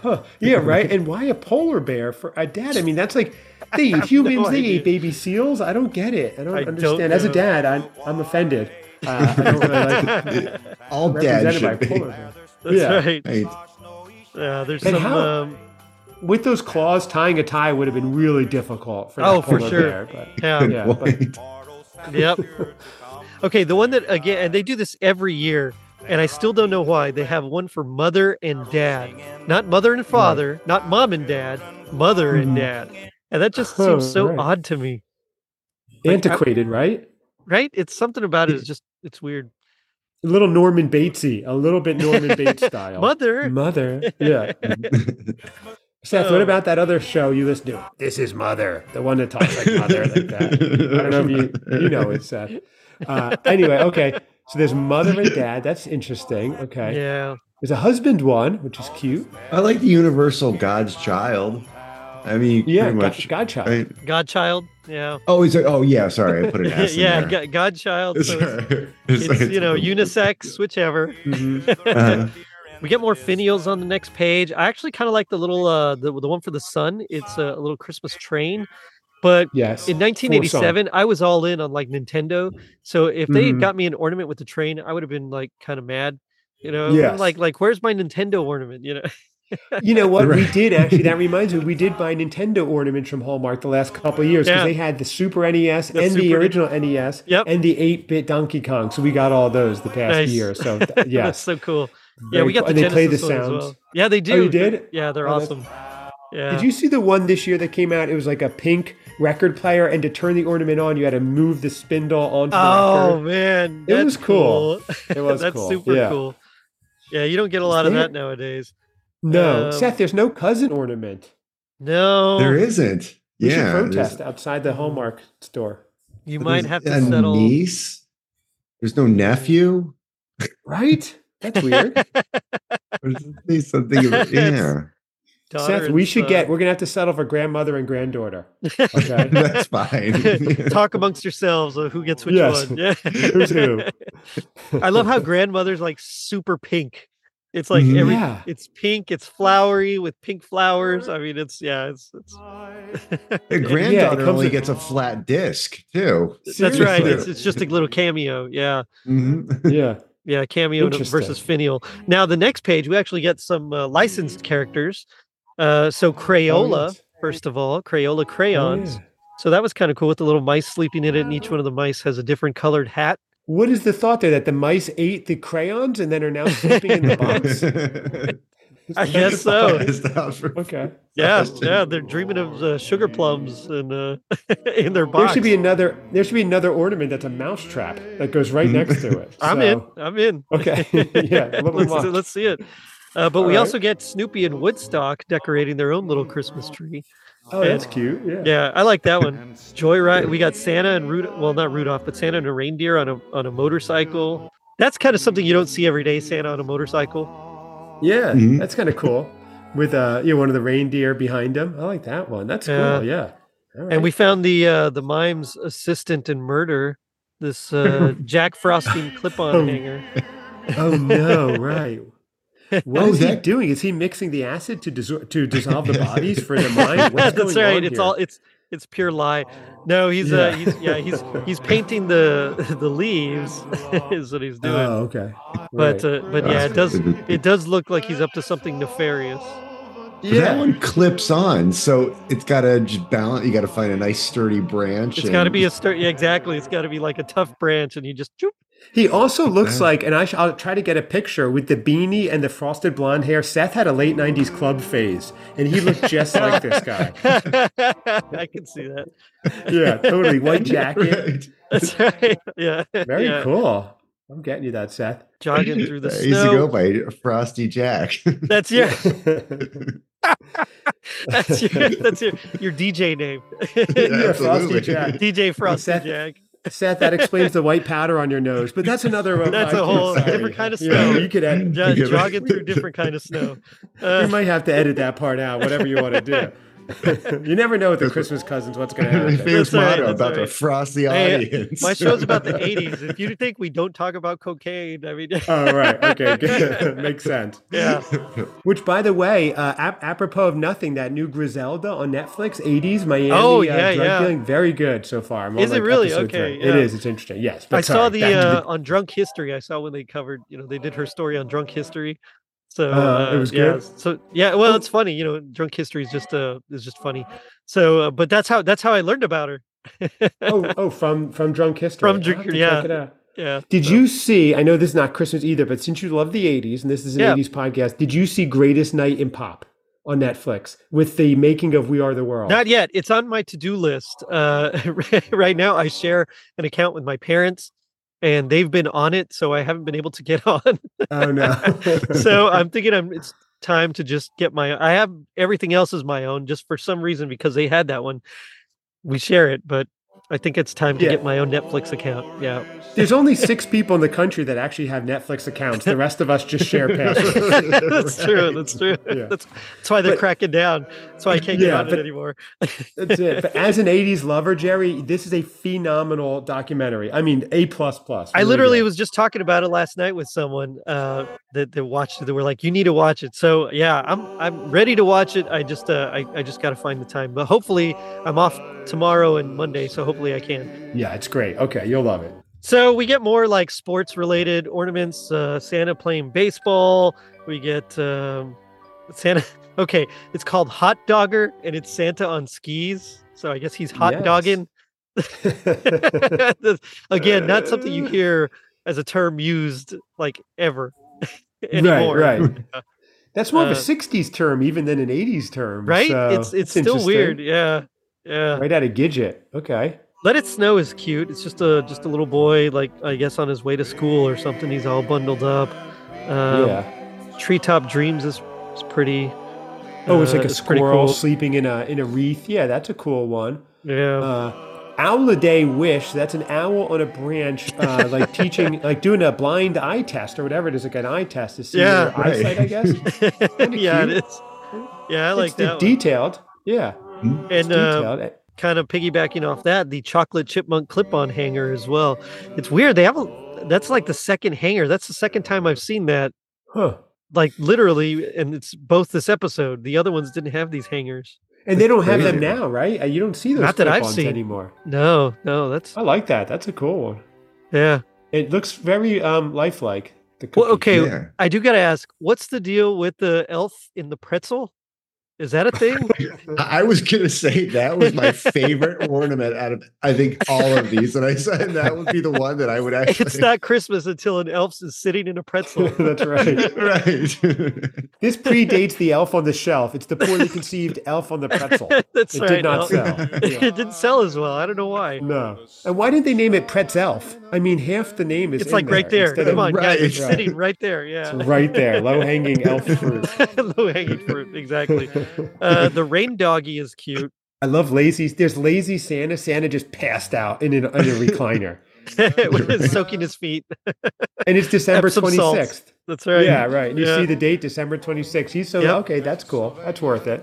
[SPEAKER 4] Huh. Yeah, right. And why a polar bear for a dad? I mean, that's
[SPEAKER 1] (laughs)
[SPEAKER 4] like they eat humans. they
[SPEAKER 1] idea.
[SPEAKER 4] eat baby seals. I don't get it. I don't
[SPEAKER 1] I don't
[SPEAKER 4] understand. As a
[SPEAKER 1] know.
[SPEAKER 4] dad, I'm, I'm offended. Uh, I don't really like it.
[SPEAKER 3] (laughs) All dad
[SPEAKER 1] (laughs)
[SPEAKER 4] represented by
[SPEAKER 3] (laughs) should be.
[SPEAKER 4] polar bear.
[SPEAKER 1] that's
[SPEAKER 4] Yeah.
[SPEAKER 1] right.
[SPEAKER 3] Right.
[SPEAKER 1] Uh, there's
[SPEAKER 4] And
[SPEAKER 1] some.
[SPEAKER 4] how-
[SPEAKER 1] Um,
[SPEAKER 4] With those claws, tying a tie would have been really difficult for that
[SPEAKER 1] Oh, for
[SPEAKER 4] polar
[SPEAKER 1] sure.
[SPEAKER 4] bear, but-
[SPEAKER 1] yeah.
[SPEAKER 4] (laughs)
[SPEAKER 3] Good
[SPEAKER 4] Oh, Yeah, but-
[SPEAKER 3] point.
[SPEAKER 1] Yep. Okay, the one that again, and they do this every year, and I still don't know why. They have one for mother and dad, not mother and father, not mom and dad, mother and
[SPEAKER 4] Mhm.
[SPEAKER 1] dad, and that just
[SPEAKER 4] Oh,
[SPEAKER 1] seems so
[SPEAKER 4] right.
[SPEAKER 1] odd to me,
[SPEAKER 4] Antiquated, right?
[SPEAKER 1] right? It's something about it is just it's weird.
[SPEAKER 4] A little Norman Batesy, a little bit
[SPEAKER 1] (laughs)
[SPEAKER 4] Norman Bates style. Mm,
[SPEAKER 1] Mother,
[SPEAKER 4] Mother. Yeah. Seth, what about that other show you listen to? This is Mother, the one that talks like Mother like that. I don't know if you, you know it, Seth. Uh, anyway, okay. So there's mother and dad. That's interesting. Okay.
[SPEAKER 1] yeah,
[SPEAKER 4] There's a husband one, which is cute.
[SPEAKER 3] I like the universal God's child. I mean,
[SPEAKER 4] Yeah,
[SPEAKER 3] pretty
[SPEAKER 4] go-
[SPEAKER 3] much.
[SPEAKER 4] Godchild.
[SPEAKER 3] right?
[SPEAKER 1] godchild, yeah,
[SPEAKER 3] Oh, is it? Oh, yeah. Sorry,
[SPEAKER 1] (laughs)
[SPEAKER 3] I put an
[SPEAKER 4] (laughs)
[SPEAKER 3] S in
[SPEAKER 1] yeah, go-
[SPEAKER 3] there.
[SPEAKER 1] godchild. So
[SPEAKER 3] (laughs)
[SPEAKER 1] it's,
[SPEAKER 3] Sorry.
[SPEAKER 1] it's you know
[SPEAKER 3] (laughs)
[SPEAKER 1] unisex, whichever.
[SPEAKER 4] Mhm.
[SPEAKER 3] Uh,
[SPEAKER 1] (laughs) We get more finials on the next page. I actually kind of like the little uh the, the one for the sun. It's a little Christmas train, but
[SPEAKER 4] Yes.
[SPEAKER 1] in 1987 i was all in on like nintendo so if they had
[SPEAKER 4] Mhm.
[SPEAKER 1] got me an ornament with the train i would have been like kind of mad you know
[SPEAKER 4] Yes.
[SPEAKER 1] like like where's my nintendo ornament you know (laughs)
[SPEAKER 4] You know what? We
[SPEAKER 3] Right.
[SPEAKER 4] did actually. That reminds me, we did buy Nintendo ornaments from Hallmark the last couple of years because
[SPEAKER 1] Yeah.
[SPEAKER 4] they had the Super NES
[SPEAKER 1] The
[SPEAKER 4] and the
[SPEAKER 1] Super- E
[SPEAKER 4] original NES
[SPEAKER 1] Yep.
[SPEAKER 4] and the 8-bit Donkey Kong. So we got all those the past
[SPEAKER 1] Nice. (laughs)
[SPEAKER 4] year. So th-
[SPEAKER 1] that's
[SPEAKER 4] yes,
[SPEAKER 1] so cool yeah
[SPEAKER 4] Very
[SPEAKER 1] we got
[SPEAKER 4] cool.
[SPEAKER 1] the
[SPEAKER 4] And they play
[SPEAKER 1] genesis
[SPEAKER 4] the
[SPEAKER 1] one as
[SPEAKER 4] sounds.
[SPEAKER 1] well yeah they do
[SPEAKER 4] Oh, you
[SPEAKER 1] They're-
[SPEAKER 4] did?
[SPEAKER 1] yeah they're
[SPEAKER 4] Oh, that's-
[SPEAKER 1] awesome yeah
[SPEAKER 4] Did you see the one this year that came out? It was like a pink record player, and to turn the ornament on, you had to move the spindle onto the
[SPEAKER 1] oh
[SPEAKER 4] record.
[SPEAKER 1] man
[SPEAKER 4] It
[SPEAKER 1] that's
[SPEAKER 4] was cool.
[SPEAKER 1] (laughs)
[SPEAKER 4] It was
[SPEAKER 1] that's
[SPEAKER 4] cool.
[SPEAKER 1] super
[SPEAKER 4] Yeah.
[SPEAKER 1] cool yeah you don't get a lot of
[SPEAKER 4] there-
[SPEAKER 1] that nowadays
[SPEAKER 4] No,
[SPEAKER 1] Um,
[SPEAKER 4] Seth, there's no cousin ornament.
[SPEAKER 1] no
[SPEAKER 3] there isn't.
[SPEAKER 4] We
[SPEAKER 3] yeah.
[SPEAKER 4] should
[SPEAKER 3] there's-
[SPEAKER 4] protest outside the Hallmark
[SPEAKER 1] (laughs)
[SPEAKER 4] store.
[SPEAKER 1] you
[SPEAKER 3] there's
[SPEAKER 1] might have to
[SPEAKER 3] a
[SPEAKER 1] settle
[SPEAKER 3] niece. There's no nephew.
[SPEAKER 4] Right? That's weird.
[SPEAKER 3] There's at least something.
[SPEAKER 1] (laughs) It's-
[SPEAKER 3] Of, yeah,
[SPEAKER 1] daughter
[SPEAKER 4] Seth,
[SPEAKER 1] and
[SPEAKER 4] we should
[SPEAKER 1] son.
[SPEAKER 4] get. We're gonna have to settle for grandmother and granddaughter. Okay.
[SPEAKER 3] (laughs) that's fine.
[SPEAKER 1] (laughs) (laughs)
[SPEAKER 4] (laughs)
[SPEAKER 1] talk amongst yourselves of who gets which
[SPEAKER 4] Yes.
[SPEAKER 1] one yeah
[SPEAKER 4] (laughs) Who's (laughs) who?
[SPEAKER 1] I love how grandmother's like super pink. It's like
[SPEAKER 4] Mm-hmm.
[SPEAKER 3] Mhm.
[SPEAKER 1] every
[SPEAKER 4] Yeah.
[SPEAKER 1] it's pink, it's flowery with pink flowers. I mean, it's yeah, it's, it's
[SPEAKER 3] The granddaughter
[SPEAKER 4] comes
[SPEAKER 3] only
[SPEAKER 4] with-
[SPEAKER 3] gets a flat disc too.
[SPEAKER 1] that's right. It's,
[SPEAKER 3] Seriously.
[SPEAKER 1] it's just a little cameo. Yeah.
[SPEAKER 3] Mhm.
[SPEAKER 4] Yeah.
[SPEAKER 1] Yeah, cameo to- versus
[SPEAKER 4] Interesting.
[SPEAKER 1] finial. Now the next page we actually get some uh, licensed characters. Uh so Crayola
[SPEAKER 4] Oh, yes.
[SPEAKER 1] first of all, Crayola
[SPEAKER 4] Oh,
[SPEAKER 1] crayons.
[SPEAKER 4] yeah.
[SPEAKER 1] So that was kind of cool with the little mice sleeping in it and each one of the mice has a different colored hat.
[SPEAKER 4] What is the thought there that the mice ate the crayons and then are now sleeping in the
[SPEAKER 1] (laughs)
[SPEAKER 3] (laughs)
[SPEAKER 4] (laughs) box?
[SPEAKER 1] I guess so.
[SPEAKER 3] Stop for-
[SPEAKER 4] Okay.
[SPEAKER 1] Yeah, yeah, they're dreaming of uh, sugar plums and uh, (laughs) in their box.
[SPEAKER 4] There should be another. There should be another ornament that's a mouse trap that goes right next to it.
[SPEAKER 1] (laughs) I'm in.
[SPEAKER 4] So-
[SPEAKER 1] I'm in.
[SPEAKER 4] Okay. (laughs)
[SPEAKER 1] (laughs)
[SPEAKER 4] yeah. Let me
[SPEAKER 1] let's,
[SPEAKER 4] watch.
[SPEAKER 1] let's see it. Uh, but
[SPEAKER 4] All
[SPEAKER 1] we
[SPEAKER 4] right.
[SPEAKER 1] also get Snoopy and Woodstock decorating their own little Christmas tree.
[SPEAKER 4] oh, that's cute. Yeah.
[SPEAKER 1] Yeah, I like that one. Joyride. We got Santa and Rudolph. Well, not Rudolph, but Santa and a reindeer on a on a motorcycle. That's kind of something you don't see every day. Santa on a motorcycle.
[SPEAKER 4] Yeah,
[SPEAKER 3] Mhm.
[SPEAKER 4] That's kind of cool. With uh, you know, one of the reindeer behind him. I like that one. That's
[SPEAKER 1] Yeah.
[SPEAKER 4] cool. Yeah. All right.
[SPEAKER 1] And we found the uh, the mime's assistant in murder. This
[SPEAKER 4] (laughs)
[SPEAKER 1] uh, Jack Frosting clip-on
[SPEAKER 4] Oh.
[SPEAKER 1] hanger.
[SPEAKER 4] Oh no!
[SPEAKER 1] (laughs)
[SPEAKER 4] Right. What
[SPEAKER 3] Oh,
[SPEAKER 4] is he
[SPEAKER 3] that-
[SPEAKER 4] doing? Is he mixing the acid to disor- to dissolve
[SPEAKER 1] (laughs)
[SPEAKER 4] the bodies for the mind? What's
[SPEAKER 1] That's
[SPEAKER 4] going on
[SPEAKER 1] right. It's
[SPEAKER 4] here?
[SPEAKER 1] all it's it's pure lie. No, he's uh,
[SPEAKER 4] Yeah.
[SPEAKER 1] he's yeah
[SPEAKER 4] (laughs)
[SPEAKER 1] he's he's painting the (laughs) the leaves (laughs) is what he's doing.
[SPEAKER 4] Oh, okay.
[SPEAKER 1] but
[SPEAKER 4] Right.
[SPEAKER 1] uh, but yeah, it does
[SPEAKER 3] That's-
[SPEAKER 1] it does look like he's up to something nefarious.
[SPEAKER 3] That one clips on, so it's got to balance. You got to find a nice sturdy branch.
[SPEAKER 1] It's got to
[SPEAKER 3] and- (laughs)
[SPEAKER 1] be a start. Yeah, exactly. It's got to be like a tough branch, and you
[SPEAKER 4] (laughs)
[SPEAKER 1] just (laughs) choop.
[SPEAKER 4] He also looks
[SPEAKER 3] Yeah.
[SPEAKER 4] like, and I sh- I'll try to get a picture with the beanie and the frosted blonde hair. Seth had a late '90s club phase, and he looked just like this
[SPEAKER 1] (laughs)
[SPEAKER 4] guy.
[SPEAKER 1] I can see that.
[SPEAKER 4] Yeah, totally white
[SPEAKER 3] Right.
[SPEAKER 4] jacket. (laughs)
[SPEAKER 1] That's right. (laughs) Yeah.
[SPEAKER 4] Very
[SPEAKER 1] yeah.
[SPEAKER 4] cool. I'm getting you that, Seth.
[SPEAKER 3] (laughs)
[SPEAKER 1] Jogging
[SPEAKER 4] (laughs)
[SPEAKER 1] through the
[SPEAKER 3] I used to
[SPEAKER 1] snow.
[SPEAKER 3] go by Frosty Jack.
[SPEAKER 1] (laughs)
[SPEAKER 3] (laughs)
[SPEAKER 1] That's your that's your that's your your DJ name. (laughs)
[SPEAKER 4] Yeah, Frosty
[SPEAKER 3] absolutely. (laughs)
[SPEAKER 4] Jack.
[SPEAKER 1] DJ Frosty
[SPEAKER 4] Seth-
[SPEAKER 1] Jack.
[SPEAKER 4] Seth, that explains the white powder on your nose, but that's another.
[SPEAKER 1] (laughs)
[SPEAKER 4] uh,
[SPEAKER 1] That's a whole
[SPEAKER 4] sorry.
[SPEAKER 1] different kind of
[SPEAKER 4] Yeah,
[SPEAKER 1] snow.
[SPEAKER 4] you could add,
[SPEAKER 1] Jo-
[SPEAKER 3] Yeah, but-
[SPEAKER 4] (laughs)
[SPEAKER 1] jogging through different kind of snow.
[SPEAKER 4] you
[SPEAKER 1] Uh,
[SPEAKER 4] might have to edit that part out. Whatever you want to do. (laughs) you never know with the Christmas cousins what's
[SPEAKER 3] (laughs)
[SPEAKER 4] going to
[SPEAKER 3] My
[SPEAKER 4] happen.
[SPEAKER 3] famous
[SPEAKER 1] That's right,
[SPEAKER 3] motto
[SPEAKER 1] that's
[SPEAKER 3] about the
[SPEAKER 1] right.
[SPEAKER 3] frosty
[SPEAKER 1] Hey, uh,
[SPEAKER 3] audience.
[SPEAKER 1] my show's
[SPEAKER 3] (laughs)
[SPEAKER 1] about
[SPEAKER 4] (laughs)
[SPEAKER 1] the '80s. If you think we don't talk about cocaine, I mean,
[SPEAKER 4] Oh, right. Okay. Good. (laughs) Makes sense.
[SPEAKER 1] (laughs)
[SPEAKER 4] (laughs)
[SPEAKER 1] yeah,
[SPEAKER 4] Which, by the way, uh, ap- apropos of nothing, that new Griselda on Netflix, 80s Miami
[SPEAKER 1] Oh,
[SPEAKER 4] uh,
[SPEAKER 1] yeah,
[SPEAKER 4] drug
[SPEAKER 1] yeah.
[SPEAKER 4] dealing, very good so far. I'm on,
[SPEAKER 1] Is it really?
[SPEAKER 4] episode
[SPEAKER 1] Okay,
[SPEAKER 4] three. It
[SPEAKER 1] yeah.
[SPEAKER 4] is. It's interesting. Yes. But
[SPEAKER 1] I saw
[SPEAKER 4] sorry,
[SPEAKER 1] the
[SPEAKER 4] back to
[SPEAKER 1] uh, on Drunk History. I saw when they covered, you know, they did her story on Drunk History, So
[SPEAKER 4] Uh, it
[SPEAKER 1] uh,
[SPEAKER 4] was
[SPEAKER 1] yeah.
[SPEAKER 4] good. Oh.
[SPEAKER 1] So yeah, well, it's funny, you know. Drunk history is just uh is just funny. So, uh, but that's how that's how I learned about her.
[SPEAKER 4] (laughs) oh, oh, from from Drunk History.
[SPEAKER 1] From
[SPEAKER 4] I'll
[SPEAKER 1] Drunk-
[SPEAKER 4] have to check
[SPEAKER 1] yeah.
[SPEAKER 4] it out.
[SPEAKER 1] Yeah.
[SPEAKER 4] Did
[SPEAKER 1] so-
[SPEAKER 4] you see? I know this is not Christmas either, but since you love the '80s and this is an
[SPEAKER 1] Yeah.
[SPEAKER 4] '80s podcast, did you see Greatest Night in Pop on Netflix with the making of We Are the World?
[SPEAKER 1] Not yet. It's on my to-do list. Uh, (laughs) right now, I share an account with my parents, and they've been on it, so I haven't been able to get (laughs) on.
[SPEAKER 4] oh no.
[SPEAKER 1] (laughs) so I'm thinking I'm it's time to just get my. I have everything else is my own. Just for some reason, because they had that one, we share it. But I think it's time to
[SPEAKER 4] Yeah.
[SPEAKER 1] get my own Netflix account. Yeah.
[SPEAKER 4] (laughs) There's only six people in the country that actually have Netflix accounts. The rest of us just
[SPEAKER 1] (laughs)
[SPEAKER 4] share passwords.
[SPEAKER 1] that's true. That's true.
[SPEAKER 4] Yeah.
[SPEAKER 1] That's that's why they're
[SPEAKER 4] But-
[SPEAKER 1] cracking down. That's why I can't get
[SPEAKER 4] Yeah,
[SPEAKER 1] on
[SPEAKER 4] but-
[SPEAKER 1] it anymore.
[SPEAKER 4] That's it. But as an '80s lover, Jerry, this is a phenomenal documentary. I mean, a plus plus.
[SPEAKER 1] I
[SPEAKER 4] Really
[SPEAKER 1] literally
[SPEAKER 4] good.
[SPEAKER 1] was just talking about it last night with someone uh, that that watched it. They were like, "You need to watch it." So yeah, I'm I'm ready to watch it. I just uh, I I just got to find the time, but hopefully I'm off tomorrow and Monday, so hopefully I can.
[SPEAKER 4] Yeah, it's great. Okay, you'll love
[SPEAKER 1] (laughs)
[SPEAKER 4] it. (laughs)
[SPEAKER 1] So we get more like sports related ornaments. Uh, Santa playing baseball. We get um, Santa. (laughs) Okay, it's called Hot Dogger, and it's Santa on skis. So I guess he's hot
[SPEAKER 4] Yes. (laughs)
[SPEAKER 1] dogging. (laughs) That's- Again, not something
[SPEAKER 4] Uh,
[SPEAKER 1] you hear as a term used like ever (laughs) anymore. (laughs)
[SPEAKER 4] Right, right. That's more of
[SPEAKER 1] Uh,
[SPEAKER 4] a '60s term, even than an '80s term.
[SPEAKER 1] Right?
[SPEAKER 4] so
[SPEAKER 1] it's it's still
[SPEAKER 4] interesting.
[SPEAKER 1] weird. Yeah. Yeah.
[SPEAKER 4] (laughs) Right out of Gidget. Okay.
[SPEAKER 1] Let It Snow is cute. It's just a just a little boy, like I guess on his way to school or something. He's all bundled up. Um,
[SPEAKER 4] yeah.
[SPEAKER 1] Treetop Dreams is, is pretty.
[SPEAKER 4] Oh, it's
[SPEAKER 1] uh,
[SPEAKER 4] like a
[SPEAKER 1] pretty
[SPEAKER 4] squirrel
[SPEAKER 1] cool.
[SPEAKER 4] sleeping in a in a wreath. Yeah, that's a cool one.
[SPEAKER 1] Yeah.
[SPEAKER 4] Uh, owl a day wish. That's an owl on a branch,
[SPEAKER 1] (laughs)
[SPEAKER 4] uh, like teaching, like doing a blind eye test or whatever it is, like an eye test to see
[SPEAKER 1] Yeah,
[SPEAKER 4] your
[SPEAKER 3] right.
[SPEAKER 4] eyesight.
[SPEAKER 1] (laughs)
[SPEAKER 4] I guess.
[SPEAKER 1] yeah,
[SPEAKER 4] cute.
[SPEAKER 1] it is. Yeah, I like
[SPEAKER 4] it's
[SPEAKER 1] that.
[SPEAKER 4] the detailed. Yeah.
[SPEAKER 1] one.
[SPEAKER 4] It's
[SPEAKER 1] And uh,
[SPEAKER 4] detailed.
[SPEAKER 1] kind of piggybacking off that, the chocolate chipmunk clip-on hanger as well. It's weird. They have a, that's like the second hanger. That's the second time I've seen that.
[SPEAKER 4] huh.
[SPEAKER 1] Like literally, and it's both this episode. The other ones didn't have these hangers.
[SPEAKER 4] And they don't have them
[SPEAKER 3] Crazy.
[SPEAKER 4] now, right? Uh, You don't see those
[SPEAKER 1] Not that I've
[SPEAKER 4] clip-ons
[SPEAKER 1] seen.
[SPEAKER 4] anymore.
[SPEAKER 1] No, no, that's
[SPEAKER 4] I like that. That's a cool one.
[SPEAKER 1] yeah.
[SPEAKER 4] It looks very um lifelike. The
[SPEAKER 1] Well,
[SPEAKER 4] cookie.
[SPEAKER 1] okay,
[SPEAKER 3] Yeah.
[SPEAKER 1] I do gotta ask, what's the deal with the elf in the pretzel? Is that a thing?
[SPEAKER 3] I I was gonna say that was my
[SPEAKER 1] (laughs)
[SPEAKER 3] favorite ornament out of I think all of these that I said that would be the one that I would actually
[SPEAKER 1] it's not Christmas until an elf is sitting in a
[SPEAKER 4] (laughs)
[SPEAKER 1] pretzel.
[SPEAKER 4] That's right.
[SPEAKER 3] (laughs) right.
[SPEAKER 4] This predates
[SPEAKER 1] (laughs)
[SPEAKER 4] the elf on the shelf. It's the poorly conceived elf on the pretzel.
[SPEAKER 1] (laughs) That's
[SPEAKER 4] It
[SPEAKER 1] right.
[SPEAKER 4] did not
[SPEAKER 1] elf-
[SPEAKER 4] sell.
[SPEAKER 1] (laughs) it didn't sell as well. I don't know why.
[SPEAKER 4] No. And why did they name it Pretzelf? I mean, half the name is
[SPEAKER 1] It's
[SPEAKER 4] in
[SPEAKER 1] like right there.
[SPEAKER 4] instead
[SPEAKER 1] Come
[SPEAKER 4] of-
[SPEAKER 1] on, guys, it's
[SPEAKER 3] Right.
[SPEAKER 1] sitting right there. Yeah.
[SPEAKER 4] It's right there. Low
[SPEAKER 1] (laughs)
[SPEAKER 4] hanging elf fruit.
[SPEAKER 1] Low hanging
[SPEAKER 4] (laughs)
[SPEAKER 1] fruit, exactly. Uh, the rain doggy is cute. (laughs)
[SPEAKER 4] I love lazy. There's lazy Santa. Santa just passed out in, an, in
[SPEAKER 1] (laughs)
[SPEAKER 4] a recliner,
[SPEAKER 1] with his soaking his feet. (laughs)
[SPEAKER 4] and it's December
[SPEAKER 1] Epsom
[SPEAKER 4] twenty
[SPEAKER 1] salts.
[SPEAKER 4] sixth.
[SPEAKER 1] That's right.
[SPEAKER 4] Yeah, right. And you
[SPEAKER 1] Yeah.
[SPEAKER 4] see the date, December twenty sixth. He's so
[SPEAKER 1] Yep.
[SPEAKER 4] okay. That's cool. That's worth it.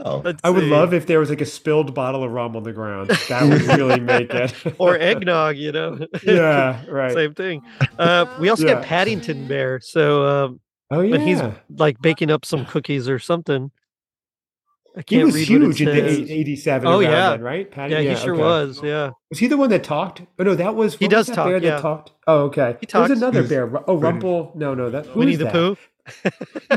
[SPEAKER 3] Oh,
[SPEAKER 1] Let's
[SPEAKER 4] I would
[SPEAKER 1] see.
[SPEAKER 4] love if there was like a spilled bottle of rum on the ground. That would really make it.
[SPEAKER 1] (laughs) or eggnog, you know.
[SPEAKER 4] (laughs)
[SPEAKER 1] (laughs)
[SPEAKER 4] yeah, right.
[SPEAKER 1] Same thing. Uh, we also
[SPEAKER 4] Yeah.
[SPEAKER 1] get Paddington Bear, so um,
[SPEAKER 4] Oh yeah,
[SPEAKER 1] but he's like baking up some cookies or something. I
[SPEAKER 4] he
[SPEAKER 1] can't
[SPEAKER 4] was
[SPEAKER 1] read
[SPEAKER 4] huge in
[SPEAKER 1] what
[SPEAKER 4] the
[SPEAKER 1] it says.
[SPEAKER 4] eight- '87.
[SPEAKER 1] Oh,
[SPEAKER 4] around
[SPEAKER 1] yeah.
[SPEAKER 4] then, right? Patty?
[SPEAKER 1] yeah, he sure
[SPEAKER 4] okay.
[SPEAKER 1] was. Yeah,
[SPEAKER 4] Was he the one that talked? Oh no, that was
[SPEAKER 1] He
[SPEAKER 4] what was
[SPEAKER 1] does
[SPEAKER 4] that
[SPEAKER 1] talk,
[SPEAKER 4] Bear
[SPEAKER 1] yeah.
[SPEAKER 4] that talked. Oh okay,
[SPEAKER 1] He
[SPEAKER 4] There
[SPEAKER 1] talks.
[SPEAKER 4] was
[SPEAKER 3] He
[SPEAKER 4] another
[SPEAKER 3] was-
[SPEAKER 4] bear. Ru- Oh Rumple. No, no, that who
[SPEAKER 1] Winnie
[SPEAKER 4] is
[SPEAKER 1] the
[SPEAKER 4] that?
[SPEAKER 1] Pooh.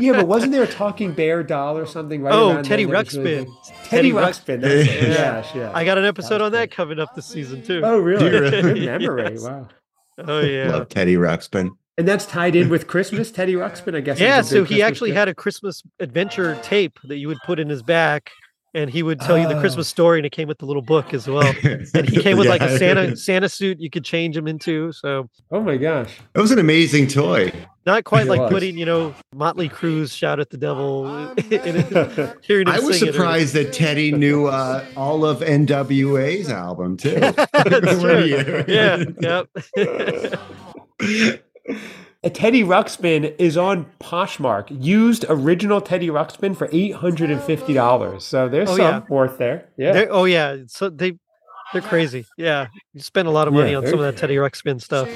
[SPEAKER 4] (laughs) yeah, but wasn't there a talking bear doll or something? Right
[SPEAKER 1] Oh,
[SPEAKER 4] around
[SPEAKER 1] Teddy
[SPEAKER 4] then that was really
[SPEAKER 1] Ruxpin.
[SPEAKER 4] big? Teddy
[SPEAKER 1] Ruxpin.
[SPEAKER 4] Ruxpin. That's it.
[SPEAKER 3] Yeah.
[SPEAKER 4] Yes, yeah.
[SPEAKER 1] I got an episode
[SPEAKER 4] was
[SPEAKER 1] on that
[SPEAKER 4] great.
[SPEAKER 1] coming up this season too.
[SPEAKER 4] oh really?
[SPEAKER 3] Do you
[SPEAKER 1] (laughs)
[SPEAKER 3] really?
[SPEAKER 4] Good memory. Wow.
[SPEAKER 1] oh yeah.
[SPEAKER 3] love Teddy Ruxpin.
[SPEAKER 4] And that's tied in with Christmas. Teddy Ruxpin, I guess. is
[SPEAKER 1] Yeah,
[SPEAKER 4] a
[SPEAKER 1] so
[SPEAKER 4] big
[SPEAKER 1] he
[SPEAKER 4] Christmas
[SPEAKER 1] actually
[SPEAKER 4] gift.
[SPEAKER 1] had a Christmas adventure tape that you would put in his back, and he would tell you the
[SPEAKER 4] Oh.
[SPEAKER 1] Christmas story, and it came with the little book as well. And
[SPEAKER 4] (laughs)
[SPEAKER 1] he
[SPEAKER 3] (laughs)
[SPEAKER 1] came with like a Santa Santa suit you could change him into. So
[SPEAKER 4] Oh my gosh.
[SPEAKER 3] It was an amazing toy.
[SPEAKER 1] not quite
[SPEAKER 4] It
[SPEAKER 1] like
[SPEAKER 4] was.
[SPEAKER 1] putting, you know, Motley Crue's "Shout at the Devil." (laughs) in it,
[SPEAKER 4] (laughs)
[SPEAKER 1] hearing him
[SPEAKER 3] I was
[SPEAKER 1] sing it or-
[SPEAKER 3] surprised that Teddy knew uh, all of NWA's album too.
[SPEAKER 1] (laughs)
[SPEAKER 3] (laughs)
[SPEAKER 1] That's
[SPEAKER 3] Were
[SPEAKER 1] true.
[SPEAKER 3] you?
[SPEAKER 4] (laughs)
[SPEAKER 1] Yeah. Yep. (laughs)
[SPEAKER 4] A Teddy Ruxpin is on Poshmark. Used original Teddy Ruxpin for eight hundred and fifty dollars. So there's
[SPEAKER 1] Oh,
[SPEAKER 4] some
[SPEAKER 1] yeah.
[SPEAKER 4] worth there. Yeah.
[SPEAKER 1] They're, oh yeah, so they they're crazy. Yeah, you spend a lot of money
[SPEAKER 4] Yeah,
[SPEAKER 1] on
[SPEAKER 4] they're
[SPEAKER 1] some of that Teddy Ruxpin stuff.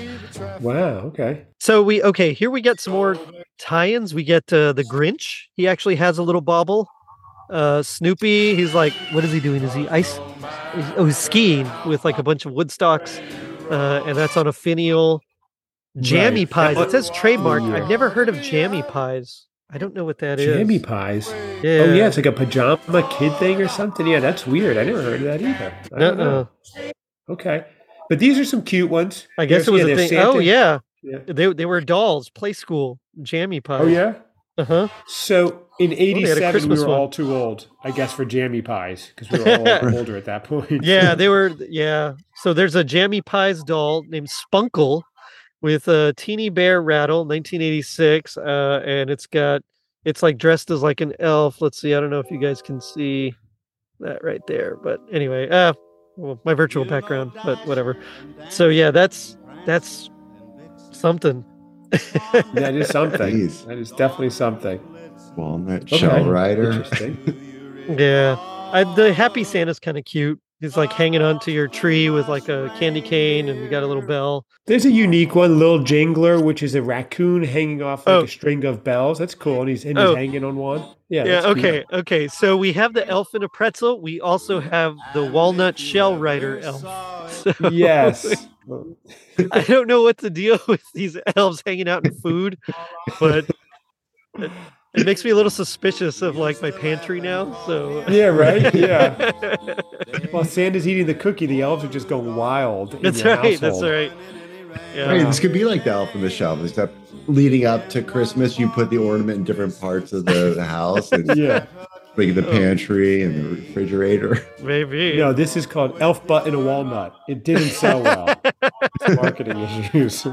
[SPEAKER 4] wow. Okay.
[SPEAKER 1] So we okay here we get some more tie-ins. We get uh, the Grinch. He actually has a little bauble. Uh, Snoopy. He's like, what is he doing? Is he ice? is- Oh, he's skiing with like a bunch of wood stocks, uh, and that's on a finial. Jammy
[SPEAKER 4] Right.
[SPEAKER 1] pies.
[SPEAKER 4] That
[SPEAKER 1] It says trademark.
[SPEAKER 4] Oh, Yeah.
[SPEAKER 1] I've never heard of jammy pies. I don't know what that is.
[SPEAKER 4] Jammy pies.
[SPEAKER 1] Yeah.
[SPEAKER 4] Oh yeah, it's like a pajama kid thing or something. Yeah, that's weird. I never heard of that either. I don't
[SPEAKER 1] Uh-uh.
[SPEAKER 4] know. Okay, but these are some cute ones.
[SPEAKER 1] I guess
[SPEAKER 4] There's-
[SPEAKER 1] it was
[SPEAKER 4] yeah,
[SPEAKER 1] a
[SPEAKER 4] there's
[SPEAKER 1] thing.
[SPEAKER 4] Santa-
[SPEAKER 1] Oh yeah.
[SPEAKER 4] Yeah.
[SPEAKER 1] They they were dolls, play school, jammy pies.
[SPEAKER 4] Oh yeah.
[SPEAKER 1] Uh huh.
[SPEAKER 4] So
[SPEAKER 1] Oh,
[SPEAKER 4] in
[SPEAKER 1] had a
[SPEAKER 4] '87, we
[SPEAKER 1] Christmas
[SPEAKER 4] were
[SPEAKER 1] one.
[SPEAKER 4] all too old, I guess, for jammy pies because
[SPEAKER 1] (laughs)
[SPEAKER 4] we were all older at that point. (laughs)
[SPEAKER 1] Yeah, they were. Yeah. So there's a jammy pies doll named Spunkle with a teeny bear rattle, 1986, uh, and it's got it's like dressed as like an elf. Let's see. I don't know if you guys can see that right there, but anyway, uh, well, my virtual background, but whatever. So yeah, that's that's something.
[SPEAKER 4] that is something.
[SPEAKER 3] Jeez.
[SPEAKER 4] That is definitely something.
[SPEAKER 3] Walnut
[SPEAKER 4] Okay.
[SPEAKER 3] shell rider.
[SPEAKER 4] Interesting.
[SPEAKER 1] Yeah. I, the Happy Santa's kind of cute. He's like hanging onto your tree with like a candy cane, and you got a little bell.
[SPEAKER 4] There's a unique one, Little Jingler, which is a raccoon hanging off like
[SPEAKER 1] Oh.
[SPEAKER 4] a string of bells. That's cool, and he's and he's
[SPEAKER 1] Oh.
[SPEAKER 4] hanging on one.
[SPEAKER 1] Yeah.
[SPEAKER 4] Yeah. that's cute.
[SPEAKER 1] Okay. Okay. So we have the elf in a pretzel. We also have the walnut shell rider elf. So (laughs)
[SPEAKER 4] Yes.
[SPEAKER 1] I don't know what the deal (laughs) with these elves hanging out in food, but it, it makes me a little suspicious of like my pantry now. So (laughs)
[SPEAKER 4] yeah. Right. Yeah. While Santa's eating the cookie, the elves are just going wild. in
[SPEAKER 1] that's
[SPEAKER 4] your
[SPEAKER 1] right. That's
[SPEAKER 4] household.
[SPEAKER 1] right. Yeah.
[SPEAKER 3] I mean, this could be like the Elf on the Shelf, except leading up to Christmas, you put the ornament in different parts of the, the
[SPEAKER 1] (laughs)
[SPEAKER 3] house, and
[SPEAKER 4] Yeah.
[SPEAKER 3] like the pantry and the refrigerator.
[SPEAKER 1] Maybe.
[SPEAKER 4] No, this is called Elf Butt in a Walnut. It didn't
[SPEAKER 1] (laughs)
[SPEAKER 4] sell well. It's marketing issues.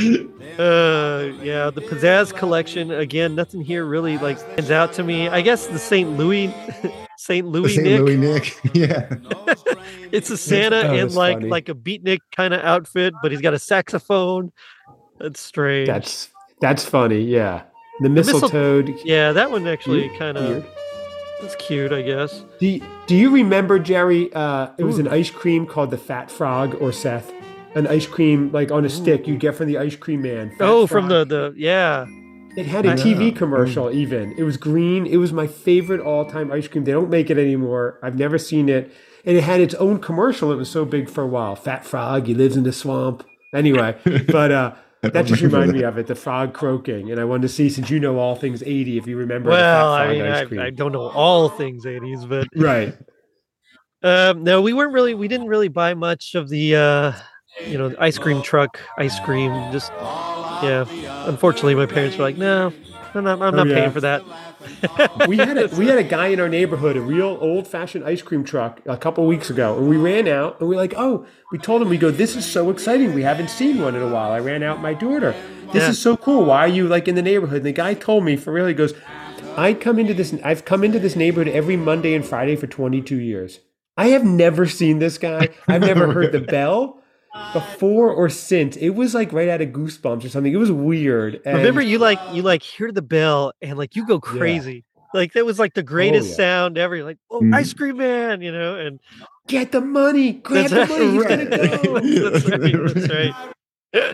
[SPEAKER 1] uh, yeah, the Pizzazz collection again. Nothing here really like stands out to me. I guess the St. Louis, (laughs) St. (laughs)
[SPEAKER 3] The (laughs)
[SPEAKER 1] Louis
[SPEAKER 3] St.
[SPEAKER 1] Nick.
[SPEAKER 3] Louis Nick. (laughs) Yeah.
[SPEAKER 1] It's a Santa
[SPEAKER 4] Oh,
[SPEAKER 1] in
[SPEAKER 4] that's
[SPEAKER 1] like
[SPEAKER 4] funny.
[SPEAKER 1] like a beatnik kind of outfit, but he's got a saxophone. That's strange.
[SPEAKER 4] That's that's funny. Yeah. The
[SPEAKER 1] mistle-
[SPEAKER 4] mistletoe.
[SPEAKER 1] yeah, that one actually
[SPEAKER 4] Weird.
[SPEAKER 1] kind of that's cute, I guess.
[SPEAKER 4] Do, do you remember, Jerry? Uh, it was
[SPEAKER 1] Ooh.
[SPEAKER 4] an ice cream called the Fat Frog or Seth. An ice cream, like on a stick, you get from the ice cream man. Fat
[SPEAKER 1] Oh, from the
[SPEAKER 4] Frog.
[SPEAKER 1] the yeah.
[SPEAKER 4] It had a
[SPEAKER 1] I Mm.
[SPEAKER 4] TV
[SPEAKER 3] know.
[SPEAKER 4] commercial, even. It was green. It was my favorite all time ice cream. They don't make it anymore. I've never seen it. And it had its own commercial. It was so big for a while. Fat Frog, he lives in the swamp.
[SPEAKER 1] (laughs)
[SPEAKER 4] Anyway, but uh, that just
[SPEAKER 3] remember
[SPEAKER 4] reminded
[SPEAKER 3] that.
[SPEAKER 4] me of it the frog croaking. And I wanted to see, since you know all things 80, if you remember
[SPEAKER 1] Well,
[SPEAKER 4] the Fat
[SPEAKER 1] I
[SPEAKER 4] Frog
[SPEAKER 1] mean,
[SPEAKER 4] ice cream.
[SPEAKER 1] I, I don't know all things '80s, but
[SPEAKER 4] right.
[SPEAKER 1] um, no, we weren't really we didn't really buy much of the uh, you know ice cream truck ice cream. Just yeah, unfortunately, my parents were like, no, I'm not, I'm
[SPEAKER 4] Oh,
[SPEAKER 1] not
[SPEAKER 4] yeah.
[SPEAKER 1] paying for that.
[SPEAKER 4] we had
[SPEAKER 1] (laughs)
[SPEAKER 4] a we had a guy in our neighborhood, a real old fashioned ice cream truck, a couple weeks ago, and we ran out and we are like, oh, we told him we go, this is so exciting, we haven't seen one in a while. I ran out with my daughter. This
[SPEAKER 1] Yeah.
[SPEAKER 4] is so cool. Why are you like in the neighborhood? And the guy told me for real, he goes, I come into this I've come into this neighborhood every Monday and Friday for 22 years. I have never seen this guy.
[SPEAKER 1] (laughs)
[SPEAKER 4] I've never heard the bell before or since. It was like right out of Goosebumps or something. It was weird. And
[SPEAKER 1] Remember, you like you like hear the bell and like you go crazy. Like that was like the greatest
[SPEAKER 4] Oh, yeah. Mm.
[SPEAKER 1] sound ever. You're like, oh,
[SPEAKER 3] Mhm.
[SPEAKER 1] ice cream man, you know, and
[SPEAKER 4] get the money, grab the
[SPEAKER 1] that's
[SPEAKER 4] money,
[SPEAKER 1] (laughs)
[SPEAKER 4] he's
[SPEAKER 1] right.
[SPEAKER 4] gonna go.
[SPEAKER 1] that's right. That's
[SPEAKER 4] (laughs)
[SPEAKER 1] right.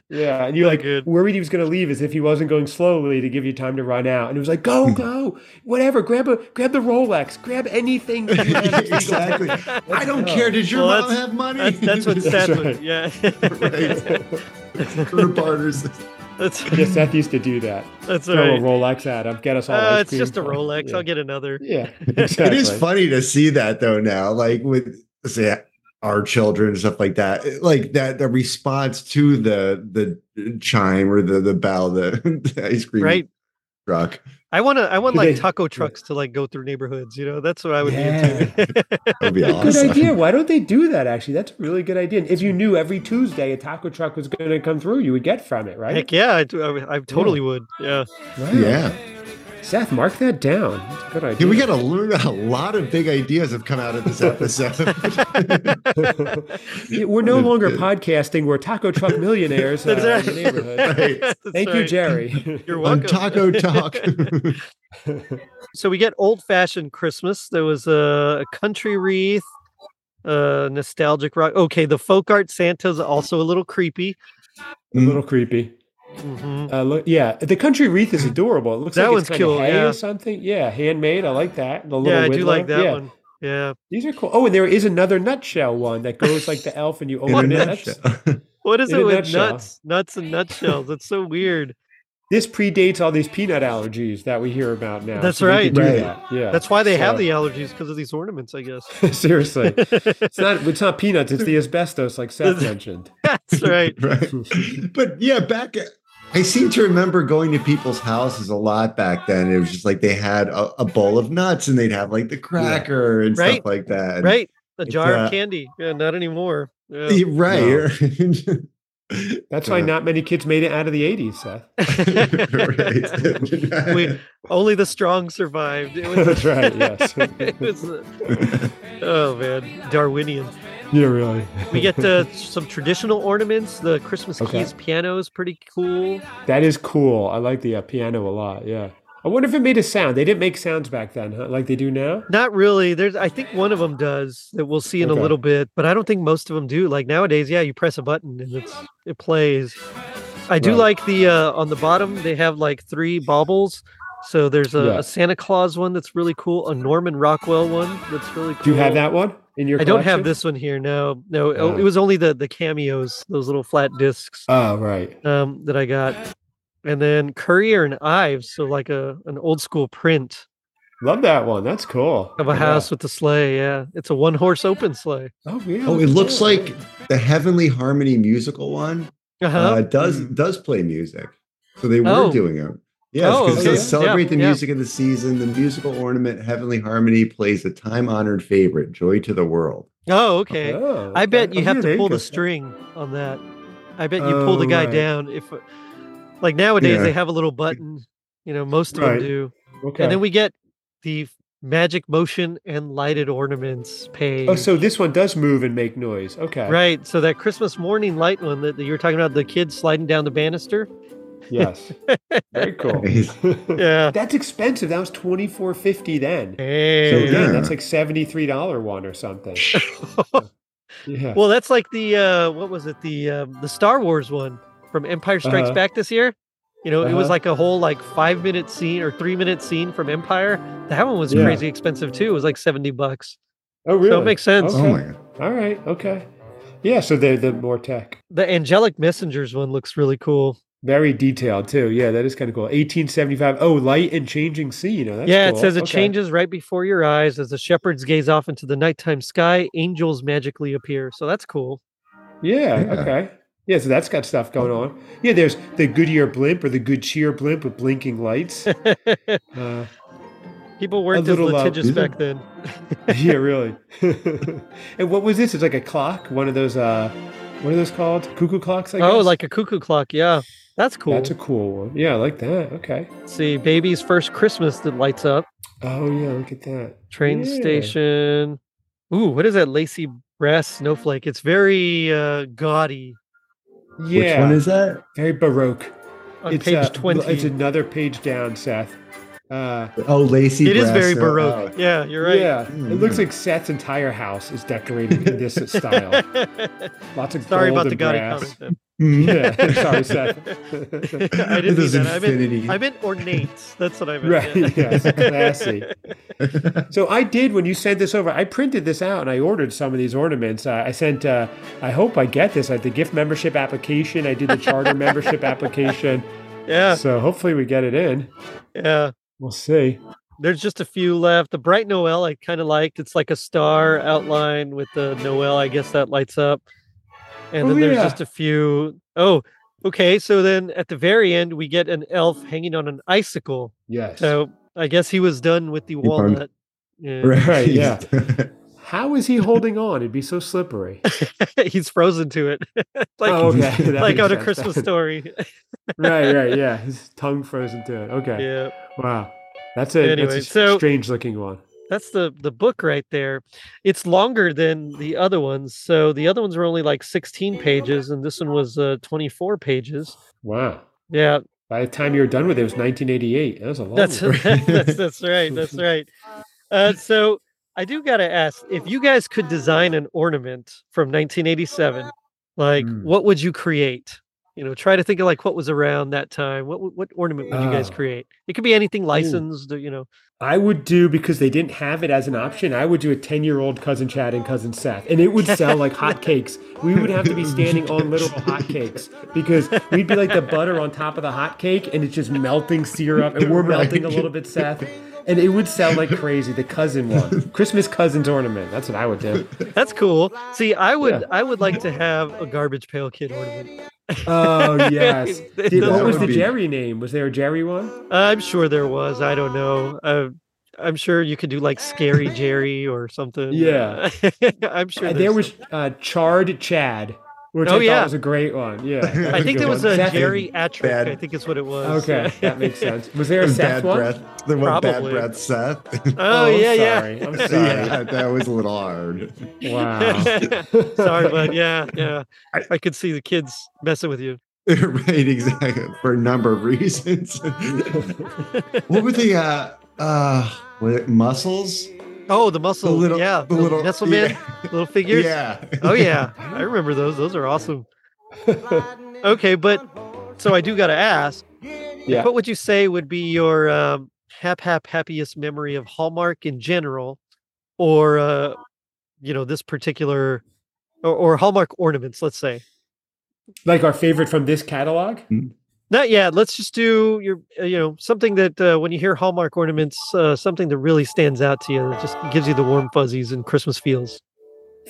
[SPEAKER 4] Yeah, and you
[SPEAKER 1] Not
[SPEAKER 4] like
[SPEAKER 1] good.
[SPEAKER 4] worried he was going to leave as if he wasn't going slowly to give you time to run out, and it was like, go, go, whatever, grab a, grab the Rolex, grab anything. you (laughs) have.
[SPEAKER 3] (laughs) exactly. I don't
[SPEAKER 4] No.
[SPEAKER 3] care. Did your
[SPEAKER 1] Well,
[SPEAKER 3] mom
[SPEAKER 1] that's-
[SPEAKER 3] have money?
[SPEAKER 1] That's, that's
[SPEAKER 3] (laughs)
[SPEAKER 1] what Seth
[SPEAKER 4] That's
[SPEAKER 1] was.
[SPEAKER 4] right.
[SPEAKER 1] Yeah. (laughs)
[SPEAKER 3] Her partners.
[SPEAKER 1] that's
[SPEAKER 4] (laughs) yeah, Seth used to do that.
[SPEAKER 1] that's
[SPEAKER 4] Throw a
[SPEAKER 1] right.
[SPEAKER 4] Rolex at him, get us all.
[SPEAKER 1] Uh,
[SPEAKER 4] ice
[SPEAKER 1] it's
[SPEAKER 4] cream.
[SPEAKER 1] just a Rolex.
[SPEAKER 4] Yeah,
[SPEAKER 1] I'll get another.
[SPEAKER 4] (laughs)
[SPEAKER 1] (laughs)
[SPEAKER 4] yeah exactly.
[SPEAKER 3] It is funny to see that though now, like with say our children and stuff like that. Like that the response to the the chime or the the bell, the, (laughs) the ice cream
[SPEAKER 1] Right.
[SPEAKER 3] truck.
[SPEAKER 1] I want to. I want
[SPEAKER 4] Do
[SPEAKER 1] like
[SPEAKER 4] they-
[SPEAKER 1] taco trucks to like go through neighborhoods. You know, that's what I would be into.
[SPEAKER 3] That'd be awesome.
[SPEAKER 4] Good idea. Why don't they do that? Actually, that's a really good idea. And if you knew every Tuesday a taco truck was going to come through, you would get from it, right?
[SPEAKER 1] Heck yeah, I, do- I, I totally would. Yeah.
[SPEAKER 4] (laughs) Wow.
[SPEAKER 3] Yeah.
[SPEAKER 4] Seth, mark that down. That's a good idea.
[SPEAKER 3] Yeah, we got to learn a lot of big ideas have come out of
[SPEAKER 1] (laughs)
[SPEAKER 3] this episode.
[SPEAKER 4] Yeah, We're no longer podcasting. We're
[SPEAKER 1] (laughs)
[SPEAKER 4] taco truck millionaires uh,
[SPEAKER 1] That's right.
[SPEAKER 4] in the neighborhood.
[SPEAKER 1] (laughs) That's
[SPEAKER 4] Thank you,
[SPEAKER 1] right. (laughs)
[SPEAKER 4] Jerry.
[SPEAKER 1] You're
[SPEAKER 3] On
[SPEAKER 1] welcome. (laughs)
[SPEAKER 3] Taco Talk.
[SPEAKER 1] so we get old fashioned Christmas. There was a, a country wreath, a nostalgic rock. Okay, the folk art Santa's also a little creepy.
[SPEAKER 3] (laughs)
[SPEAKER 4] a little creepy.
[SPEAKER 1] Mhm.
[SPEAKER 4] Uh, look, yeah, the country wreath is adorable. It looks
[SPEAKER 1] That
[SPEAKER 4] like
[SPEAKER 1] one's
[SPEAKER 4] it's kinda
[SPEAKER 1] cool,
[SPEAKER 4] hay
[SPEAKER 1] yeah.
[SPEAKER 4] or something. Yeah, handmade. I like that. The little
[SPEAKER 1] Yeah, I do
[SPEAKER 4] whittler.
[SPEAKER 1] like that
[SPEAKER 4] Yeah,
[SPEAKER 1] one. Yeah.
[SPEAKER 4] These are cool. Oh, and there is another nutshell one that goes like the
[SPEAKER 1] (laughs)
[SPEAKER 4] elf, and you
[SPEAKER 3] In a
[SPEAKER 4] open it. That's,
[SPEAKER 3] nutshell. (laughs)
[SPEAKER 1] What is
[SPEAKER 4] In
[SPEAKER 1] it
[SPEAKER 4] a
[SPEAKER 1] with
[SPEAKER 4] nutshell.
[SPEAKER 1] nuts, nuts and nutshells? That's so weird.
[SPEAKER 4] This predates all these peanut allergies that we hear about now.
[SPEAKER 1] That's
[SPEAKER 4] we could
[SPEAKER 1] right.
[SPEAKER 4] do
[SPEAKER 3] Right.
[SPEAKER 4] that. (laughs) Yeah.
[SPEAKER 1] That's why they have
[SPEAKER 4] So-
[SPEAKER 1] the allergies because of these ornaments, I guess.
[SPEAKER 4] Seriously, (laughs) it's not it's not peanuts.
[SPEAKER 1] (laughs)
[SPEAKER 4] It's the asbestos, like Seth mentioned.
[SPEAKER 1] That's right.
[SPEAKER 3] right? but yeah, back I seem to remember going to people's houses a lot back then. It was just like they had a, a bowl of nuts and they'd have like the cracker and
[SPEAKER 1] Right.
[SPEAKER 3] stuff like that.
[SPEAKER 1] Right. A
[SPEAKER 3] It's,
[SPEAKER 1] jar
[SPEAKER 3] uh,
[SPEAKER 1] of candy. Yeah, not
[SPEAKER 4] (laughs)
[SPEAKER 1] anymore. Yeah.
[SPEAKER 3] Yeah, Right.
[SPEAKER 4] That's why
[SPEAKER 3] Yeah.
[SPEAKER 4] not many kids made it out of the '80s, Seth.
[SPEAKER 3] (laughs)
[SPEAKER 1] (laughs)
[SPEAKER 3] Right.
[SPEAKER 1] We- Only the strong survived. It was,
[SPEAKER 4] (laughs) That's right. Yes.
[SPEAKER 1] (laughs) it was uh, oh man, Darwinian.
[SPEAKER 4] yeah, really. (laughs)
[SPEAKER 1] We get uh, some traditional ornaments. The Christmas
[SPEAKER 4] Okay.
[SPEAKER 1] keys piano is pretty cool.
[SPEAKER 4] That is cool. I like the uh, piano a lot. Yeah. I wonder if it made a sound. They didn't make sounds back then, huh? like they do now.
[SPEAKER 1] Not really. There's, I think one of them does that we'll see in
[SPEAKER 4] Okay.
[SPEAKER 1] a little bit, but I don't think most of them do. Like nowadays, yeah, you press a button and it's it plays. I do
[SPEAKER 4] Right.
[SPEAKER 1] like the uh, on the bottom they have like three baubles. So there's a,
[SPEAKER 4] Yeah.
[SPEAKER 1] a Santa Claus one that's really cool, a Norman Rockwell one that's really cool.
[SPEAKER 4] Do you have that one in your?
[SPEAKER 1] I don't have
[SPEAKER 4] collection?
[SPEAKER 1] this one here. No, no, it-
[SPEAKER 4] Oh.
[SPEAKER 1] it was only the the cameos, those little flat discs
[SPEAKER 4] Oh, right.
[SPEAKER 1] um, that I got, and then Courier and Ives, so like a an old school print
[SPEAKER 4] Love that one. That's cool.
[SPEAKER 1] of a
[SPEAKER 4] Yeah.
[SPEAKER 1] house with the sleigh. Yeah, it's a one horse open sleigh.
[SPEAKER 4] Oh, yeah.
[SPEAKER 3] oh, it
[SPEAKER 4] that's
[SPEAKER 3] looks
[SPEAKER 4] cool.
[SPEAKER 3] like the Heavenly Harmony musical one
[SPEAKER 1] Uh-huh.
[SPEAKER 3] uh, does does play music. So they were
[SPEAKER 1] Oh.
[SPEAKER 3] doing it. Yes,
[SPEAKER 1] Oh,
[SPEAKER 3] 'cause it says
[SPEAKER 1] okay.
[SPEAKER 3] celebrate
[SPEAKER 1] Yeah,
[SPEAKER 3] the
[SPEAKER 1] yeah.
[SPEAKER 3] music of the season. The musical ornament Heavenly Harmony plays a time honored favorite, Joy to the World.
[SPEAKER 1] oh, okay.
[SPEAKER 4] Oh,
[SPEAKER 1] I bet
[SPEAKER 4] okay.
[SPEAKER 1] you
[SPEAKER 4] Oh, yeah,
[SPEAKER 1] have
[SPEAKER 4] there
[SPEAKER 1] to pull
[SPEAKER 4] go.
[SPEAKER 1] the string on that. I bet you pull the
[SPEAKER 4] Oh,
[SPEAKER 1] guy
[SPEAKER 4] right.
[SPEAKER 1] down if, uh, like nowadays
[SPEAKER 3] Yeah.
[SPEAKER 1] they have a little button. You know, most of
[SPEAKER 4] Right.
[SPEAKER 1] them do.
[SPEAKER 4] Okay.
[SPEAKER 1] And then we get the f- magic motion and lighted ornaments page.
[SPEAKER 4] oh, so this one does move and make noise. Okay.
[SPEAKER 1] right. So that Christmas morning light one that, that you were talking about, the kid sliding down the
[SPEAKER 4] (laughs)
[SPEAKER 1] banister. (laughs)
[SPEAKER 4] Yes. Very cool.
[SPEAKER 1] Yeah.
[SPEAKER 4] (laughs) That's expensive. That was twenty four fifty then. So
[SPEAKER 1] Hey.
[SPEAKER 4] again,
[SPEAKER 3] Yeah.
[SPEAKER 4] that's like seventy three dollar one or
[SPEAKER 1] (laughs)
[SPEAKER 4] something. Yeah.
[SPEAKER 1] well, that's like the uh, what was it? The um, the Star Wars one from Empire Strikes
[SPEAKER 4] Uh-huh.
[SPEAKER 1] Back this year. You know, it was
[SPEAKER 4] Uh-huh.
[SPEAKER 1] like a whole like five minute scene or three minute scene from Empire. That one was
[SPEAKER 4] Yeah.
[SPEAKER 1] crazy expensive too. It was like seventy bucks.
[SPEAKER 4] oh, really?
[SPEAKER 1] So it makes sense.
[SPEAKER 4] Okay.
[SPEAKER 3] Oh my god.
[SPEAKER 4] All right. Okay. Yeah. So they're the more tech,
[SPEAKER 1] The angelic messengers one looks really cool.
[SPEAKER 4] very detailed too. Yeah, that is kind of cool. Eighteen seventy five. Oh, light and changing sea. You know. That's
[SPEAKER 1] yeah,
[SPEAKER 4] cool.
[SPEAKER 1] it says it
[SPEAKER 4] Okay.
[SPEAKER 1] changes right before your eyes as the shepherds gaze off into the nighttime sky. Angels magically appear. So that's cool.
[SPEAKER 4] Yeah,
[SPEAKER 3] Yeah.
[SPEAKER 4] Okay. Yeah. So that's got stuff going on. Yeah. There's the Goodyear blimp or the Good Cheer blimp with
[SPEAKER 1] (laughs)
[SPEAKER 4] blinking lights. uh,
[SPEAKER 1] People weren't as
[SPEAKER 4] little, uh,
[SPEAKER 1] litigious
[SPEAKER 3] these are-
[SPEAKER 1] back then.
[SPEAKER 4] yeah, really. (laughs) and what was this? It's like a clock. One of those. Uh, what are those called? Cuckoo clocks. I guess?
[SPEAKER 1] Oh, like a cuckoo clock. Yeah, that's cool.
[SPEAKER 4] That's a cool one. Yeah, I like that. Okay.
[SPEAKER 1] Let's see, baby's first Christmas that lights up.
[SPEAKER 4] Oh yeah, look at that.
[SPEAKER 1] train
[SPEAKER 4] Yeah.
[SPEAKER 1] station. Ooh, what is that lacy brass snowflake? It's very uh, gaudy
[SPEAKER 4] Yeah.
[SPEAKER 3] Which one is that?
[SPEAKER 4] very baroque.
[SPEAKER 1] on page
[SPEAKER 4] uh,
[SPEAKER 1] twenty.
[SPEAKER 4] It's another page down, Seth. Uh,
[SPEAKER 3] Oh, Lacey.
[SPEAKER 1] it is very
[SPEAKER 3] Brasso.
[SPEAKER 1] baroque.
[SPEAKER 3] Oh.
[SPEAKER 1] Yeah, you're right.
[SPEAKER 4] Yeah, it looks
[SPEAKER 3] Mhm.
[SPEAKER 4] like Seth's entire house is
[SPEAKER 1] (laughs)
[SPEAKER 4] decorated in this style. Lots of
[SPEAKER 1] Sorry
[SPEAKER 4] gold
[SPEAKER 1] about the
[SPEAKER 4] and
[SPEAKER 1] gaudy
[SPEAKER 4] brass.
[SPEAKER 1] comment. then. (laughs)
[SPEAKER 3] (laughs) Mhm.
[SPEAKER 4] (laughs) Yeah, sorry, Seth. (laughs)
[SPEAKER 1] I didn't mean
[SPEAKER 3] Those
[SPEAKER 1] that. I meant,
[SPEAKER 3] infinity.
[SPEAKER 1] I meant ornate. That's what I meant.
[SPEAKER 4] right? (laughs)
[SPEAKER 1] yeah.
[SPEAKER 4] Yes, classy. So I did when you sent this over. I printed this out and I ordered some of these ornaments. Uh, I sent. Uh, I hope I get this. I had the gift membership application. I did
[SPEAKER 1] (laughs)
[SPEAKER 4] the charter membership application.
[SPEAKER 1] yeah, (laughs)
[SPEAKER 4] So hopefully we get it in.
[SPEAKER 1] yeah.
[SPEAKER 4] We'll see.
[SPEAKER 1] There's just a few left. The bright Noel I kind of liked. It's like a star outline with the Noel. I guess that lights up. And
[SPEAKER 4] Oh,
[SPEAKER 1] then there's
[SPEAKER 4] yeah.
[SPEAKER 1] just a few. Oh, okay. So then at the very end we get an elf hanging on an icicle.
[SPEAKER 4] Yes.
[SPEAKER 1] So I guess he was done with the
[SPEAKER 3] found-
[SPEAKER 1] walnut. (laughs) Yeah.
[SPEAKER 4] Right, yeah.
[SPEAKER 3] Jeez.
[SPEAKER 4] How is he holding on? It'd be so slippery.
[SPEAKER 1] (laughs) He's frozen to it, like
[SPEAKER 4] Oh, (laughs) okay. That
[SPEAKER 1] like
[SPEAKER 4] makes
[SPEAKER 1] on a
[SPEAKER 4] sense.
[SPEAKER 1] Christmas
[SPEAKER 4] (laughs)
[SPEAKER 1] story. (laughs)
[SPEAKER 4] right, right, yeah. His tongue frozen to it. Okay.
[SPEAKER 1] yeah.
[SPEAKER 4] Wow. That's a,
[SPEAKER 1] Anyway,
[SPEAKER 4] that's a
[SPEAKER 1] so-
[SPEAKER 4] strange looking one.
[SPEAKER 1] That's the the book right there. It's longer than the other ones. So the other ones were only like 16 pages and this one was uh, 24 pages.
[SPEAKER 4] Wow.
[SPEAKER 1] Yeah,
[SPEAKER 4] By the time you were done with it, it was 1988. That was a long
[SPEAKER 1] that's (laughs)
[SPEAKER 4] one.
[SPEAKER 1] that's that's right.
[SPEAKER 4] (laughs)
[SPEAKER 1] That's right. Uh, so I do got to ask if you guys could design an ornament from 1987, like
[SPEAKER 3] Mm.
[SPEAKER 4] Hmm.
[SPEAKER 1] what would you create? You know, try to think of like what was around that time. What what ornament would you guys
[SPEAKER 4] Oh.
[SPEAKER 1] create? It could be anything licensed. or, You know,
[SPEAKER 4] I would do because they didn't have it as an option. I would do a ten-year-old cousin Chad and cousin Seth, and it would
[SPEAKER 1] (laughs)
[SPEAKER 4] sell like hotcakes. We would have to be standing on literal hotcakes because we'd be like the butter on top of the hotcake, and it's just melting syrup, and we're melting a little bit, Seth, and it would sell like crazy. The cousin one, Christmas cousins ornament. That's what I would do.
[SPEAKER 1] that's cool. See, I would
[SPEAKER 4] Yeah.
[SPEAKER 1] I would like to have a garbage pail kid ornament. (laughs)
[SPEAKER 4] Oh yes.
[SPEAKER 1] That
[SPEAKER 4] Did- what
[SPEAKER 3] would
[SPEAKER 4] was the
[SPEAKER 3] be-
[SPEAKER 4] Jerry name? Was there a Jerry one?
[SPEAKER 1] I'm sure there was. I don't know. Uh, I'm sure you could do like Scary Jerry or something.
[SPEAKER 4] Yeah.
[SPEAKER 1] Uh, (laughs) I'm sure
[SPEAKER 4] there
[SPEAKER 1] there's
[SPEAKER 4] was uh, Charred Chad, which
[SPEAKER 1] Oh,
[SPEAKER 4] I thought
[SPEAKER 1] yeah.
[SPEAKER 4] was a great one. Yeah.
[SPEAKER 1] (laughs)
[SPEAKER 4] that
[SPEAKER 1] I think
[SPEAKER 4] good
[SPEAKER 1] there was
[SPEAKER 4] one.
[SPEAKER 1] a
[SPEAKER 4] Seth-
[SPEAKER 1] Jerry Attrick.
[SPEAKER 3] bad-
[SPEAKER 1] I think is what it (laughs) was. uh,
[SPEAKER 4] Okay, that makes sense. Was
[SPEAKER 1] (laughs)
[SPEAKER 4] there a
[SPEAKER 3] The
[SPEAKER 4] Seth
[SPEAKER 3] bad
[SPEAKER 4] one?
[SPEAKER 3] breath. The one bad
[SPEAKER 1] Probably.
[SPEAKER 3] breath, Seth. (laughs)
[SPEAKER 1] Oh,
[SPEAKER 4] I'm
[SPEAKER 1] yeah, (laughs)
[SPEAKER 4] sorry. I'm sorry.
[SPEAKER 3] yeah, that was a little hard.
[SPEAKER 4] Wow.
[SPEAKER 1] yeah.
[SPEAKER 4] Oh.
[SPEAKER 1] Sorry,
[SPEAKER 4] (laughs)
[SPEAKER 1] bud. Yeah, yeah. I could see the kids messing with you.
[SPEAKER 3] (laughs) right, exactly. For a number of
[SPEAKER 1] (laughs)
[SPEAKER 3] reasons. what were the uh uh were it muscles?
[SPEAKER 1] Oh, the muscle.
[SPEAKER 3] The little
[SPEAKER 1] yeah,
[SPEAKER 3] the little
[SPEAKER 1] muscle man, little
[SPEAKER 3] Yeah.
[SPEAKER 1] figures.
[SPEAKER 3] yeah.
[SPEAKER 1] Oh yeah, I remember those. Those are awesome. okay, but so I do got to ask.
[SPEAKER 4] Yeah.
[SPEAKER 1] What would you say would be your um, hap hap happiest memory of Hallmark in general, or uh, you know this particular, or, or Hallmark ornaments? Let's say.
[SPEAKER 4] Like our favorite from this catalog?
[SPEAKER 1] Not yet. Let's just do your, uh, you know, something that uh, when you hear Hallmark ornaments, uh, something that really stands out to you that just gives you the warm fuzzies and Christmas feels.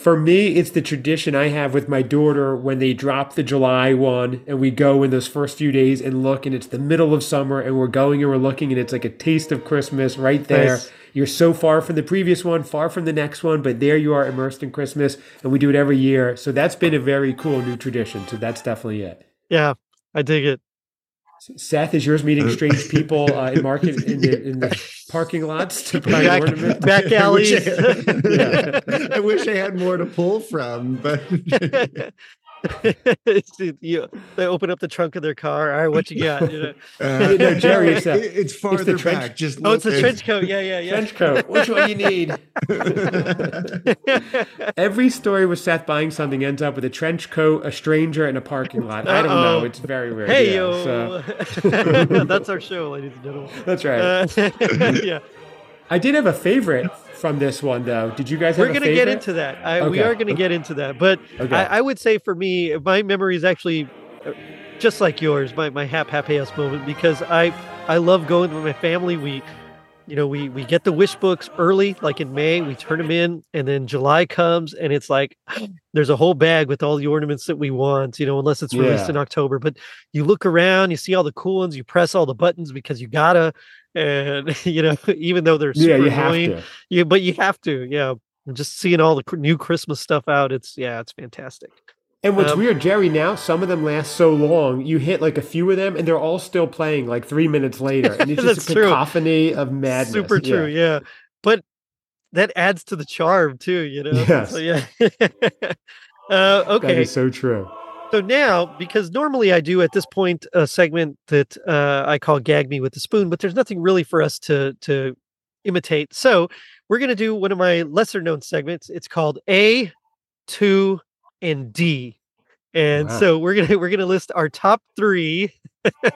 [SPEAKER 4] For me, it's the tradition I have with my daughter when they drop the July one and we go in those first few days and look and it's the middle of summer and we're going and we're looking and it's like a taste of Christmas right there.
[SPEAKER 1] Nice.
[SPEAKER 4] You're so far from the previous one, far from the next one, but there you are immersed in Christmas and we do it every year. So that's been a very cool new tradition. So that's definitely it.
[SPEAKER 1] Yeah, I dig it.
[SPEAKER 4] Seth, is yours meeting strange people uh, in market in the, in the parking lots to buy
[SPEAKER 1] Back-
[SPEAKER 4] ornaments?
[SPEAKER 1] Back
[SPEAKER 3] (laughs) I wish I
[SPEAKER 1] alleys.
[SPEAKER 3] had-
[SPEAKER 1] (laughs)
[SPEAKER 3] yeah. I wish I had more to pull from, but uh,
[SPEAKER 1] Dude, (laughs) you- they open up the trunk of their car. All right, what you got? You know,
[SPEAKER 3] Uh,
[SPEAKER 4] No, Jerry, it's, uh,
[SPEAKER 3] it- it's farther
[SPEAKER 4] trench-
[SPEAKER 3] back. Just
[SPEAKER 1] oh, it's
[SPEAKER 3] look
[SPEAKER 1] a
[SPEAKER 3] at-
[SPEAKER 1] trench coat. Yeah, yeah, yeah.
[SPEAKER 4] Trench coat. Which one you need? Every story with Seth buying something ends up with a trench coat, a stranger, and a parking lot. I don't
[SPEAKER 1] Uh-oh.
[SPEAKER 4] know. It's very weird.
[SPEAKER 1] hey
[SPEAKER 4] yeah,
[SPEAKER 1] yo, (laughs)
[SPEAKER 4] so- (laughs)
[SPEAKER 1] that's our show, ladies and gentlemen.
[SPEAKER 4] that's right.
[SPEAKER 1] Uh, (laughs) yeah,
[SPEAKER 4] I did have a favorite from this one, though. Did you guys?
[SPEAKER 1] we're
[SPEAKER 4] have
[SPEAKER 1] gonna
[SPEAKER 4] a
[SPEAKER 1] get
[SPEAKER 4] favorite?
[SPEAKER 1] into that. I, We
[SPEAKER 4] Okay.
[SPEAKER 1] are gonna get into that, but
[SPEAKER 4] Okay.
[SPEAKER 1] I, I would say for me, my memory is actually uh, just like yours, my my hap happy ass moment because I I love going with my family. We you know we we get the wish books early, like in May, we turn them in, and then July comes, and it's like (sighs) there's a whole bag with all the ornaments that we want. You know, unless it's released
[SPEAKER 4] Yeah.
[SPEAKER 1] in October, but you look around, you see all the cool ones, you press all the buttons because you gotta. And (laughs) you know, even though they're super
[SPEAKER 4] Yeah, you have
[SPEAKER 1] annoying,
[SPEAKER 4] to.
[SPEAKER 1] yeah, but you have to. Yeah. And Just seeing all the cr- new Christmas stuff out, it's yeah, it's fantastic.
[SPEAKER 4] And what's
[SPEAKER 1] Um,
[SPEAKER 4] weird, Jerry, now some of them last so long, you hit like a few of them and they're all still playing like three minutes later.
[SPEAKER 1] (laughs)
[SPEAKER 4] And it's
[SPEAKER 1] That's
[SPEAKER 4] just a
[SPEAKER 1] true.
[SPEAKER 4] cacophony of madness.
[SPEAKER 1] Super
[SPEAKER 4] Yeah.
[SPEAKER 1] true, yeah. But that adds to the charm too, you know. So yeah. (laughs) uh,
[SPEAKER 4] That
[SPEAKER 1] okay.
[SPEAKER 4] is so true.
[SPEAKER 1] So now, because normally I do at this point a segment that uh, I call "Gag Me with the Spoon," but there's nothing really for us to to imitate. So we're going to do one of my lesser known segments. It's called A, two, and D, and
[SPEAKER 4] Wow.
[SPEAKER 1] so we're gonna we're gonna list our top three (laughs)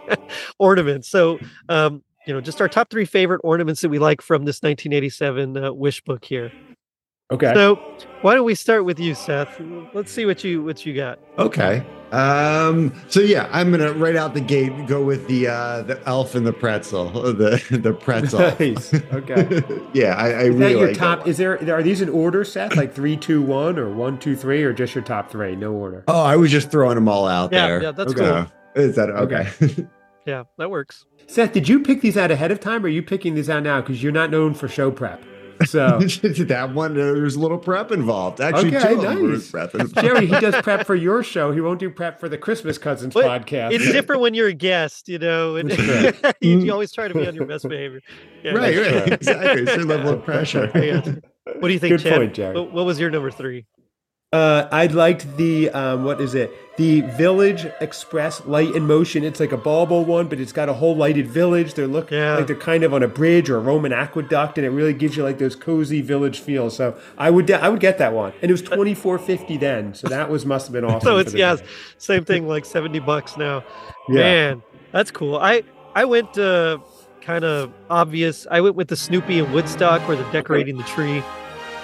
[SPEAKER 1] ornaments. So um, you know, just our top three favorite ornaments that we like from this 1987 uh, wish book here.
[SPEAKER 4] Okay.
[SPEAKER 1] So why don't we start with you, Seth? Let's see what you what you got.
[SPEAKER 3] (laughs) Okay. Um, so yeah, I'm gonna right out the gate go with the uh, the elf and the pretzel, the the pretzel.
[SPEAKER 4] (laughs) nice. Okay.
[SPEAKER 3] (laughs) yeah, I, I
[SPEAKER 4] Is that
[SPEAKER 3] really
[SPEAKER 4] your
[SPEAKER 3] like
[SPEAKER 4] top?
[SPEAKER 3] That.
[SPEAKER 4] Is there are these in order, Seth? Like three, two, one, or one, two, three, or just your top three? No order.
[SPEAKER 3] Oh, I was just throwing them all out
[SPEAKER 1] Yeah,
[SPEAKER 3] there.
[SPEAKER 1] yeah, that's
[SPEAKER 3] cool. Is that okay?
[SPEAKER 1] Yeah, that works.
[SPEAKER 4] Seth, did you pick these out ahead of time, or are you picking these out now because you're not known for show prep?
[SPEAKER 1] (laughs) Oh.
[SPEAKER 3] (laughs)
[SPEAKER 4] So
[SPEAKER 3] that one uh, there's a little prep involved. Actually,
[SPEAKER 4] Okay,
[SPEAKER 3] two of them were
[SPEAKER 4] nice.
[SPEAKER 3] prep
[SPEAKER 4] (laughs)
[SPEAKER 3] involved.
[SPEAKER 4] Jerry, he does prep for your show. He won't do prep for the Christmas Cousins
[SPEAKER 1] But
[SPEAKER 4] podcast.
[SPEAKER 1] It's different when you're a guest, you know, and
[SPEAKER 4] That's
[SPEAKER 1] (laughs) you,
[SPEAKER 4] Mm.
[SPEAKER 1] you always try to be on your best behavior. Yeah,
[SPEAKER 3] right,
[SPEAKER 1] that's
[SPEAKER 3] (laughs) right, exactly. It's your level of pressure.
[SPEAKER 1] true. Yeah. (laughs) What do you think,
[SPEAKER 4] Good
[SPEAKER 1] Chad?
[SPEAKER 4] point, Jerry.
[SPEAKER 3] (laughs)
[SPEAKER 1] What, what was your number three?
[SPEAKER 4] Uh, I liked the um, what is it? The Village Express Light in Motion. It's like a Balbo one, but it's got a whole lighted village. They're looking
[SPEAKER 1] Yeah.
[SPEAKER 4] like they're kind of on a bridge or a Roman aqueduct, and it really gives you like those cozy village feels. So I would de- I would get that one, and it was twenty four fifty then. So that was must have been awesome.
[SPEAKER 1] Uh, (laughs) so
[SPEAKER 4] for
[SPEAKER 1] it's
[SPEAKER 4] the
[SPEAKER 1] yeah,
[SPEAKER 4] time.
[SPEAKER 1] same thing like 70 bucks now.
[SPEAKER 4] Yeah.
[SPEAKER 1] Man, that's cool. I I went uh, kind of obvious. I went with the Snoopy and Woodstock where they're decorating the tree.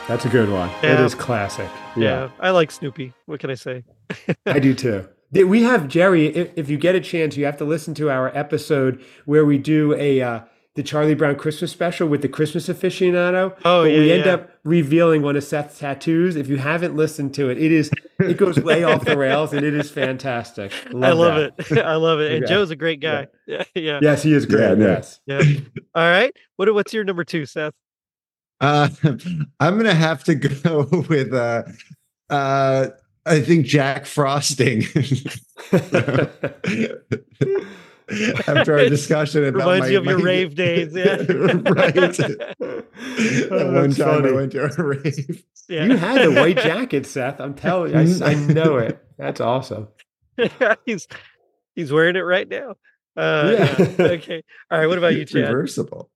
[SPEAKER 4] that's a good one. It
[SPEAKER 1] Yeah.
[SPEAKER 4] is classic.
[SPEAKER 1] Yeah, I like Snoopy. What can I say?
[SPEAKER 4] I do too. Th- We have Jerry. If, if you get a chance, you have to listen to our episode where we do a uh, the Charlie Brown Christmas special with the Christmas aficionado.
[SPEAKER 1] Oh,
[SPEAKER 4] but
[SPEAKER 1] yeah,
[SPEAKER 4] we end
[SPEAKER 1] yeah.
[SPEAKER 4] up revealing one of Seth's tattoos. If you haven't listened to it, it is it goes way off the rails and it is fantastic.
[SPEAKER 1] (laughs) I love
[SPEAKER 4] that.
[SPEAKER 1] it. (laughs) I love it. And
[SPEAKER 4] Yeah.
[SPEAKER 1] Joe's a great guy. (laughs) Yeah. yeah.
[SPEAKER 4] Yes, he is great.
[SPEAKER 3] Yeah, no. (laughs)
[SPEAKER 4] Yes. (laughs)
[SPEAKER 1] Yeah. All right. What what's your number 2, Seth?
[SPEAKER 3] Uh, I'm gonna have to (laughs) go with uh, uh, I think Jack Frosting. (laughs) After
[SPEAKER 1] (laughs)
[SPEAKER 3] our discussion about
[SPEAKER 1] Reminds
[SPEAKER 3] my-
[SPEAKER 1] you of your
[SPEAKER 3] my-
[SPEAKER 1] rave days. Yeah.
[SPEAKER 3] (laughs)
[SPEAKER 1] (laughs)
[SPEAKER 4] (laughs)
[SPEAKER 3] right. That
[SPEAKER 4] Oh,
[SPEAKER 3] one
[SPEAKER 4] that's
[SPEAKER 3] time I
[SPEAKER 4] funny.
[SPEAKER 3] went to a rave.
[SPEAKER 1] yeah.
[SPEAKER 3] (laughs)
[SPEAKER 4] You had the
[SPEAKER 1] (laughs)
[SPEAKER 4] white jacket, Seth. I'm telling you, I, s- I
[SPEAKER 3] Mm. (laughs)
[SPEAKER 4] know it. That's awesome.
[SPEAKER 1] he's he's wearing it right now. Uh, yeah.
[SPEAKER 4] Yeah.
[SPEAKER 1] Okay. All right. What
[SPEAKER 4] (laughs)
[SPEAKER 1] about you,
[SPEAKER 3] It's
[SPEAKER 1] Chad? (laughs)
[SPEAKER 3] (laughs) Reversible.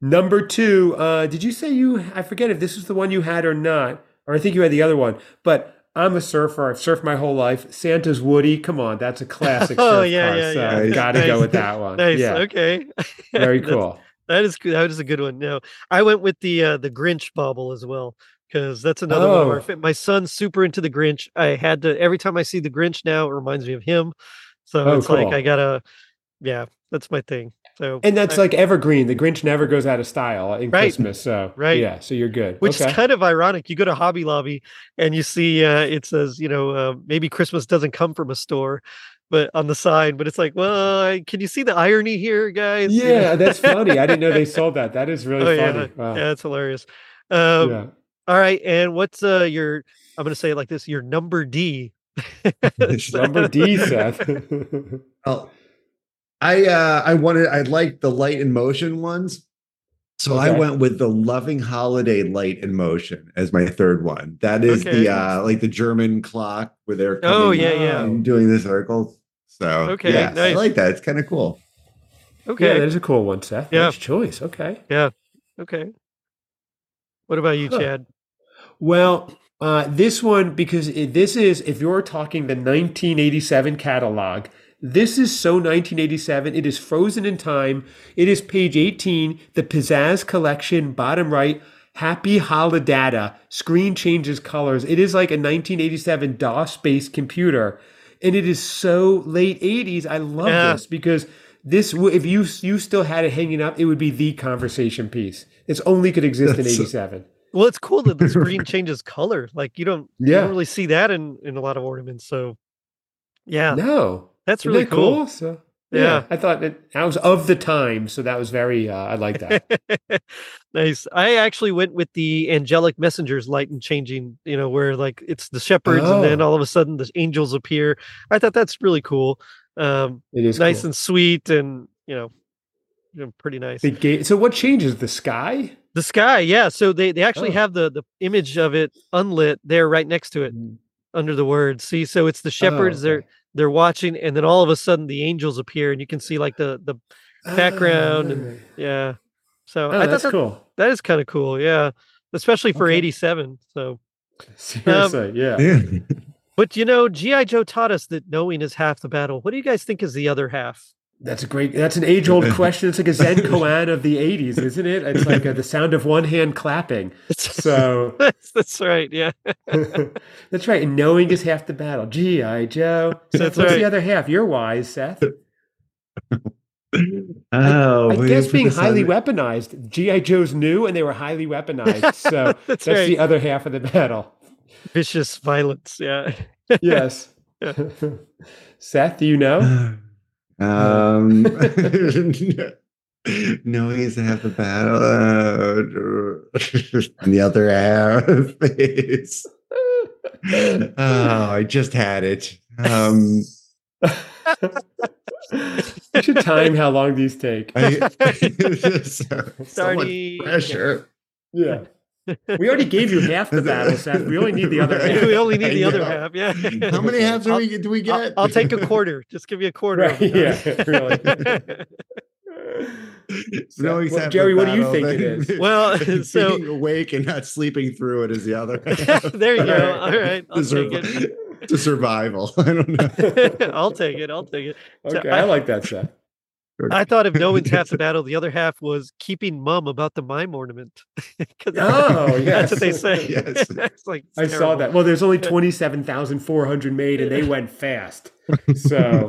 [SPEAKER 4] Number two, uh, did you say you? I forget if this is the one you had or not, or I think you had the other one. But I'm a surfer. I've surfed my whole life. Santa's Woody. Come on, that's a classic.
[SPEAKER 1] (laughs) Oh,
[SPEAKER 4] surf
[SPEAKER 1] yeah,
[SPEAKER 4] car,
[SPEAKER 1] yeah,
[SPEAKER 4] so
[SPEAKER 1] yeah.
[SPEAKER 4] I Gotta
[SPEAKER 1] Nice.
[SPEAKER 4] go with that
[SPEAKER 1] (laughs)
[SPEAKER 4] one.
[SPEAKER 1] Nice.
[SPEAKER 4] Yeah,
[SPEAKER 1] Okay.
[SPEAKER 4] very
[SPEAKER 1] That's-
[SPEAKER 4] cool.
[SPEAKER 1] (laughs) That is good. That is a good one. No, I went with the uh, the Grinch bobble as well because that's another one. Of
[SPEAKER 4] Oh.
[SPEAKER 1] our, fa- my son's super into the Grinch. I had to every time I see the Grinch now, it reminds me of him. So
[SPEAKER 4] Oh,
[SPEAKER 1] it's like
[SPEAKER 4] cool.
[SPEAKER 1] I gotta, yeah, that's my thing. So
[SPEAKER 4] And that's
[SPEAKER 1] I-
[SPEAKER 4] like evergreen. The Grinch never goes out of style in
[SPEAKER 1] Right.
[SPEAKER 4] Christmas. So
[SPEAKER 1] Right.
[SPEAKER 4] yeah, so you're good.
[SPEAKER 1] which
[SPEAKER 4] Okay.
[SPEAKER 1] is kind of ironic. You go to Hobby Lobby and you see uh, it says, you know, uh, maybe Christmas doesn't come from a store, but on the sign. But it's like, well, I- can you see the irony here, guys? You know?
[SPEAKER 4] yeah, that's funny. I didn't
[SPEAKER 1] (laughs)
[SPEAKER 4] know they sold that. That is really
[SPEAKER 1] Oh, yeah,
[SPEAKER 4] funny. Wow.
[SPEAKER 1] yeah, that's hilarious. Um,
[SPEAKER 4] Yeah.
[SPEAKER 1] All right, and what's uh your? I'm gonna say it like this: your number D.
[SPEAKER 4] Number D, Seth.
[SPEAKER 1] (laughs)
[SPEAKER 3] Well, I uh, I wanted I liked the light in motion ones, so I
[SPEAKER 4] Okay.
[SPEAKER 3] went with the loving holiday light in motion as my third one. That is
[SPEAKER 1] Okay.
[SPEAKER 3] the uh, like the German clock where they're
[SPEAKER 1] Oh,
[SPEAKER 3] coming
[SPEAKER 1] yeah, yeah.
[SPEAKER 3] and doing the circles. So
[SPEAKER 1] Okay,
[SPEAKER 3] yes,
[SPEAKER 1] nice.
[SPEAKER 3] I like that. It's kind of cool.
[SPEAKER 4] Yeah,
[SPEAKER 1] Okay,
[SPEAKER 4] that is a cool one, Seth.
[SPEAKER 1] Yeah.
[SPEAKER 4] Nice choice. Okay.
[SPEAKER 1] okay. What about you,
[SPEAKER 4] Huh.
[SPEAKER 1] Chad?
[SPEAKER 4] Well, uh, this one because i this is if you're talking the 1987 catalog, this is so 1987. It is frozen in time. It is page 18, the Pizzazz Collection, bottom right. Happy Holidata. Screen changes colors. It is like a 1987 DOS-based computer, and it is so late 80s. I love
[SPEAKER 1] Yeah.
[SPEAKER 4] this because this, w- if you you still had it hanging up, it would be the conversation piece. It's only could exist in
[SPEAKER 3] That's-
[SPEAKER 4] '87.
[SPEAKER 1] Well, it's cool that the
[SPEAKER 4] (laughs)
[SPEAKER 1] screen changes color. Like you don't, you
[SPEAKER 4] Yeah.
[SPEAKER 1] don't really see that in in a lot of ornaments. So, yeah,
[SPEAKER 4] No,
[SPEAKER 1] that's
[SPEAKER 4] Isn't
[SPEAKER 1] really
[SPEAKER 4] that
[SPEAKER 1] cool.
[SPEAKER 4] So, yeah.
[SPEAKER 1] Yeah.
[SPEAKER 4] I thought it, I was of the time, so that was very. Uh, I
[SPEAKER 1] (laughs)
[SPEAKER 4] like that.
[SPEAKER 1] nice. I actually went with the angelic messengers light and changing, you know, where like it's the shepherds and then
[SPEAKER 4] Oh.
[SPEAKER 1] all of a sudden the angels appear. I thought that's really cool. Um,
[SPEAKER 4] It is
[SPEAKER 1] nice
[SPEAKER 4] cool.
[SPEAKER 1] and sweet and, you know, you know, pretty nice.
[SPEAKER 4] The gate. So what changes the sky?
[SPEAKER 1] The sky, yeah. So they, they actually
[SPEAKER 4] Oh.
[SPEAKER 1] have the, the image of it unlit there right next to it under the words. See, so it's the shepherds, they're
[SPEAKER 4] Mm. Oh, okay.
[SPEAKER 1] they're watching, and then all of a sudden the angels appear and you can see like the the Background and-
[SPEAKER 4] Oh,
[SPEAKER 1] yeah. So
[SPEAKER 4] oh,
[SPEAKER 1] I thought
[SPEAKER 4] that's
[SPEAKER 1] that,
[SPEAKER 4] cool.
[SPEAKER 1] (laughs)
[SPEAKER 4] (laughs)
[SPEAKER 1] that is kind of cool, yeah. Especially for
[SPEAKER 4] Okay.
[SPEAKER 1] eighty seven. So Um,
[SPEAKER 4] Seriously, yeah.
[SPEAKER 3] (laughs) Yeah.
[SPEAKER 1] But you know, G.I. Joe taught us that knowing is half the battle. What do you guys think is the other half?
[SPEAKER 4] That's a great. That's an age-old question. It's like a Zen koan of the '80s, isn't it? It's like uh the sound of one hand clapping. So
[SPEAKER 1] (laughs)
[SPEAKER 4] (laughs)
[SPEAKER 1] that's, that's right. Yeah.
[SPEAKER 4] that's right. And knowing is half the battle. Gee, I Joe. Seth,
[SPEAKER 1] That's
[SPEAKER 4] what's
[SPEAKER 1] right.
[SPEAKER 4] the other half? You're wise, Seth.
[SPEAKER 3] Oh,
[SPEAKER 4] I
[SPEAKER 3] we
[SPEAKER 4] guess
[SPEAKER 3] put
[SPEAKER 4] being
[SPEAKER 3] this on
[SPEAKER 4] highly
[SPEAKER 3] the-
[SPEAKER 4] weaponized, GI Joe's new, and they were
[SPEAKER 1] (laughs)
[SPEAKER 4] highly weaponized. So
[SPEAKER 1] That's,
[SPEAKER 4] that's
[SPEAKER 1] right.
[SPEAKER 4] the other half of
[SPEAKER 1] (laughs)
[SPEAKER 4] the battle.
[SPEAKER 1] Vicious violence. Yeah.
[SPEAKER 4] Yes. (laughs) Seth, do you know? (laughs)
[SPEAKER 1] Oh.
[SPEAKER 3] (laughs) Um, (laughs) no, he's half the battle. Uh, (laughs) and the other half is. (laughs) Oh, I just had it. Um,
[SPEAKER 4] you should time how long these take.
[SPEAKER 3] I, (laughs) so, so much
[SPEAKER 1] Sorry. (laughs)
[SPEAKER 3] pressure.
[SPEAKER 4] Yeah. We already gave you half the battle, Seth. We only need the other half.
[SPEAKER 1] we only need the
[SPEAKER 3] I
[SPEAKER 1] other
[SPEAKER 3] know.
[SPEAKER 1] half.
[SPEAKER 3] (laughs)
[SPEAKER 1] Yeah.
[SPEAKER 3] How many halves do
[SPEAKER 1] I'll-
[SPEAKER 3] we, do we get?
[SPEAKER 1] I'll- I'll, take
[SPEAKER 3] (laughs)
[SPEAKER 1] a quarter. Just give me a quarter. of
[SPEAKER 4] (laughs) Right,
[SPEAKER 1] it.
[SPEAKER 4] yeah,
[SPEAKER 1] (laughs)
[SPEAKER 4] really.
[SPEAKER 3] No
[SPEAKER 4] Well,
[SPEAKER 3] except
[SPEAKER 4] Jerry,
[SPEAKER 3] for
[SPEAKER 4] what do you
[SPEAKER 3] battle,
[SPEAKER 4] think it
[SPEAKER 3] then. (laughs)
[SPEAKER 4] is?
[SPEAKER 1] Well, so- (laughs)
[SPEAKER 3] being awake and not sleeping through it is the other
[SPEAKER 1] there you go. All right. I'll
[SPEAKER 3] (laughs) to,
[SPEAKER 1] take
[SPEAKER 3] sur-
[SPEAKER 1] it.
[SPEAKER 3] to survival. (laughs) I don't know.
[SPEAKER 1] (laughs) I'll take it. I'll take it. So
[SPEAKER 4] Okay,
[SPEAKER 1] I-
[SPEAKER 4] I like
[SPEAKER 1] (laughs)
[SPEAKER 4] that, Seth.
[SPEAKER 1] I thought if no one's
[SPEAKER 4] (laughs)
[SPEAKER 1] half the battle, the other half was keeping mum about the mime ornament. (laughs) 'Cause
[SPEAKER 4] Oh, (laughs)
[SPEAKER 1] that's
[SPEAKER 4] yes.
[SPEAKER 1] what they say.
[SPEAKER 4] (laughs)
[SPEAKER 3] Yes.
[SPEAKER 1] (laughs) It's like, it's
[SPEAKER 4] I saw
[SPEAKER 1] terrible.
[SPEAKER 4] that. Well,
[SPEAKER 1] (laughs)
[SPEAKER 4] there's only 27,400 made and they went fast. So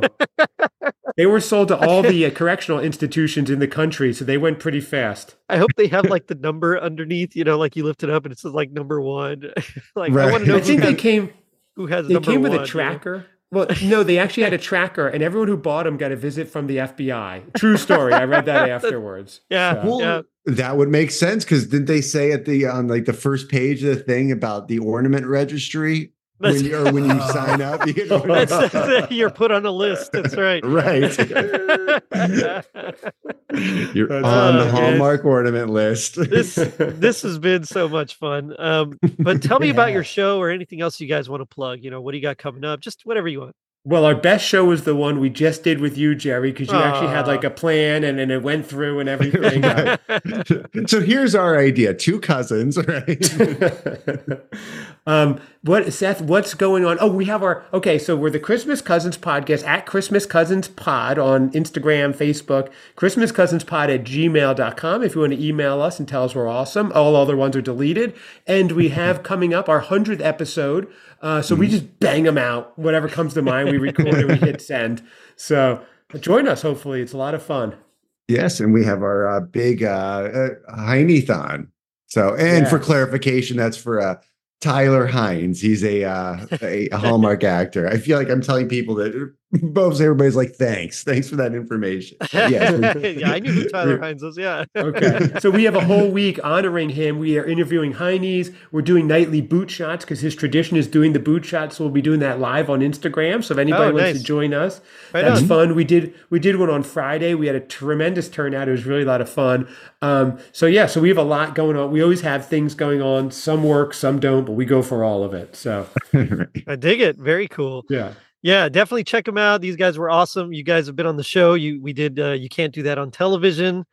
[SPEAKER 4] they were sold to all the uh, correctional institutions in the country, so they went pretty fast.
[SPEAKER 1] I hope they have
[SPEAKER 4] (laughs)
[SPEAKER 1] like the number underneath, you know, like you lift it up and it's like number one. (laughs) like I want
[SPEAKER 3] Right.
[SPEAKER 1] to know
[SPEAKER 4] I
[SPEAKER 1] who
[SPEAKER 4] think they
[SPEAKER 1] has,
[SPEAKER 4] came
[SPEAKER 1] who has
[SPEAKER 4] they
[SPEAKER 1] number
[SPEAKER 4] came with
[SPEAKER 1] one,
[SPEAKER 4] a
[SPEAKER 1] you know?
[SPEAKER 4] tracker. Well, no, they actually had a tracker and everyone who bought them got a visit from the FBI. True story. I
[SPEAKER 1] (laughs)
[SPEAKER 4] read that afterwards.
[SPEAKER 1] Yeah.
[SPEAKER 3] Well,
[SPEAKER 4] (laughs)
[SPEAKER 1] yeah.
[SPEAKER 3] that would make sense because didn't they say at the on like the first page of the thing about the ornament registry when
[SPEAKER 1] That's-
[SPEAKER 3] you, or when (laughs) you sign up? You
[SPEAKER 1] (laughs)
[SPEAKER 3] get
[SPEAKER 1] That's,
[SPEAKER 4] (laughs)
[SPEAKER 1] that's- you're put on a list. That's right. (laughs)
[SPEAKER 3] right. (laughs) You're
[SPEAKER 4] That's
[SPEAKER 3] on
[SPEAKER 1] awesome.
[SPEAKER 3] the Hallmark ornament list.
[SPEAKER 1] Oh, this this has been so much fun. Um, but tell me about
[SPEAKER 4] (laughs)
[SPEAKER 1] your show or anything else you guys want to plug. You know, what do you got coming up? Just whatever you want.
[SPEAKER 4] Well, our best show was the one we just did with you, Jerry, because you actually had
[SPEAKER 1] Aw.
[SPEAKER 4] like a plan and then it went through
[SPEAKER 1] (laughs)
[SPEAKER 4] and everything. Uh,
[SPEAKER 3] Right. (laughs) so here's our idea: two cousins, (laughs) right?
[SPEAKER 4] (laughs) um, what Seth? What's going on? Oh, we have our okay. So we're the Christmas Cousins podcast at Christmas Cousins Pod on Instagram, Facebook, Christmas Cousins Pod at gmail.com. If you want to email us and tell us we're awesome, all other ones are deleted. And we have coming up our hundredth episode. Uh, so we just bang them out. Whatever comes to mind, we record and we hit send. So join us. Hopefully, it's a lot of fun.
[SPEAKER 3] Yes, and we have our uh, big uh, uh, Heinethon. So, and for
[SPEAKER 4] Yes.
[SPEAKER 3] clarification, that's for uh, Tyler Hines. He's a uh, a Hallmark actor. I feel like I'm telling people that (laughs) both everybody's like, thanks, thanks for that information. But Yes,
[SPEAKER 1] (laughs)
[SPEAKER 3] we-
[SPEAKER 1] yeah, I knew who Tyler Hines was. Yeah.
[SPEAKER 4] Okay. So we have a whole week honoring him. We are interviewing Heinies. We're doing nightly boot shots because his tradition is doing the boot shots. So we'll be doing that live on Instagram. So if anybody
[SPEAKER 1] Oh,
[SPEAKER 4] wants
[SPEAKER 1] nice.
[SPEAKER 4] to join us,
[SPEAKER 1] Right
[SPEAKER 4] that's
[SPEAKER 1] on.
[SPEAKER 4] fun. We did we did one on Friday. We had a tremendous turnout. It was really a lot of fun. Um, so yeah, so we have a lot going on. We always have things going on. Some work, some don't, but we go for all of it. So
[SPEAKER 3] (laughs)
[SPEAKER 1] I dig it. Very cool.
[SPEAKER 4] yeah.
[SPEAKER 1] Yeah, definitely check them out. These guys were awesome. You guys have been on the show. You we did uh, you can't do that on television.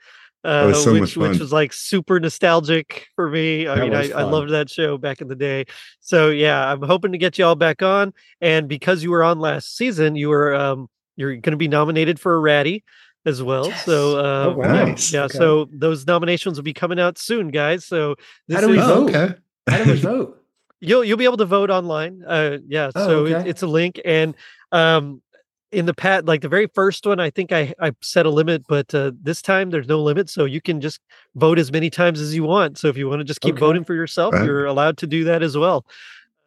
[SPEAKER 1] Uh,
[SPEAKER 3] was so
[SPEAKER 1] which,
[SPEAKER 3] much
[SPEAKER 1] which
[SPEAKER 3] fun.
[SPEAKER 1] was like super nostalgic for me. I
[SPEAKER 4] That
[SPEAKER 1] mean, I,
[SPEAKER 4] was
[SPEAKER 1] I
[SPEAKER 4] fun.
[SPEAKER 1] loved that show back in the day. So yeah, I'm hoping to get you all back on. And because you were on last season, you were um, you're going to be nominated for a Ratty as well. So uh,
[SPEAKER 4] Oh, wow.
[SPEAKER 1] yeah,
[SPEAKER 3] Nice.
[SPEAKER 1] yeah.
[SPEAKER 4] Okay.
[SPEAKER 1] So those nominations will be coming out soon, guys. So this
[SPEAKER 4] How do we
[SPEAKER 1] is-
[SPEAKER 4] vote?
[SPEAKER 3] oh,
[SPEAKER 1] (laughs)
[SPEAKER 3] okay. (laughs)
[SPEAKER 4] How do we vote?
[SPEAKER 1] you'll you'll be able to vote online. Uh, yeah,
[SPEAKER 4] Oh,
[SPEAKER 1] so it,
[SPEAKER 4] okay.
[SPEAKER 1] it's a link, and um, in the pat like the very first one, I think I I set a limit, but uh, this time there's no limit, so you can just vote as many times as you want. So if you want to just keep
[SPEAKER 4] Okay.
[SPEAKER 1] voting for yourself,
[SPEAKER 3] Right.
[SPEAKER 1] you're allowed to do that as well.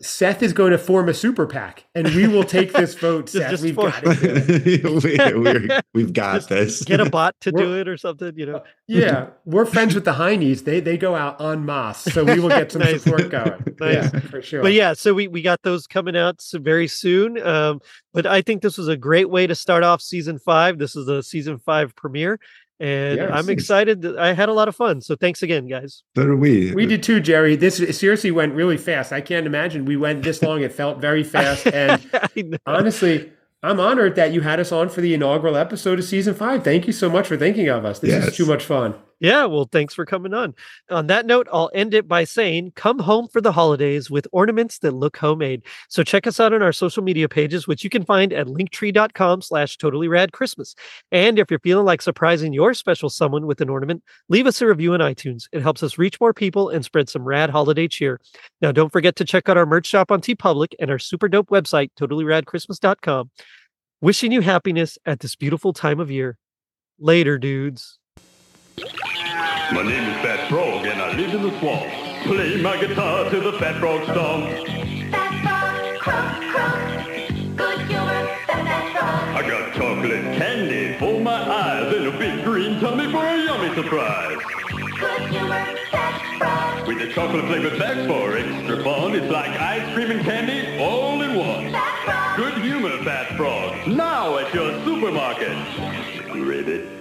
[SPEAKER 4] Seth is going to form a super PAC, and we will take
[SPEAKER 1] (laughs)
[SPEAKER 4] this vote,
[SPEAKER 1] Just-
[SPEAKER 4] Seth.
[SPEAKER 1] just
[SPEAKER 4] We've
[SPEAKER 1] form-
[SPEAKER 4] got it. dude.
[SPEAKER 3] we, we're, we've got
[SPEAKER 1] Just
[SPEAKER 3] this.
[SPEAKER 4] (laughs)
[SPEAKER 1] Get a bot to do
[SPEAKER 4] We're-
[SPEAKER 1] it or something, you know.
[SPEAKER 4] Yeah, (laughs) we're friends with the Heinies. They they go out en masse, so we
[SPEAKER 1] (laughs)
[SPEAKER 4] will get some
[SPEAKER 1] Nice.
[SPEAKER 4] support going.
[SPEAKER 1] (laughs) Nice.
[SPEAKER 4] Yeah, for sure.
[SPEAKER 1] But yeah, so we we got those coming out s- very soon. Um, but I think this was a great way to start off season five. This is the season five premiere, and
[SPEAKER 4] Yes.
[SPEAKER 1] I'm excited. that- I had a lot of fun, so thanks again, guys.
[SPEAKER 3] (laughs) So do we.
[SPEAKER 4] we did too, Jerry. This seriously went really fast. I can't imagine we went this long. It felt
[SPEAKER 1] (laughs)
[SPEAKER 4] very fast, and
[SPEAKER 1] I know.
[SPEAKER 4] honestly. I'm honored that you had us on for the inaugural episode of season five. Thank you so much for thinking of us. This
[SPEAKER 3] Yes.
[SPEAKER 4] is too much fun.
[SPEAKER 1] Yeah, well, thanks for coming on. On that note, I'll end it by saying come home for the holidays with ornaments that look homemade. So check us out on our social media pages, which you can find at linktree.com slash totally rad Christmas. And if you're feeling like surprising your special someone with an ornament, leave us a review on iTunes. It helps us reach more people and spread some rad holiday cheer. Now don't forget to check out our merch shop on TeePublic and our super dope website, totallyradchristmas.com. Wishing you happiness at this beautiful time of year. Later, dudes.
[SPEAKER 5] My name is Fat Frog and I live in the swamp. Play my guitar to the Fat Frog song.
[SPEAKER 6] Fat frog, croak, croak. Good humor, fat, fat frog.
[SPEAKER 5] I got chocolate candy for my eyes and a big green tummy for a yummy surprise.
[SPEAKER 6] Good humor, fat frog.
[SPEAKER 5] With the chocolate flavored facts for extra fun, it's like ice cream and candy all in one.
[SPEAKER 6] Fat frog.
[SPEAKER 5] Good humor, Fat Frog. Now at your supermarket. Ribbit.